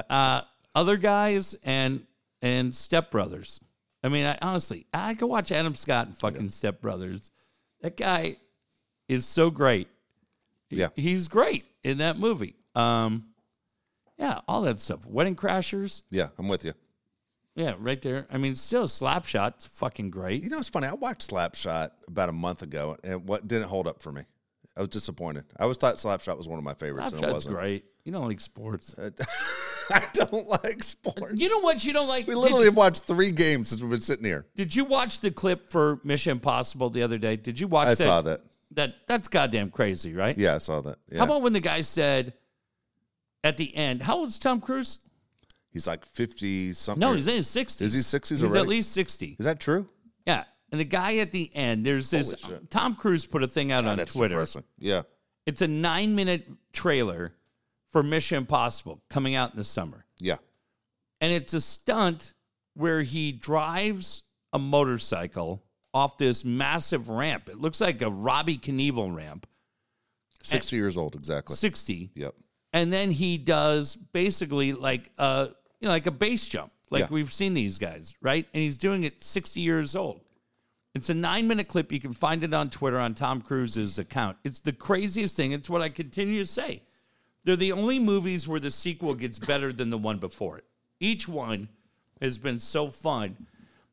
S2: Uh, other guys and and Step Brothers. I mean, I honestly, I could watch Adam Scott and fucking Step Brothers. That guy is so great. He-
S1: Yeah.
S2: he's great in that movie. Um, yeah, all that stuff. Wedding Crashers.
S1: Yeah, I'm with you.
S2: Yeah, right there. I mean, still Slapshot's fucking
S1: You
S2: great.
S1: know, it's funny. I watched Slapshot about a month ago, and what didn't hold up for me. I was disappointed. I always thought Slapshot was one of my favorites, and it
S2: Slapshot's
S1: wasn't.
S2: great. You don't like sports.
S1: I don't like sports.
S2: You know what you don't like?
S1: we
S2: Did-
S1: literally have watched three games since we've been sitting here.
S2: Did, you watch the clip for Mission Impossible the other day? Did you watch
S1: I
S2: that?
S1: saw that.
S2: That that's goddamn crazy, right?
S1: Yeah, I saw that. Yeah.
S2: How about when the guy said at the end, "How old's Tom Cruise?"
S1: he's like 50 something.
S2: No, he's in his sixties.
S1: Is he 60s
S2: He's at
S1: already?
S2: least sixty.
S1: Is that true?
S2: Yeah, and the guy at the end, there's this.
S1: Holy shit.
S2: Tom Cruise put a thing out on
S1: That's
S2: Twitter.
S1: depressing. Yeah.
S2: It's a nine minute trailer for Mission Impossible coming out in the summer.
S1: Yeah.
S2: and it's a stunt where he drives a motorcycle off this massive ramp. It looks like a Robbie Knievel ramp,
S1: 60 years old, exactly.
S2: 60.
S1: Yep.
S2: And then he does basically like a you know, like a base jump, like
S1: Yeah.
S2: we've seen these guys, right? And he's doing it 60 years old. It's a nine minute clip. You can find it on Twitter on Tom Cruise's account. It's the craziest thing. It's what I continue to say. They're the only movies where the sequel gets better than the one before it. Each one has been so fun.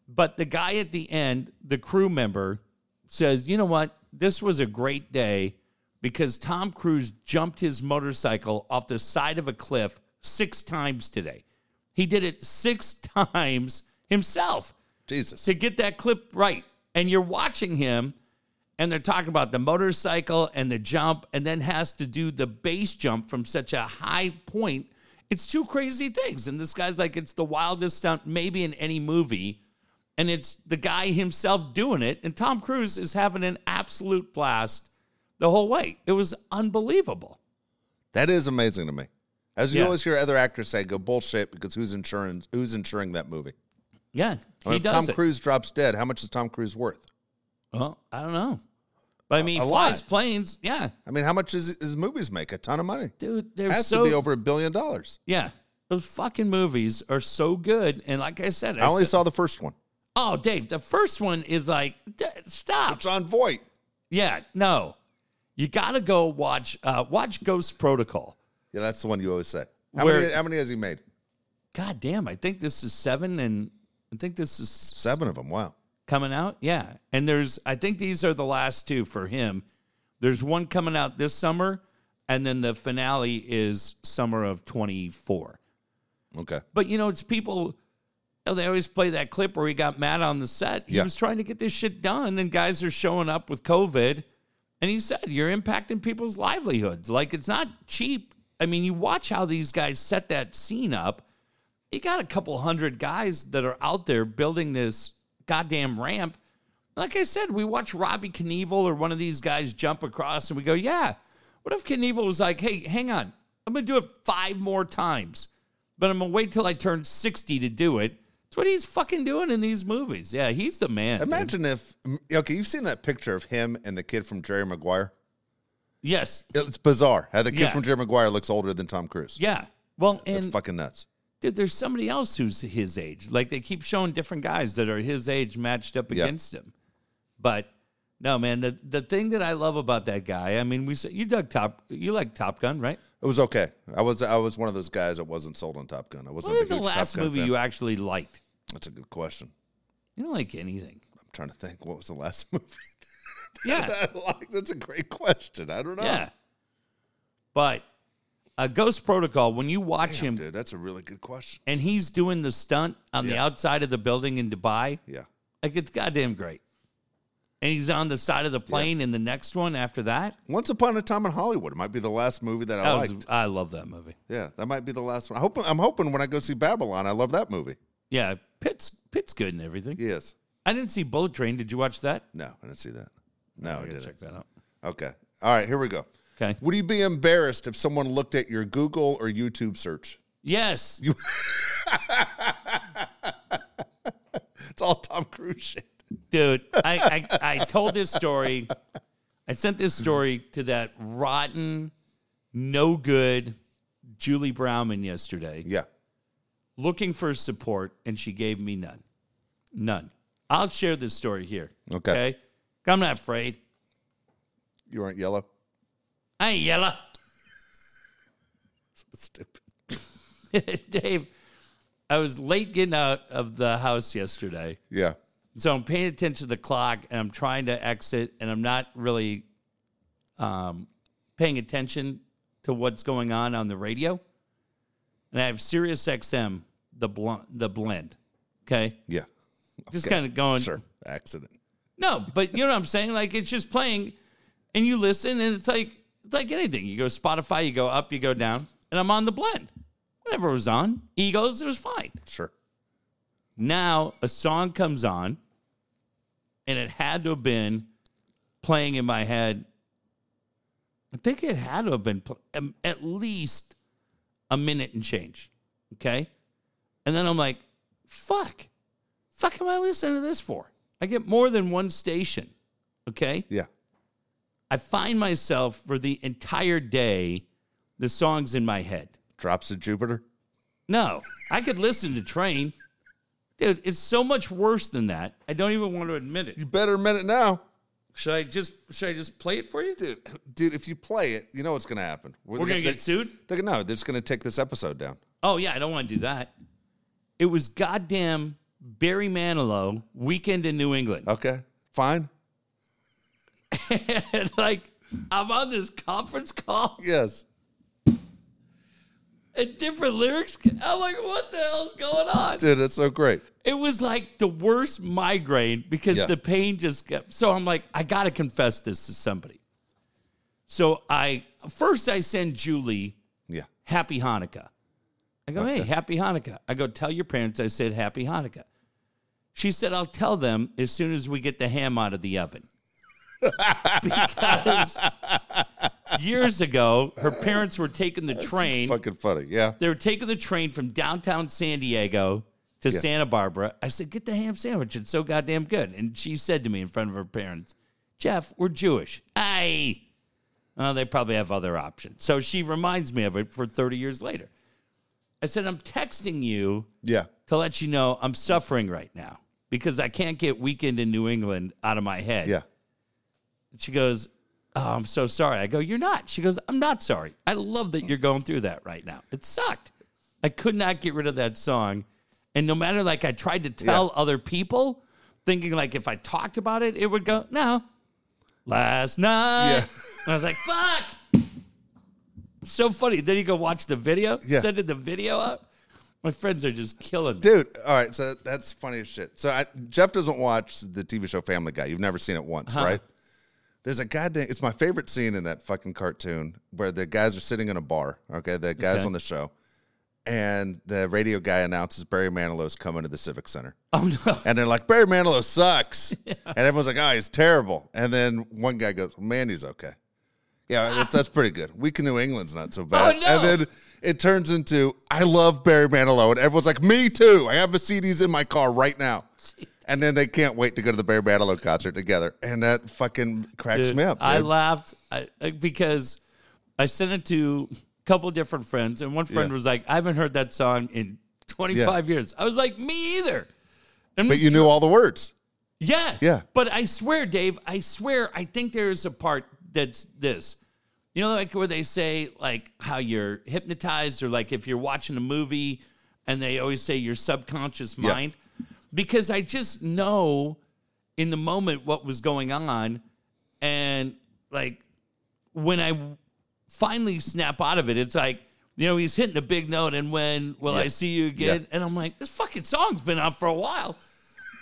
S2: But the guy at the end, the crew member, says, You know what? This was a great day because Tom Cruise jumped his motorcycle off the side of a cliff six times today. He did it six times himself
S1: Jesus.
S2: to get that clip right. And you're watching him, and they're talking about the motorcycle and the jump, and then has to do the base jump from such a high point. It's two crazy things. And this guy's like, it's the wildest stunt maybe in any movie. And it's the guy himself doing it. And Tom Cruise is having an absolute blast the whole way. It was unbelievable.
S1: That is amazing to me. As you
S2: Yeah.
S1: always hear other actors say, go bullshit because who's insurance who's insuring that movie?
S2: Yeah. He
S1: I mean, if
S2: does
S1: Tom
S2: it.
S1: Cruise drops dead, how much is Tom Cruise worth?
S2: Well, I don't know. But I mean,
S1: a
S2: he flies
S1: lot.
S2: planes. Yeah.
S1: I mean, how much is his movies make? A ton of money.
S2: Dude, they're
S1: has
S2: so
S1: to be over a billion dollars.
S2: Yeah. Those fucking movies are so good. And like I said, I
S1: I only
S2: said-
S1: saw the first one.
S2: oh, Dave, the first one is like, D- stop.
S1: John Voight.
S2: Yeah, no. You got to go watch uh, watch Ghost Protocol.
S1: Yeah, that's the one you always say. How,
S2: Where-
S1: many, how many has he made?
S2: God damn, I think this is seven and I think this is
S1: Seven of them. Wow.
S2: coming out. Yeah. And there's, I think these are the last two for him. There's one coming out this summer, and then the finale is summer of 24.
S1: Okay.
S2: But you know, it's people. oh, They always play that clip where he got mad on the set. He
S1: Yeah.
S2: was trying to get this shit done, and guys are showing up with COVID. And he said, "You're impacting people's livelihoods. Like it's not cheap. I mean, you watch how these guys set that scene up. You got a couple hundred guys that are out there building this goddamn ramp. Like I said, we watch Robbie Knievel or one of these guys jump across, and we go, "Yeah." What if Knievel was like, "Hey, hang on, I'm gonna do it five more times." but I'm gonna wait till I turn 60 to do it. That's what he's fucking doing in these movies. Yeah, he's the man. dude.
S1: Imagine if okay, you've seen that picture of him and the kid from Jerry Maguire.
S2: Yes.
S1: It's bizarre how the kid
S2: Yeah.
S1: from Jerry Maguire looks older than Tom Cruise.
S2: Yeah. Well,
S1: That's
S2: and
S1: fucking nuts.
S2: dude, there's somebody else who's his age. Like they keep showing different guys that are his age matched up
S1: Yeah.
S2: against him. But No, man. The the thing that I love about that guy, I mean, we said you dug Top, you like Top Gun, right?
S1: It was okay. I was I was one of those guys that wasn't sold on Top Gun. I wasn't
S2: What is
S1: a
S2: the
S1: huge Top
S2: last
S1: Gun
S2: movie
S1: fan.
S2: you actually liked?
S1: That's a good question.
S2: You don't like anything.
S1: I'm trying to think. What was the last movie?
S2: Yeah,
S1: that I liked? That's a great question. I don't know.
S2: yeah. But a Ghost Protocol, when you watch
S1: Damn,
S2: him
S1: dude, that's a really good question.
S2: and he's doing the stunt on the
S1: Yeah.
S2: outside of the building in Dubai,
S1: Yeah.
S2: like it's goddamn great. And he's on the side of the plane in the next one after that.
S1: Once Upon a Time in Hollywood. It might be the last movie that I
S2: That was-
S1: liked.
S2: I love that movie.
S1: Yeah, that might be the last one. I hope I'm hoping when I go see Babylon, I love that movie.
S2: Yeah, Pitt's Pitt's good and everything.
S1: Yes.
S2: I didn't see Bullet Train. Did you watch that?
S1: No, I didn't see that. No, I
S2: gotta
S1: didn't.
S2: check that out.
S1: Okay. All right, here we go.
S2: Okay.
S1: Would you be embarrassed if someone looked at your Google or YouTube search?
S2: Yes.
S1: It's all Tom Cruise shit.
S2: dude I, I i told this story i sent this story to that rotten no good julie brownman yesterday
S1: Yeah.
S2: looking for support and she gave me none none i'll share this story here
S1: Okay.
S2: i'm not afraid
S1: You aren't yellow.
S2: i ain't yellow
S1: Stupid.
S2: dave i was late getting out of the house yesterday
S1: Yeah.
S2: so I'm paying attention to the clock and I'm trying to exit and I'm not really um, paying attention to what's going on on the radio. And I have Sirius XM, the blunt, the blend. Okay.
S1: Yeah.
S2: Just kind of going.
S1: Sure. Accident.
S2: No, but you know what I'm saying? Like it's just playing and you listen and it's like, it's like anything. You go Spotify, you go up, you go down and I'm on the blend. Whatever was on, Egos, it was fine.
S1: Sure.
S2: Now a song comes on, and it had to have been playing in my head. I think it had to have been pl- um, at least a minute and change. Okay. And then I'm like, fuck, fuck am I listening to this for? I get more than one station. Okay.
S1: Yeah.
S2: I find myself for the entire day, the song's in my head.
S1: Drops of Jupiter.
S2: No, I could listen to Train. Dude, it's so much worse than that. I don't even want to admit it.
S1: You better admit it now.
S2: Should I just should I just play it for you?
S1: Dude, dude, if you play it, you know what's going to happen.
S2: We're gonna get sued?
S1: They're, no, they're just going to take this episode down.
S2: Oh yeah, I don't want to do that. It was goddamn Barry Manilow weekend in New England.
S1: Okay. Fine.
S2: and like I'm on this conference call
S1: Yes.
S2: and different lyrics. I'm like, what the hell's going on?
S1: Dude, that's so great.
S2: It was like the worst migraine because
S1: Yeah.
S2: the pain just kept. So I'm like, I got to confess this to somebody. So I first I send Julie
S1: Yeah.
S2: Happy Hanukkah. I go, hey, Happy Hanukkah. I go, tell your parents I said Happy Hanukkah. She said, I'll tell them as soon as we get the ham out of the oven. because years ago, her parents were taking the train
S1: Fucking funny. Yeah.
S2: they were taking the train from downtown San Diego to Santa Barbara. I said, "Get the ham sandwich; it's so goddamn good." And she said to me in front of her parents, "Jeff, we're Jewish." Aye. Oh, they probably have other options. So she reminds me of it for 30 years later. I said, "I'm texting you
S1: Yeah.
S2: to let you know I'm suffering right now because I can't get weekend in New England out of my head."
S1: Yeah.
S2: She goes, "Oh, I'm so sorry." I go, "You're not." She goes, "I'm not sorry. I love that you're going through that right now. It sucked. I could not get rid of that song, and no matter like I tried to tell other people, thinking like if I talked about it, it would go no. Last night,
S1: Yeah.
S2: I was like, "Fuck." So funny. Then you go watch the video.
S1: Yeah.
S2: Send the video out. My friends are just killing me.
S1: Dude, all right. So that's funny as shit. So I, Jeff doesn't watch the TV show Family Guy. You've never seen it once, right? There's a goddamn. It's my favorite scene in that fucking cartoon where the guys are sitting in a bar. Okay, the guys
S2: Okay.
S1: on the show, and the radio guy announces Barry Manilow's coming to the Civic Center.
S2: Oh no.
S1: And they're like, Barry Manilow sucks. And everyone's like, oh, he's terrible. And then one guy goes, Mandy's okay. Yeah, that's, that's pretty good. Week in New England's not so bad.
S2: Oh, no.
S1: And then it turns into, I love Barry Manilow. And everyone's like, me too. I have the CDs in my car right now. And then they can't wait to go to the Barry Manilow concert together. And that fucking cracks
S2: Dude,
S1: me up.
S2: I
S1: dude.
S2: laughed I, I- because I sent it to a couple different friends, and one friend
S1: Yeah.
S2: was like, "I haven't heard that song in 25 years." I was like, "Me either." And
S1: but you knew all the words.
S2: Yeah.
S1: Yeah.
S2: But I swear, Dave, I swear, I think there is a part that's this. You know, like where they say, like, how you're hypnotized, or like if you're watching a movie and they always say your subconscious
S1: Yeah.
S2: mind. Because I just know in the moment what was going on. And like when I finally snap out of it, it's like, you know, he's hitting a big note. And when will I
S1: Yeah.
S2: see you again?
S1: Yeah.
S2: And I'm like, this fucking song's been out for a while.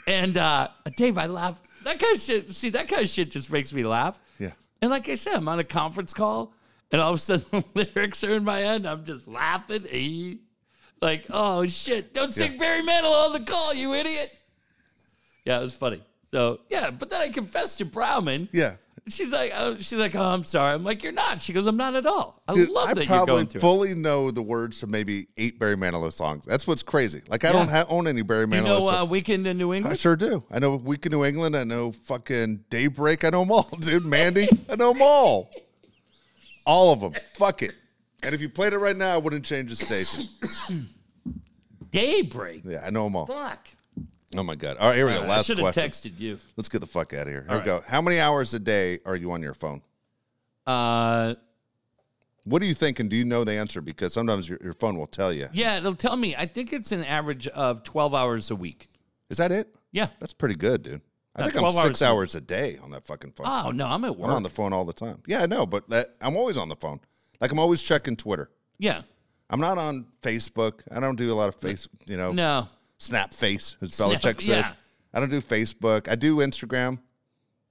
S2: And uh, Dave, I laugh. That kind of shit. See, that kind of shit just makes me laugh.
S1: Yeah.
S2: And like I said, I'm on a conference call, and all of a sudden the lyrics are in my head. And I'm just laughing. Eh? Like, oh shit! Don't sing Barry Manilow on the call, you idiot. Yeah, it was funny. So yeah, but then I confessed to Browman.
S1: Yeah.
S2: She's like, oh, she's like, oh, I'm sorry. I'm like, you're not. She goes, I'm not at all. I
S1: Dude,
S2: love
S1: I
S2: that you're
S1: probably
S2: going through. it.
S1: fully know the words to maybe eight Barry Manilow songs. That's what's crazy. Like I
S2: Yeah.
S1: don't ha- own any Barry Manilow.
S2: You know,
S1: songs.
S2: uh, weekend in New
S1: I
S2: England.
S1: sure do. I know Week in New England. I know fucking Daybreak. I know them all, dude. Mandy. I know them all. All of them. Fuck it. And if you played it right now, I wouldn't change the station.
S2: Daybreak.
S1: Yeah, I know them all.
S2: Fuck.
S1: Oh my god. All right, here we go.
S2: I
S1: Last
S2: should have
S1: question.
S2: texted you.
S1: Let's get the fuck out of here. Here
S2: All
S1: we go. How many hours a day are you on your phone?
S2: Uh,
S1: What are you thinking? Do you know the answer? Because sometimes your, your phone will tell you.
S2: Yeah, they'll tell me. I think it's an average of 12 hours a week.
S1: Is that it?
S2: Yeah.
S1: That's pretty good, dude. I
S2: No,
S1: think I'm
S2: 12
S1: six
S2: hours
S1: hours a day Ah. on that fucking phone.
S2: Oh, no, I'm at work.
S1: I'm on the phone all the time. Yeah, I know, but that, I'm always on the phone. Like I'm always checking Twitter.
S2: yeah.
S1: I'm not on Facebook. I don't do a lot of face, you know,
S2: No.
S1: snap face, as
S2: Snap,
S1: Belichick says.
S2: yeah.
S1: I don't do Facebook. I do Instagram.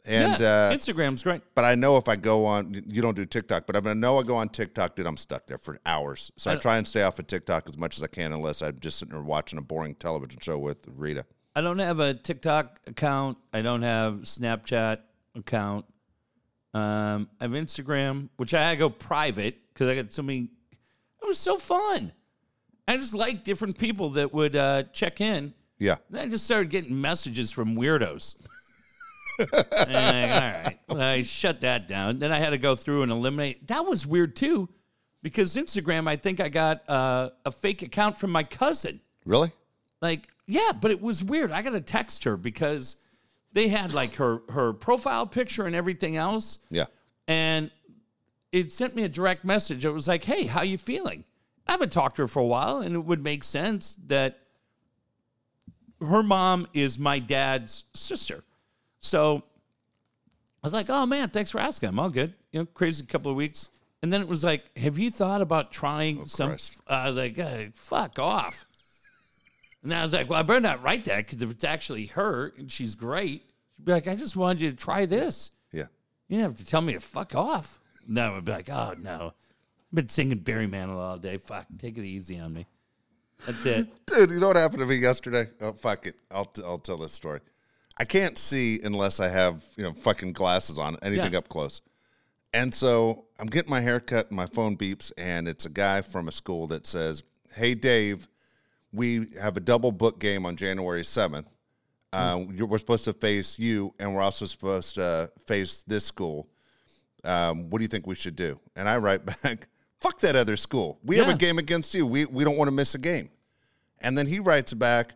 S1: And
S2: yeah.
S1: uh,
S2: Instagram's great.
S1: but I know if I go on, you don't do TikTok, but I know I go on TikTok, dude, I'm stuck there for hours. So I,
S2: Uh,
S1: try and stay off of TikTok as much as I can, unless I'm just sitting there watching a boring television show with Rita.
S2: I don't have a TikTok account. I don't have Snapchat account. Um, I have Instagram, which I had to go private because I got so many. It was so fun. I just like different people that would uh, check in.
S1: Yeah,
S2: Then I just started getting messages from weirdos. and I, all right, Well, I shut that down. Then I had to go through and eliminate. That was weird too, because Instagram. I think I got uh, a fake account from my cousin.
S1: really?
S2: Like, yeah, but it was weird. I got to text her because they had like her her profile picture and everything else,
S1: Yeah,
S2: and it sent me a direct message. It was like, "Hey, how you feeling?" I haven't talked to her for a while, and it would make sense that her mom is my dad's sister. So I was like, "Oh man, thanks for asking. I'm all good. You know, crazy couple of weeks." And then it was like, "Have you thought about trying some?"
S1: Christ.
S2: I was like, "Hey, "Fuck off." And I was like, "Well, I better not write that because if it's actually her and she's great, she'd be like, I just wanted you to try this.'"
S1: yeah.
S2: You didn't have to tell me to fuck off. No, I'd be like, oh no. I've been singing Barry Manilow all day. Fuck, take it easy on me. That's it.
S1: Dude, you know what happened to me yesterday? Oh fuck it, I'll t- I'll tell this story. I can't see unless I have you know fucking glasses on, anything
S2: Yeah.
S1: up close. And so I'm getting my hair cut, and my phone beeps, and it's a guy from a school that says, "Hey Dave, we have a double book game on January 7th. Uh,
S2: Hmm.
S1: you're, we're supposed to face you, and we're also supposed to face this school. Um, what do you think we should do?" And I write back, "Fuck that other school. We have
S2: Yeah.
S1: a game against you. We we don't want to miss a game." And then he writes back,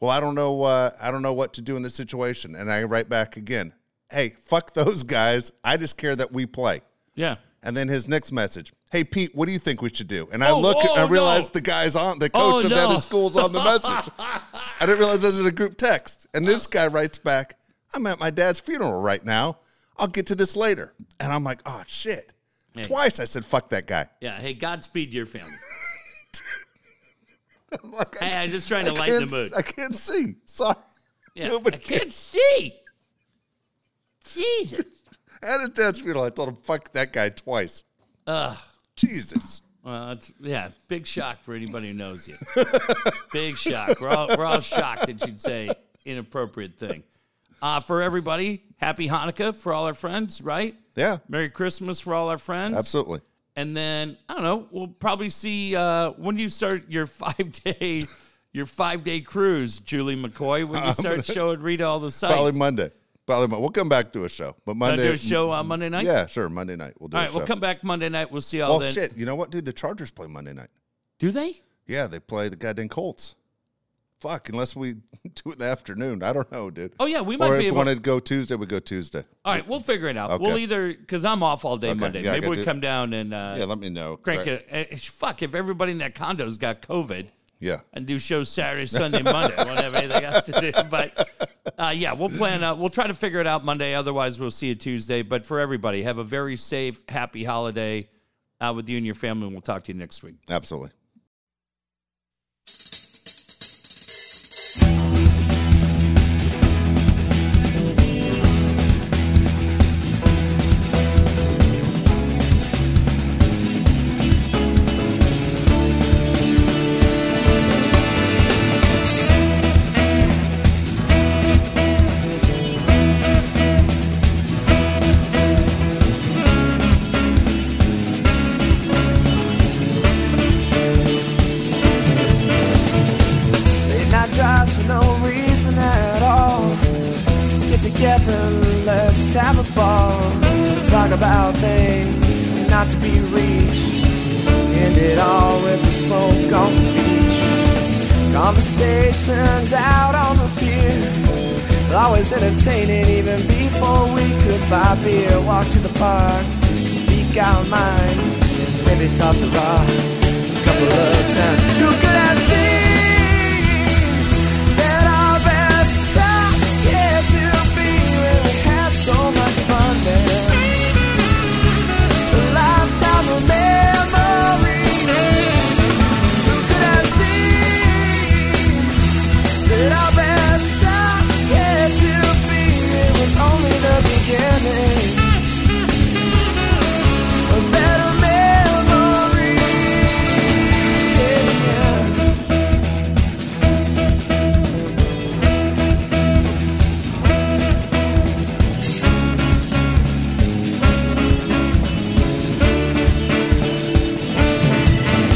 S1: "Well, I don't know. Uh, I don't know what to do in this situation." And I write back again, "Hey, fuck those guys. I just care that we play."
S2: Yeah.
S1: And then his next message, "Hey Pete, what do you think we should do?" And I
S2: Oh,
S1: look
S2: oh,
S1: and I realize
S2: no.
S1: the guy's on the
S2: Oh,
S1: coach of that
S2: no.
S1: school's on the message. I didn't realize this was a group text. And this guy writes back, "I'm at my dad's funeral right now. I'll get to this later." And I'm like, "Oh shit!"
S2: Hey.
S1: Twice I said, "Fuck that guy."
S2: Yeah. Hey, Godspeed to your family.
S1: I'm like,
S2: Hey, I'm just trying to
S1: I
S2: lighten
S1: can't-
S2: the mood.
S1: I can't see. Sorry.
S2: Yeah.
S1: nobody
S2: I can't see. Jesus.
S1: At his dad's funeral, I told him, fuck that guy twice.
S2: Ugh.
S1: Jesus.
S2: Well, it's, yeah, big shock for anybody who knows you. big shock. We're all, we're all shocked that you'd say inappropriate thing. Uh, for everybody, happy Hanukkah for all our friends, right?
S1: Yeah,
S2: Merry Christmas for all our friends.
S1: absolutely.
S2: and then I don't know. We'll probably see uh, when do you start your five day your five day cruise, Julie McCoy. When you start showing Rita all the sights,
S1: Probably Monday. Probably Monday. We'll come back to a show. But
S2: Gonna
S1: Monday.
S2: do a show on Monday night.
S1: Yeah, sure. Monday night. We'll do
S2: All
S1: a
S2: right,
S1: show.
S2: we'll come back Monday night. We'll see all
S1: oh,
S2: then.
S1: shit. You know what, dude? The Chargers play Monday night.
S2: Do they?
S1: Yeah, they play the goddamn Colts. Fuck, unless we do it in the afternoon. I don't know, dude.
S2: Oh yeah, we might
S1: or
S2: be
S1: if you
S2: able.
S1: wanted to go Tuesday, we go Tuesday.
S2: All right, we'll figure it out.
S1: Okay.
S2: We'll either because I'm off all day
S1: Okay,
S2: Monday.
S1: yeah, I
S2: Maybe
S1: gotta
S2: we
S1: do-
S2: come down and uh,
S1: Yeah, let me know. 'cause
S2: crank
S1: I-
S2: it. eh, eh, Fuck, if everybody in that condo's got COVID
S1: Yeah.
S2: and do shows Saturday, Sunday, Monday, I won't have anything else to do. But uh, yeah, we'll plan. Uh, we'll try to figure it out Monday. Otherwise, we'll see you Tuesday. But for everybody, have a very safe, happy holiday uh, with you and your family. And we'll talk to you next week.
S1: Absolutely.
S4: Late night drives for no reason at all. Let's get together, let's have a ball. Talk about things not to be reached. End it all with a smoke on the beach. Conversations out on the pier. Always entertaining even before we could buy beer. Walk to the park, speak our minds, and maybe toss the rock a couple of times. You could have seen that our best stuff yet to be when we had so much fun then. A lifetime of memories. You could have seen that our best stuff yet to be it was only the beginning. Of better memories. Yeah, yeah.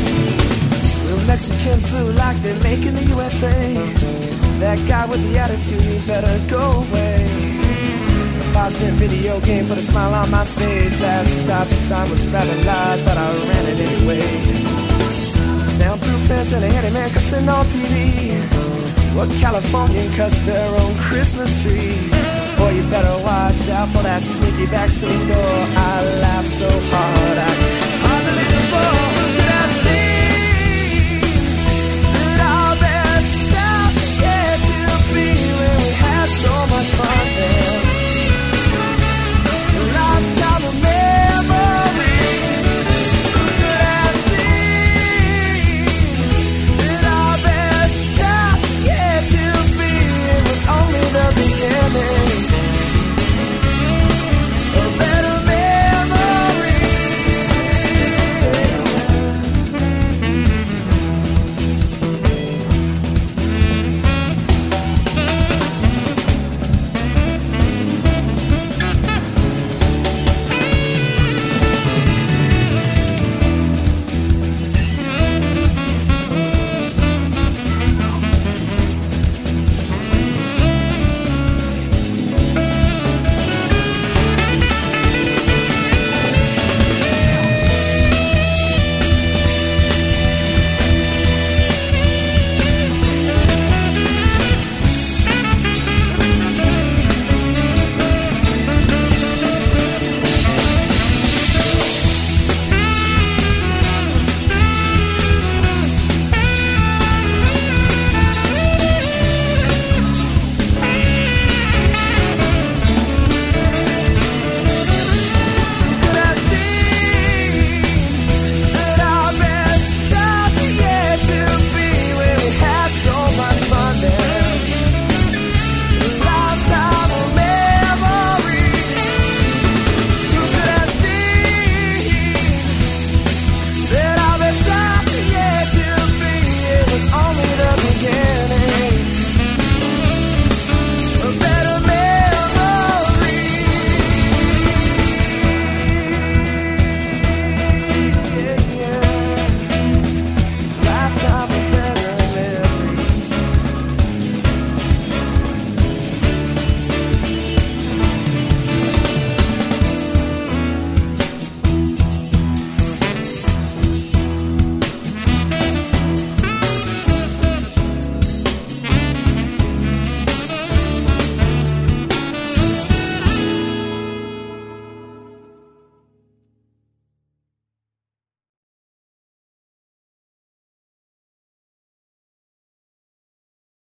S4: Real Mexican food like they make in the USA. That guy with the attitude, he better go away. A five cent video game put a smile on my face. That stop sign was rather large, but I ran it anyway. Soundproof fence and a handyman cussing on TV. What Californian cuts their own Christmas tree? Boy, you better watch out for that sneaky back screen door. I laughed so hard I